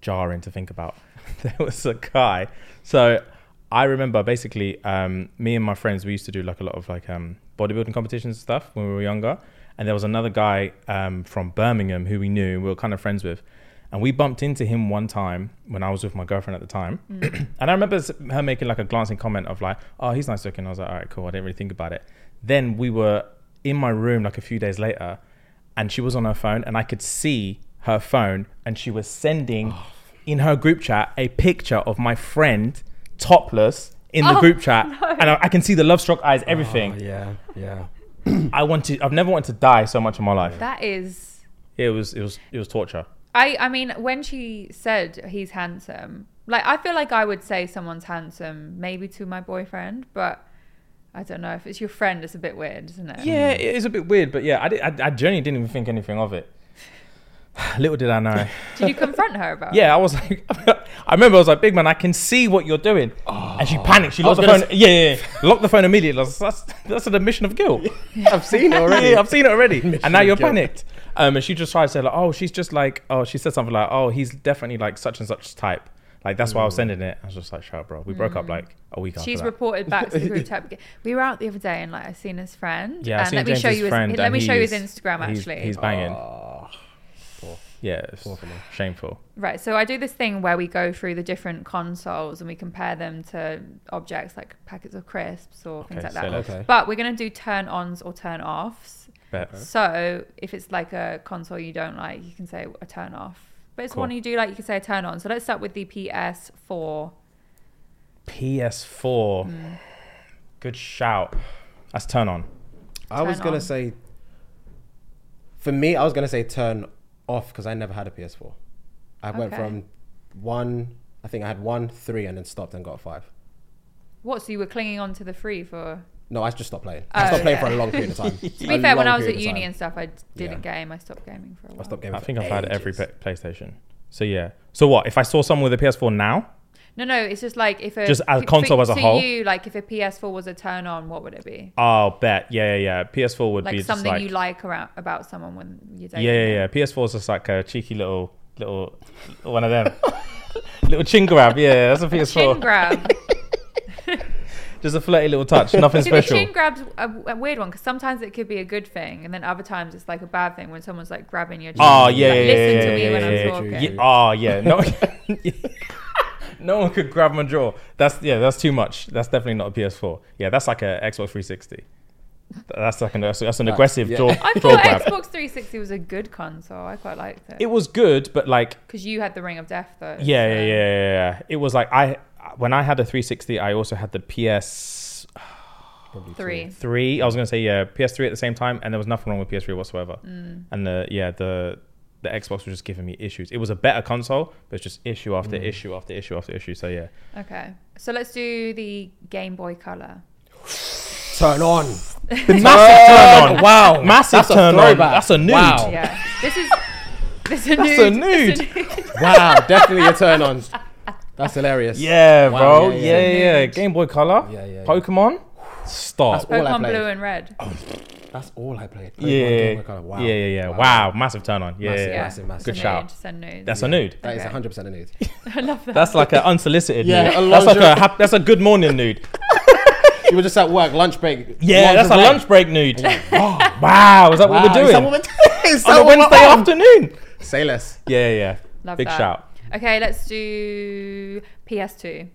[SPEAKER 2] jarring to think about. there was a guy. So I remember basically um me and my friends we used to do like a lot of like um bodybuilding competitions and stuff when we were younger. And there was another guy um from Birmingham who we knew, we were kind of friends with. And we bumped into him one time when I was with my girlfriend at the time. and I remember s- her making like a glancing comment of like, oh, he's nice looking. I was like, all right, cool. I didn't really think about it. Then we were in my room like a few days later and she was on her phone and I could see her phone and she was sending in her group chat a picture of my friend topless in the
[SPEAKER 1] Oh,
[SPEAKER 2] group chat. And I, I can see the love struck eyes, everything.
[SPEAKER 3] Oh, Yeah, yeah.
[SPEAKER 2] I want to, I've never wanted to die so much in my life.
[SPEAKER 1] That is
[SPEAKER 2] It was, it was, it was torture.
[SPEAKER 1] I I mean, when she said he's handsome, like I feel like I would say someone's handsome maybe to my boyfriend, but I don't know if it's your friend. It's a bit weird, isn't it?
[SPEAKER 2] Yeah, it is a bit weird, but yeah, I, did, I, I genuinely didn't even think anything of it. Little did I know.
[SPEAKER 1] Did you confront her about?
[SPEAKER 2] Yeah, I was like, I remember I was like, big man, I can see what you're doing. And she panicked. She locked the
[SPEAKER 3] was
[SPEAKER 2] phone.
[SPEAKER 3] gonna
[SPEAKER 2] yeah, yeah, yeah. Locked the phone immediately. I was like, that's, that's an admission of guilt.
[SPEAKER 3] I've seen it already.
[SPEAKER 2] Yeah, I've seen it already. and now you're panicked. Um, and she just tried to say, like, oh, she's just like, oh, she said something like, oh, he's definitely like such and such type. Like, that's why I was sending it. I was just like, shut up, bro. We broke up like a week
[SPEAKER 1] it?
[SPEAKER 2] after.
[SPEAKER 1] She's
[SPEAKER 2] that.
[SPEAKER 1] reported back to the group chat. We were out the other day and like I seen his friend.
[SPEAKER 2] Yeah, I've
[SPEAKER 1] and
[SPEAKER 2] seen
[SPEAKER 1] let me
[SPEAKER 2] James's
[SPEAKER 1] show you his
[SPEAKER 2] friend.
[SPEAKER 1] let
[SPEAKER 2] and
[SPEAKER 1] me show you his
[SPEAKER 2] he's-
[SPEAKER 1] Instagram
[SPEAKER 2] he's- Ah.
[SPEAKER 1] actually.
[SPEAKER 2] He's banging. Yeah, it's shameful.
[SPEAKER 1] Right, so I do this thing where we go through the different consoles and we compare them to objects like packets of crisps or things
[SPEAKER 2] Okay,
[SPEAKER 1] like that.
[SPEAKER 2] so let's-
[SPEAKER 1] But we're gonna do turn ons or turn offs.
[SPEAKER 2] Bet.
[SPEAKER 1] So if it's like a console you don't like, you can say a turn off. But it's
[SPEAKER 2] Cool.
[SPEAKER 1] one you do like, you can say a turn on. So let's start with the PS4.
[SPEAKER 2] PS4.
[SPEAKER 1] Mm.
[SPEAKER 2] Good shout. That's turn on.
[SPEAKER 3] I was
[SPEAKER 1] Turn
[SPEAKER 3] gonna
[SPEAKER 1] on.
[SPEAKER 3] say. For me, I was gonna say turn off because I never had a PS4. I went
[SPEAKER 1] Okay.
[SPEAKER 3] from one. I think I had one, three, and then stopped and got a five.
[SPEAKER 1] What? So you were clinging on to the free for?
[SPEAKER 3] No, I just stopped playing. I stopped playing for a long period of time.
[SPEAKER 1] Oh, To be fair, when I was at uni and stuff, I didn't
[SPEAKER 3] Yeah.
[SPEAKER 1] game. I stopped gaming for a while.
[SPEAKER 3] I stopped gaming.
[SPEAKER 2] I
[SPEAKER 3] for
[SPEAKER 2] think I've had every
[SPEAKER 3] ages.
[SPEAKER 2] pa- PlayStation. So yeah. So what? If I saw someone with a PS4 now,
[SPEAKER 1] No, no, it's just like if a
[SPEAKER 2] Just as
[SPEAKER 1] to-
[SPEAKER 2] console as a
[SPEAKER 1] to
[SPEAKER 2] whole?
[SPEAKER 1] You like if a PS4 was a turn on, what would it be?
[SPEAKER 2] I'll bet. Yeah, yeah, yeah. PS4 would
[SPEAKER 1] Like
[SPEAKER 2] be just
[SPEAKER 1] something
[SPEAKER 2] like,
[SPEAKER 1] you like around about someone when you're dating.
[SPEAKER 2] Yeah, yeah,
[SPEAKER 1] them.
[SPEAKER 2] yeah. PS4 is just like a cheeky little little one of them. little chin grab. Yeah, that's what it's for.
[SPEAKER 1] Chin grab.
[SPEAKER 2] Just a flirty little touch. Nothing
[SPEAKER 1] See, the chin
[SPEAKER 2] special.
[SPEAKER 1] grab's a, a weird one because sometimes it could be a good thing, and then other times it's like a bad thing when someone's like grabbing your chin.
[SPEAKER 2] Oh
[SPEAKER 1] Like,
[SPEAKER 2] yeah, yeah, yeah,
[SPEAKER 1] Listen
[SPEAKER 2] yeah,
[SPEAKER 1] to me
[SPEAKER 2] yeah,
[SPEAKER 1] when
[SPEAKER 2] yeah,
[SPEAKER 1] I'm
[SPEAKER 2] yeah,
[SPEAKER 1] talking.
[SPEAKER 2] yeah. Oh yeah, no, no one could grab my jaw. That's yeah, that's too much. That's definitely not a PS4. Yeah, that's like a Xbox 360. That's like an that's, that's an aggressive
[SPEAKER 3] yeah.
[SPEAKER 2] jaw,
[SPEAKER 1] I
[SPEAKER 2] jaw
[SPEAKER 1] thought
[SPEAKER 2] grab.
[SPEAKER 1] Xbox 360 was a good console. I quite liked
[SPEAKER 2] It
[SPEAKER 1] it
[SPEAKER 2] was good, but like
[SPEAKER 1] because you had the Ring of Death though.
[SPEAKER 2] yeah,
[SPEAKER 1] so-
[SPEAKER 2] yeah, yeah, yeah, yeah. It was like I when I had a 360, I also had the PS
[SPEAKER 1] Three.
[SPEAKER 2] three. I was gonna say yeah, PS3 at the same time, and there was nothing wrong with PS3 whatsoever.
[SPEAKER 3] Mm.
[SPEAKER 2] And the yeah the the Xbox was just giving me issues. It was a better console, but it's just issue after issue after issue after issue. So yeah,
[SPEAKER 1] Okay, so let's do the Game Boy Color.
[SPEAKER 3] Turn on.
[SPEAKER 2] massive
[SPEAKER 1] Oh,
[SPEAKER 2] turn on.
[SPEAKER 5] Wow.
[SPEAKER 2] Massive
[SPEAKER 5] That's a
[SPEAKER 2] turn on.
[SPEAKER 5] throwback.
[SPEAKER 2] "Oh, That's a nude.
[SPEAKER 5] Wow.
[SPEAKER 1] Yeah, this is this is a
[SPEAKER 2] That's a
[SPEAKER 1] nude.
[SPEAKER 2] nude.
[SPEAKER 3] Wow, definitely a turn on. That's hilarious.
[SPEAKER 2] Yeah,
[SPEAKER 3] Wow,
[SPEAKER 2] bro.
[SPEAKER 3] yeah,
[SPEAKER 2] Yeah
[SPEAKER 3] yeah.
[SPEAKER 2] yeah, Game Boy Color.
[SPEAKER 3] Yeah, yeah, yeah.
[SPEAKER 2] Pokemon. Stop.
[SPEAKER 3] All I
[SPEAKER 1] Pokemon
[SPEAKER 3] played. Oh,
[SPEAKER 1] Blue and Red.
[SPEAKER 3] That's all I played. Pokemon,
[SPEAKER 2] Yeah.
[SPEAKER 3] Game Boy Color. Wow.
[SPEAKER 2] yeah, yeah, yeah. Wow, massive turn on. Yeah,
[SPEAKER 3] Massive,
[SPEAKER 2] yeah, yeah.
[SPEAKER 3] massive, massive.
[SPEAKER 2] Good
[SPEAKER 1] Nude,
[SPEAKER 2] shout.
[SPEAKER 1] Send nude.
[SPEAKER 2] That's a nude.
[SPEAKER 3] That is
[SPEAKER 1] Okay.
[SPEAKER 3] 100% a nude.
[SPEAKER 1] I love that.
[SPEAKER 2] That's like an unsolicited
[SPEAKER 3] Yeah,
[SPEAKER 2] nude.
[SPEAKER 3] a
[SPEAKER 2] that's like
[SPEAKER 3] lingerie-
[SPEAKER 2] a hap- that's a good morning nude.
[SPEAKER 3] you were just at work, lunch break.
[SPEAKER 2] Yeah, that's a
[SPEAKER 3] lingerie.
[SPEAKER 2] lunch break nude. Oh, wow, is that
[SPEAKER 3] Wow,
[SPEAKER 2] what we're
[SPEAKER 3] is that
[SPEAKER 2] doing?
[SPEAKER 3] what we're is
[SPEAKER 2] On
[SPEAKER 3] that
[SPEAKER 2] a
[SPEAKER 3] what we're
[SPEAKER 2] Wednesday
[SPEAKER 3] on?
[SPEAKER 2] afternoon.
[SPEAKER 3] Say less.
[SPEAKER 2] Yeah, yeah.
[SPEAKER 1] Love
[SPEAKER 2] Big
[SPEAKER 1] that.
[SPEAKER 2] shout.
[SPEAKER 1] Okay, let's do PS2.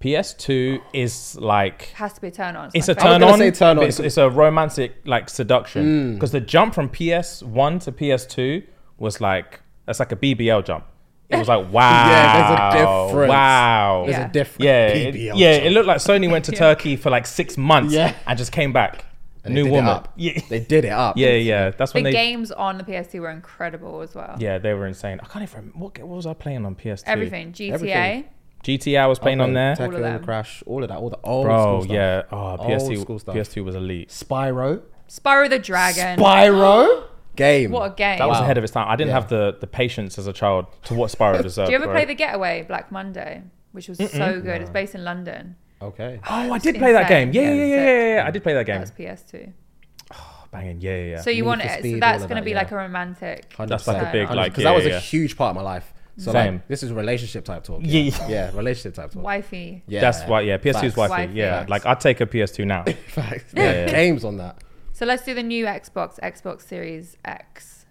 [SPEAKER 2] PS2 is like
[SPEAKER 1] Has to be a turn on.
[SPEAKER 2] it's
[SPEAKER 1] my
[SPEAKER 2] a
[SPEAKER 1] favourite.
[SPEAKER 2] turn
[SPEAKER 3] gonna
[SPEAKER 2] on.
[SPEAKER 3] say turn
[SPEAKER 2] but
[SPEAKER 3] on. Mm.
[SPEAKER 2] It's, it's a romantic like seduction because the jump from PS one to PS two was like that's like a BBL jump. It was like wow,
[SPEAKER 3] Yeah, there's a difference.
[SPEAKER 2] Wow,
[SPEAKER 3] There's
[SPEAKER 1] Yeah.
[SPEAKER 3] a different
[SPEAKER 2] yeah, it,
[SPEAKER 3] PBL
[SPEAKER 2] yeah.
[SPEAKER 3] jump.
[SPEAKER 2] It looked like Sony went to Turkey for like six months
[SPEAKER 3] Yeah.
[SPEAKER 2] and just came back.
[SPEAKER 3] And they
[SPEAKER 2] New
[SPEAKER 3] did it
[SPEAKER 2] woman.
[SPEAKER 3] up.
[SPEAKER 2] Yeah,
[SPEAKER 3] They did it up.
[SPEAKER 2] yeah, yeah. That's
[SPEAKER 1] The
[SPEAKER 2] when they.
[SPEAKER 1] games on the PS2 were incredible as well.
[SPEAKER 2] Yeah, they were insane. I can't even remember what, ga- what was I playing on PS2.
[SPEAKER 1] Everything. GTA.
[SPEAKER 3] Everything.
[SPEAKER 2] GTA I was playing on there.
[SPEAKER 1] All of them.
[SPEAKER 3] Tekken, Crash, all of that, all the old school
[SPEAKER 2] Bro,
[SPEAKER 3] stuff.
[SPEAKER 2] yeah. Oh, PS2.
[SPEAKER 3] school stuff.
[SPEAKER 2] PS2 was elite.
[SPEAKER 3] Spyro.
[SPEAKER 1] Spyro the Dragon.
[SPEAKER 3] Spyro? Game.
[SPEAKER 1] what a game.
[SPEAKER 2] That was
[SPEAKER 3] Wow.
[SPEAKER 2] ahead of its time. I didn't
[SPEAKER 3] Yeah.
[SPEAKER 2] have the, the patience as a child to watch Spyro deserved.
[SPEAKER 1] Do you ever
[SPEAKER 2] bro.
[SPEAKER 1] play The Getaway, Black Monday, which was so good? It's based in London.
[SPEAKER 3] Okay.
[SPEAKER 2] Oh, I did play that
[SPEAKER 1] insane.
[SPEAKER 2] game. Yeah,
[SPEAKER 1] Yeah,
[SPEAKER 2] yeah, yeah,
[SPEAKER 1] sick.
[SPEAKER 2] yeah, yeah, yeah. I did play that
[SPEAKER 1] That
[SPEAKER 2] game.
[SPEAKER 1] was PS2.
[SPEAKER 2] Banging. Yeah, yeah, yeah.
[SPEAKER 1] So you
[SPEAKER 3] Need
[SPEAKER 1] want
[SPEAKER 3] for
[SPEAKER 1] it?
[SPEAKER 3] Speed,
[SPEAKER 1] so
[SPEAKER 3] all
[SPEAKER 1] that's
[SPEAKER 3] of
[SPEAKER 1] going to
[SPEAKER 3] that,
[SPEAKER 1] be
[SPEAKER 3] yeah.
[SPEAKER 1] like a romantic.
[SPEAKER 3] 100%.
[SPEAKER 2] That's like a big, like,
[SPEAKER 3] Because
[SPEAKER 2] yeah,
[SPEAKER 3] that was
[SPEAKER 2] yeah.
[SPEAKER 3] a huge part of my life. So
[SPEAKER 2] Same.
[SPEAKER 3] like, this is relationship type talk.
[SPEAKER 2] Yeah,
[SPEAKER 3] Yeah, yeah relationship type talk.
[SPEAKER 1] Wifey.
[SPEAKER 3] Yeah.
[SPEAKER 2] That's why. Yeah, PS2's
[SPEAKER 3] Facts.
[SPEAKER 2] wifey.
[SPEAKER 1] Wifey.
[SPEAKER 2] Yeah,
[SPEAKER 1] Facts.
[SPEAKER 2] like I'd take a PS2 now.
[SPEAKER 3] Facts.
[SPEAKER 2] Yeah,
[SPEAKER 3] Yeah,
[SPEAKER 2] yeah.
[SPEAKER 3] Games on that.
[SPEAKER 1] So let's do the new Xbox, Xbox Series X.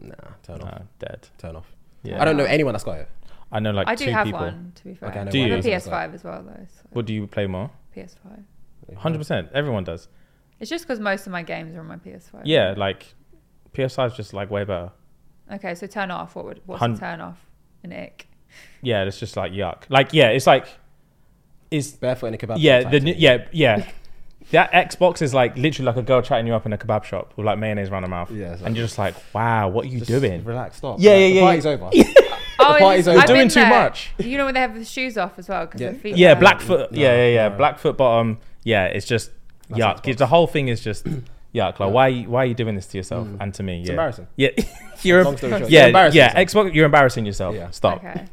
[SPEAKER 3] Nah, turn
[SPEAKER 2] Nah,
[SPEAKER 3] off.
[SPEAKER 2] Uh, dead.
[SPEAKER 3] Turn off.
[SPEAKER 2] Yeah.
[SPEAKER 3] I don't know anyone that's got it.
[SPEAKER 2] I know like
[SPEAKER 1] I
[SPEAKER 2] two
[SPEAKER 1] do have
[SPEAKER 2] people.
[SPEAKER 1] one, to be fair.
[SPEAKER 3] Okay, I know
[SPEAKER 2] Do
[SPEAKER 1] I have
[SPEAKER 2] you?
[SPEAKER 1] a PS5 as well, though. So
[SPEAKER 2] What do you play more?
[SPEAKER 1] PS5.
[SPEAKER 2] Hundred percent. Everyone does.
[SPEAKER 1] It's just because most of my games are on my PS5.
[SPEAKER 2] Yeah, like PS5 is just like way better.
[SPEAKER 1] Okay, so turn off. What would what's
[SPEAKER 2] Hun-
[SPEAKER 1] a turn off? An ick.
[SPEAKER 2] Yeah, it's just like yuck. Like yeah, it's like it's
[SPEAKER 3] Barefoot in a kebab.
[SPEAKER 2] yeah
[SPEAKER 3] shop
[SPEAKER 2] the
[SPEAKER 3] type
[SPEAKER 2] new,
[SPEAKER 3] thing.
[SPEAKER 2] yeah yeah. That Xbox is like literally like a girl chatting you up in a kebab shop with like mayonnaise around her mouth.
[SPEAKER 3] Yeah, it's
[SPEAKER 2] and
[SPEAKER 3] like-
[SPEAKER 2] you're just like, wow, what are you
[SPEAKER 3] Just
[SPEAKER 2] doing?
[SPEAKER 3] Relax. Stop.
[SPEAKER 2] Yeah,
[SPEAKER 3] Like,
[SPEAKER 2] yeah,
[SPEAKER 3] the
[SPEAKER 2] yeah,
[SPEAKER 3] Party's
[SPEAKER 2] yeah.
[SPEAKER 3] over.
[SPEAKER 1] Oh,
[SPEAKER 3] party's over.
[SPEAKER 2] Doing too much.
[SPEAKER 1] You know when they have the shoes off as well because
[SPEAKER 3] Yeah.
[SPEAKER 1] the feet.
[SPEAKER 2] Yeah,
[SPEAKER 1] are-
[SPEAKER 2] Blackfoot. yeah, yeah, yeah.
[SPEAKER 3] no.
[SPEAKER 2] Blackfoot bottom. Yeah, it's just yuck.
[SPEAKER 3] Xbox.
[SPEAKER 2] The whole thing is just yuck. Like, why, are you, why are you doing this to yourself and to me? Yeah.
[SPEAKER 3] Mm. embarrassing.
[SPEAKER 2] Yeah, you're.
[SPEAKER 3] Long story short,
[SPEAKER 2] yeah,
[SPEAKER 3] you're embarrassing
[SPEAKER 2] yeah.
[SPEAKER 3] yourself.
[SPEAKER 2] Xbox, you're embarrassing yourself.
[SPEAKER 3] Yeah.
[SPEAKER 2] Stop.
[SPEAKER 1] Okay,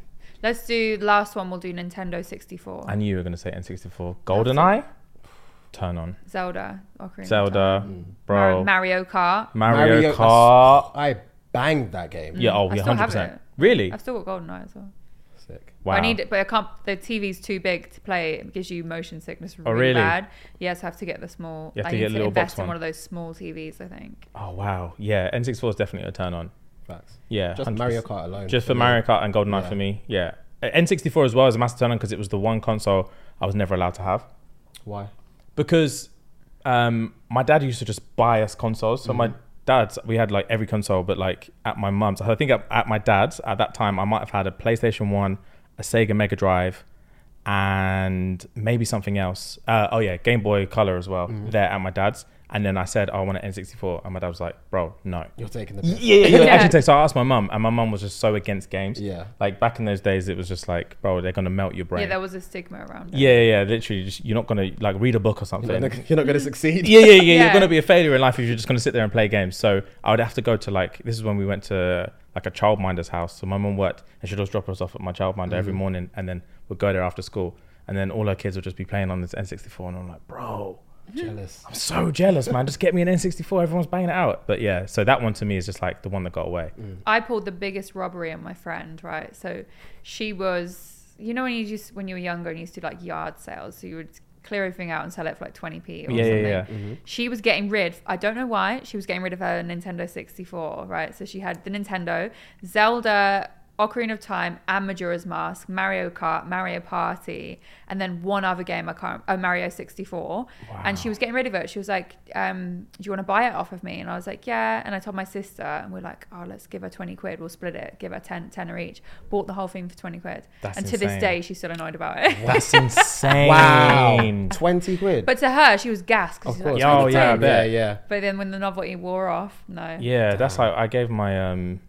[SPEAKER 1] let's do the last one. We'll do Nintendo 64,
[SPEAKER 2] I knew you were gonna say N64. GoldenEye. Turn on.
[SPEAKER 1] Zelda, Ocarina of Time.
[SPEAKER 2] Zelda,
[SPEAKER 1] Mar-
[SPEAKER 2] bro.
[SPEAKER 1] Mario Kart.
[SPEAKER 2] Mario,
[SPEAKER 3] Mario-
[SPEAKER 2] Kart.
[SPEAKER 3] I banged that game.
[SPEAKER 2] Yeah. Oh,
[SPEAKER 1] I
[SPEAKER 2] yeah.
[SPEAKER 1] still
[SPEAKER 2] Hundred
[SPEAKER 1] have
[SPEAKER 2] percent.
[SPEAKER 1] it.
[SPEAKER 2] Really?
[SPEAKER 1] I've still got GoldenEye as well.
[SPEAKER 3] Sick.
[SPEAKER 2] Wow.
[SPEAKER 1] I need it, but I can't. The TV's too big to play. It gives you motion sickness really,
[SPEAKER 2] Oh, really?
[SPEAKER 1] bad. Yes, I have to get the small.
[SPEAKER 2] You have
[SPEAKER 1] I
[SPEAKER 2] to
[SPEAKER 1] need
[SPEAKER 2] get a
[SPEAKER 1] to
[SPEAKER 2] little box
[SPEAKER 1] invest in
[SPEAKER 2] one.
[SPEAKER 1] one of those small TVs. I think.
[SPEAKER 2] Oh wow. Yeah. N64 is definitely a turn on.
[SPEAKER 3] Facts.
[SPEAKER 2] Yeah.
[SPEAKER 3] Just
[SPEAKER 2] 100%.
[SPEAKER 3] Mario Kart alone.
[SPEAKER 2] Just for
[SPEAKER 3] me.
[SPEAKER 2] Mario Kart and GoldenEye
[SPEAKER 3] Yeah.
[SPEAKER 2] for me. Yeah. Uh, N64 as well is a massive turn on because it was the one console I was never allowed to have.
[SPEAKER 3] Why?
[SPEAKER 2] because um, my dad used to just buy us consoles. So
[SPEAKER 3] Mm-hmm.
[SPEAKER 2] my dad's, we had like every console, but like at my mum's. I think at, at my dad's at that time, I might have had a PlayStation One, a Sega Mega Drive, and maybe something else. Uh, oh yeah, Game Boy Color as well.
[SPEAKER 3] Mm-hmm.
[SPEAKER 2] There at my dad's, and then I said "Oh, I want an N64, and my dad was like, "Bro, no."
[SPEAKER 3] You're taking the piss.
[SPEAKER 2] Yeah, yeah, yeah.
[SPEAKER 1] Yeah.
[SPEAKER 2] Actually, so I asked my mum, and my mum was just so against games.
[SPEAKER 3] Yeah.
[SPEAKER 2] Like back in those days, it was just like, bro, they're gonna melt your brain.
[SPEAKER 1] Yeah, there was a stigma around it.
[SPEAKER 2] yeah, yeah, yeah, literally, just, you're not gonna like read a book or something
[SPEAKER 3] You're not, you're not gonna succeed.
[SPEAKER 2] yeah, yeah, yeah,
[SPEAKER 1] Yeah.
[SPEAKER 2] You're gonna be a failure in life if you're just gonna sit there and play games. So I would have to go to like this is when we went to like a childminder's house. So my mum worked and she'd always drop us off at my childminder
[SPEAKER 3] Mm-hmm.
[SPEAKER 2] every morning, and then we'd go there after school, and then all her kids would just be playing on this N64, and I'm like, bro,
[SPEAKER 3] Jealous.
[SPEAKER 2] I'm so jealous, man. Just get me an N64. Everyone's banging it out. But yeah, so that one to me is just like the one that got away.
[SPEAKER 1] I pulled the biggest robbery on my friend, right? So she was, you know, when you just when you were younger and you used to do, like yard sales, so you would clear everything out and sell it for like 20p or
[SPEAKER 2] Yeah, yeah,
[SPEAKER 1] something.
[SPEAKER 2] yeah.
[SPEAKER 1] She was getting rid, I don't know why, she was getting rid of her Nintendo 64, right? So she had the Nintendo, Zelda, Ocarina of Time, and Majora's Mask, Mario Kart, Mario Party, and then one other game I can't, oh, Mario 64. And she was getting rid of it. She was like, um, Do you want to buy it off of me? And I was like, Yeah. And I told my sister, and we're like, Oh, let's give her 20 quid. We'll split it, give her 10, 10 or each. Bought the whole thing for 20 quid.
[SPEAKER 2] That's
[SPEAKER 1] and to
[SPEAKER 2] insane.
[SPEAKER 1] this day, she's still annoyed about it.
[SPEAKER 2] That's insane.
[SPEAKER 3] Wow. 20 quid.
[SPEAKER 1] But to her, she was gassed. 'cause
[SPEAKER 3] of
[SPEAKER 1] she's
[SPEAKER 3] course.
[SPEAKER 1] like,
[SPEAKER 2] Yeah, oh,
[SPEAKER 1] "20
[SPEAKER 2] yeah, I
[SPEAKER 1] quid."
[SPEAKER 3] yeah,
[SPEAKER 2] bet.
[SPEAKER 3] yeah.
[SPEAKER 1] But then when the novelty wore off, no.
[SPEAKER 2] Yeah, that's like I gave my um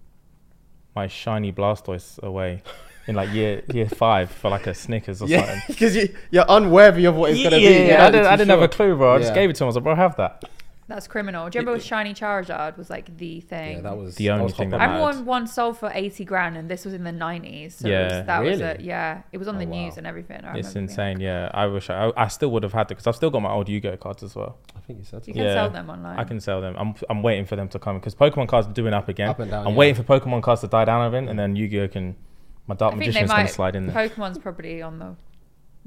[SPEAKER 2] my shiny Blastoise away in like year year five for like a Snickers or
[SPEAKER 3] Yeah,
[SPEAKER 2] something.
[SPEAKER 3] because you, you're unworthy of what it's gonna
[SPEAKER 2] yeah,
[SPEAKER 3] be. You're
[SPEAKER 2] I
[SPEAKER 3] not
[SPEAKER 2] didn't,
[SPEAKER 3] too
[SPEAKER 2] I didn't have
[SPEAKER 3] sure.
[SPEAKER 2] a clue, bro. I just
[SPEAKER 3] Yeah.
[SPEAKER 2] gave it to him. I was like, bro, have that.
[SPEAKER 1] That's criminal. Do you remember Shiny Charizard was like the thing?
[SPEAKER 3] Yeah, that was
[SPEAKER 2] The
[SPEAKER 3] that
[SPEAKER 2] only
[SPEAKER 3] was
[SPEAKER 2] thing
[SPEAKER 3] hot
[SPEAKER 2] that
[SPEAKER 1] I
[SPEAKER 3] button.
[SPEAKER 2] mattered.
[SPEAKER 1] remember one, one sold for 80 grand and this was in the 90s. So yeah.
[SPEAKER 2] Yeah.
[SPEAKER 1] that was
[SPEAKER 3] Really?
[SPEAKER 1] it. Yeah. It was on the
[SPEAKER 3] Oh, wow.
[SPEAKER 1] news and everything. I
[SPEAKER 2] It's
[SPEAKER 1] remember being-
[SPEAKER 2] insane. Yeah, I wish I, I, I still would have had it because I've still got my old Yu-Gi-Oh cards as well.
[SPEAKER 3] I think
[SPEAKER 1] You
[SPEAKER 3] you said something.
[SPEAKER 1] can
[SPEAKER 2] yeah,
[SPEAKER 1] sell them online.
[SPEAKER 2] I can sell them. I'm I'm waiting for them to come because Pokemon cards are doing up again.
[SPEAKER 3] Up and down,
[SPEAKER 2] I'm
[SPEAKER 3] yeah.
[SPEAKER 2] waiting for Pokemon cards to die down again, and then Yu-Gi-Oh can. My Dark
[SPEAKER 1] I think they
[SPEAKER 2] Magician's gonna
[SPEAKER 1] might.
[SPEAKER 2] slide in there.
[SPEAKER 1] Pokemon's probably on the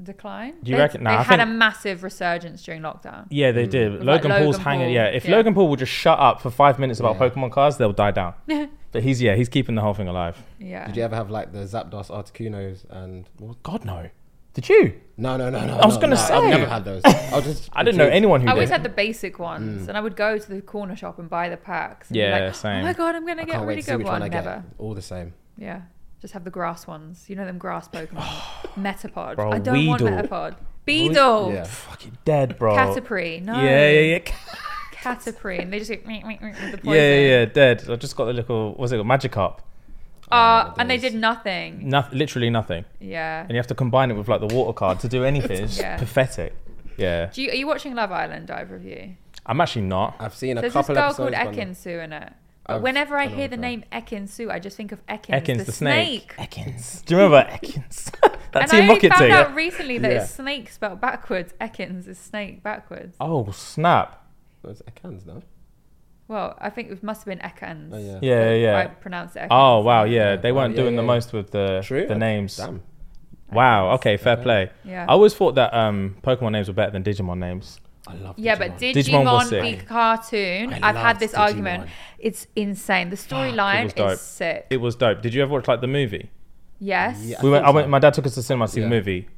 [SPEAKER 1] decline.
[SPEAKER 2] Do you
[SPEAKER 1] They-
[SPEAKER 2] reckon- nah,
[SPEAKER 1] they
[SPEAKER 2] I
[SPEAKER 1] had a
[SPEAKER 2] think-
[SPEAKER 1] massive resurgence during lockdown.
[SPEAKER 2] Yeah, they did. Logan,
[SPEAKER 1] Mm. like Logan
[SPEAKER 2] Paul's hanging.
[SPEAKER 1] Paul,
[SPEAKER 2] Yeah, if
[SPEAKER 1] yeah.
[SPEAKER 2] Logan Paul would just shut up for five minutes about
[SPEAKER 3] Yeah.
[SPEAKER 2] Pokemon cards, they'll die down. but he's yeah, he's keeping the whole thing alive.
[SPEAKER 1] Yeah.
[SPEAKER 3] Did you ever have like the Zapdos, Articunos, and what was-
[SPEAKER 2] God no. Did you?
[SPEAKER 3] no, no, no, no.
[SPEAKER 2] I was
[SPEAKER 3] no,
[SPEAKER 2] gonna
[SPEAKER 3] no,
[SPEAKER 2] say.
[SPEAKER 3] I've never had those. I was just.
[SPEAKER 2] I didn't know
[SPEAKER 3] intrigued.
[SPEAKER 2] anyone who
[SPEAKER 1] I always
[SPEAKER 2] did.
[SPEAKER 1] had the basic ones, and I would go to the corner shop and buy the packs. and be
[SPEAKER 2] Mm. Yeah,
[SPEAKER 1] like,
[SPEAKER 2] same.
[SPEAKER 1] Oh my god, I'm gonna
[SPEAKER 3] I
[SPEAKER 1] get
[SPEAKER 3] can't
[SPEAKER 1] a
[SPEAKER 3] wait
[SPEAKER 1] really
[SPEAKER 3] to see
[SPEAKER 1] good
[SPEAKER 3] which
[SPEAKER 1] one.
[SPEAKER 3] one I
[SPEAKER 1] Never.
[SPEAKER 3] get. All the same.
[SPEAKER 1] Yeah, just have the grass ones. You know them grass Pokemon. Metapod.
[SPEAKER 2] Bro,
[SPEAKER 1] I don't want
[SPEAKER 2] Weedle.
[SPEAKER 1] Metapod. Beedle.
[SPEAKER 3] Yeah.
[SPEAKER 2] Fucking dead, bro.
[SPEAKER 1] Caterpie. No.
[SPEAKER 2] Yeah, yeah, yeah.
[SPEAKER 1] Caterpie, and they just go meek, meek, meek with the poison.
[SPEAKER 2] Yeah, yeah, yeah, dead. I just got the little, what's it called? Magikarp.
[SPEAKER 1] Uh, and they did nothing.
[SPEAKER 2] Nothing, literally nothing.
[SPEAKER 1] Yeah.
[SPEAKER 2] Oh, Mm. And you have to combine it with like the water card to do anything. It's just
[SPEAKER 1] Yeah.
[SPEAKER 2] pathetic. Yeah.
[SPEAKER 1] Do you, are you watching Love Island? Either of you?
[SPEAKER 2] I'm actually not.
[SPEAKER 3] I've seen a
[SPEAKER 1] There's this
[SPEAKER 3] couple
[SPEAKER 1] girl called
[SPEAKER 3] episodes. but no.
[SPEAKER 1] Ekinsu in it.
[SPEAKER 2] Oh,
[SPEAKER 1] But
[SPEAKER 3] I've-
[SPEAKER 1] whenever I,
[SPEAKER 3] I know
[SPEAKER 1] hear
[SPEAKER 3] of
[SPEAKER 1] the
[SPEAKER 3] her.
[SPEAKER 1] name Ekinsu, I just think of Ekins,
[SPEAKER 2] Ekins,
[SPEAKER 1] the,
[SPEAKER 2] the,
[SPEAKER 1] snake.
[SPEAKER 2] Ekins. Do you remember Ekins? that
[SPEAKER 1] And I
[SPEAKER 2] Team
[SPEAKER 1] only
[SPEAKER 2] Rocket
[SPEAKER 1] found
[SPEAKER 2] thing.
[SPEAKER 1] out recently that
[SPEAKER 3] Yeah.
[SPEAKER 1] it's snake spelled backwards. Ekins is snake backwards.
[SPEAKER 2] Oh, snap.
[SPEAKER 3] Those Ekans, no.
[SPEAKER 1] Well, I think it must have been Ekans.
[SPEAKER 3] Oh yeah.
[SPEAKER 2] Yeah, yeah, yeah.
[SPEAKER 1] I pronounce it. Ekans.
[SPEAKER 2] Oh wow, yeah, they
[SPEAKER 3] Oh,
[SPEAKER 2] weren't
[SPEAKER 3] yeah,
[SPEAKER 2] doing
[SPEAKER 3] yeah,
[SPEAKER 2] the
[SPEAKER 3] yeah.
[SPEAKER 2] most with the
[SPEAKER 3] True. uh,
[SPEAKER 2] the names.
[SPEAKER 3] Damn.
[SPEAKER 2] Wow, okay, fair play.
[SPEAKER 1] Yeah.
[SPEAKER 2] I always thought that um, Pokemon names were better than Digimon names.
[SPEAKER 3] I love.
[SPEAKER 1] Yeah, but
[SPEAKER 2] Digimon. Digimon was
[SPEAKER 1] Digimon,
[SPEAKER 2] sick.
[SPEAKER 1] the cartoon,
[SPEAKER 3] I
[SPEAKER 1] I've had
[SPEAKER 3] loved
[SPEAKER 1] this
[SPEAKER 3] Digimon.
[SPEAKER 1] argument. It's insane. The storyline
[SPEAKER 2] dope.
[SPEAKER 1] is sick.
[SPEAKER 2] It was dope. Did you ever watch like the movie?
[SPEAKER 1] yes.
[SPEAKER 3] Yeah. I
[SPEAKER 2] we went. I
[SPEAKER 3] think
[SPEAKER 2] went.
[SPEAKER 3] so.
[SPEAKER 2] My dad took us to cinema to see the
[SPEAKER 3] Yeah.
[SPEAKER 2] movie.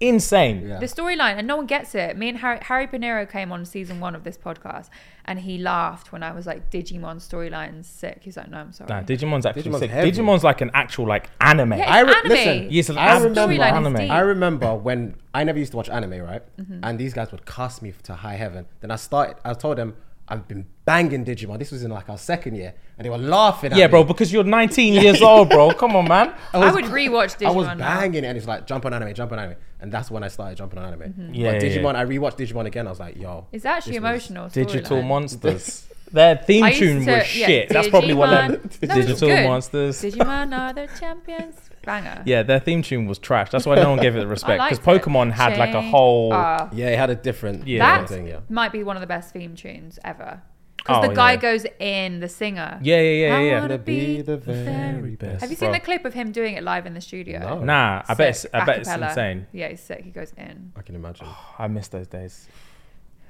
[SPEAKER 2] Insane.
[SPEAKER 3] Yeah.
[SPEAKER 1] The storyline, and no one gets it. Me and Harry, Harry Panero came on season one of this podcast, and he laughed when I was like, Digimon storyline sick. He's like, no, I'm sorry.
[SPEAKER 2] Nah, Digimon's actually
[SPEAKER 3] Digimon's
[SPEAKER 2] sick.
[SPEAKER 3] heavy.
[SPEAKER 2] Digimon's like an actual like anime.
[SPEAKER 1] Yeah,
[SPEAKER 3] I re-
[SPEAKER 1] anime.
[SPEAKER 3] listen,
[SPEAKER 2] Yes, an
[SPEAKER 3] I
[SPEAKER 2] actual
[SPEAKER 3] remember- Storyline
[SPEAKER 1] is
[SPEAKER 2] anime.
[SPEAKER 1] deep. Mm-hmm.
[SPEAKER 3] I remember when I never used to watch anime, right? And these guys would cuss me to high heaven. Then I started. I told them I've been banging Digimon. This was in like our second year, and they were laughing. at
[SPEAKER 2] yeah,
[SPEAKER 3] me.
[SPEAKER 2] bro, because you're 19 years old, bro. Come on, man.
[SPEAKER 1] I would rewatch Digimon.
[SPEAKER 3] I was
[SPEAKER 1] now.
[SPEAKER 3] banging it, and it's like jump on anime, jump on anime, and that's when I started jumping on anime.
[SPEAKER 1] Mm-hmm.
[SPEAKER 2] Yeah,
[SPEAKER 3] but
[SPEAKER 2] yeah,
[SPEAKER 3] Digimon,
[SPEAKER 2] yeah.
[SPEAKER 3] I rewatched Digimon again. I was like, yo,
[SPEAKER 1] It's actually emotional.
[SPEAKER 2] Digital
[SPEAKER 1] storyline.
[SPEAKER 2] monsters. Their theme
[SPEAKER 1] I used
[SPEAKER 2] tune
[SPEAKER 1] to-
[SPEAKER 2] was
[SPEAKER 1] yeah,
[SPEAKER 2] shit. That's probably what.
[SPEAKER 1] Digimon-
[SPEAKER 2] led-
[SPEAKER 1] No, it's
[SPEAKER 2] Digital
[SPEAKER 1] good.
[SPEAKER 2] monsters.
[SPEAKER 1] Digimon are the champions. Banger.
[SPEAKER 2] Yeah, their theme tune was trash. That's why no one gave it the respect because
[SPEAKER 1] liked it.
[SPEAKER 2] Pokemon had like a
[SPEAKER 1] Change-
[SPEAKER 2] whole.
[SPEAKER 1] Ah.
[SPEAKER 3] yeah, it had a different
[SPEAKER 2] Yeah.
[SPEAKER 1] That
[SPEAKER 3] different thing. Yeah,
[SPEAKER 1] might be one of the best theme tunes ever. Because
[SPEAKER 2] Oh,
[SPEAKER 1] the guy
[SPEAKER 2] yeah.
[SPEAKER 1] goes in, the singer.
[SPEAKER 2] yeah, yeah, yeah,
[SPEAKER 1] I
[SPEAKER 2] yeah.
[SPEAKER 1] wanna be the very
[SPEAKER 3] best.
[SPEAKER 1] Have you seen
[SPEAKER 2] Bro.
[SPEAKER 1] the clip of him doing it live in the studio?
[SPEAKER 3] No.
[SPEAKER 2] Nah, I bet. It's,
[SPEAKER 1] Sick.
[SPEAKER 2] I bet it's
[SPEAKER 1] Acapella.
[SPEAKER 2] insane.
[SPEAKER 1] Yeah, he's sick. He goes in.
[SPEAKER 3] I can imagine
[SPEAKER 2] I miss those days.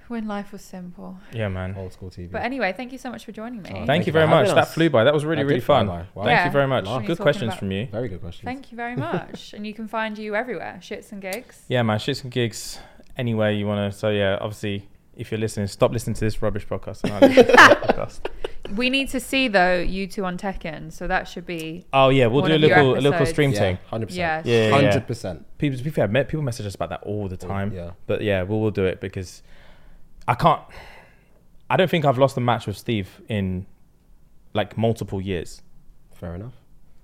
[SPEAKER 1] When life was simple.
[SPEAKER 2] Yeah, man.
[SPEAKER 3] old school TV.
[SPEAKER 1] But anyway, thank you so much for joining me.
[SPEAKER 3] Oh,
[SPEAKER 2] Thank,
[SPEAKER 3] Thank
[SPEAKER 2] you
[SPEAKER 3] you
[SPEAKER 2] very
[SPEAKER 3] for
[SPEAKER 2] much.
[SPEAKER 3] having
[SPEAKER 2] That
[SPEAKER 3] us.
[SPEAKER 2] flew by. That was really,
[SPEAKER 3] That
[SPEAKER 2] really
[SPEAKER 3] did fly
[SPEAKER 2] fun.
[SPEAKER 3] by. Wow.
[SPEAKER 2] Thank
[SPEAKER 1] Yeah.
[SPEAKER 2] you very much.
[SPEAKER 1] Wow. We're
[SPEAKER 2] Good
[SPEAKER 1] talking
[SPEAKER 2] questions
[SPEAKER 1] about-
[SPEAKER 2] from you.
[SPEAKER 3] Very good question.
[SPEAKER 1] Thank you very much. and you can find you everywhere. Shits and gigs.
[SPEAKER 2] Yeah, man. Shits and gigs anywhere you want to. So, yeah, obviously, if you're listening, stop listening to this rubbish podcast. and I'll listen to that podcast.
[SPEAKER 1] We need to see though you two on Tekken, so that should be
[SPEAKER 2] Oh, yeah. We'll
[SPEAKER 1] One
[SPEAKER 2] do a
[SPEAKER 1] of your
[SPEAKER 2] little, a little
[SPEAKER 1] episodes.
[SPEAKER 2] stream
[SPEAKER 3] Yeah,
[SPEAKER 2] thing.
[SPEAKER 3] hundred
[SPEAKER 1] yeah.
[SPEAKER 3] percent.
[SPEAKER 2] Yeah, yeah, yeah.
[SPEAKER 3] Hundred percent.
[SPEAKER 2] People, to be fair, me- people message us about that all the time.
[SPEAKER 3] yeah.
[SPEAKER 2] But Oh, yeah, we'll, we'll do it because I can't. I don't think I've lost a match with Steve in like multiple years.
[SPEAKER 3] Fair enough.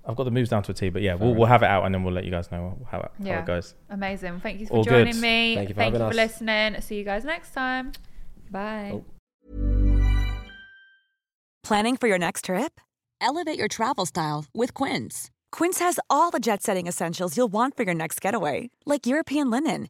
[SPEAKER 2] I've got the moves down to a T, but yeah, we'll, we'll have it out and then we'll let you guys know how it, how
[SPEAKER 1] Yeah.
[SPEAKER 2] it goes.
[SPEAKER 1] amazing. Thank you for
[SPEAKER 2] All good.
[SPEAKER 1] joining me.
[SPEAKER 3] Thank you for having us.
[SPEAKER 1] listening. See you guys next time. Bye.
[SPEAKER 3] Oh.
[SPEAKER 6] Planning for your next trip? Elevate your travel style with Quince. Quince has all the jet setting essentials you'll want for your next getaway, like European linen,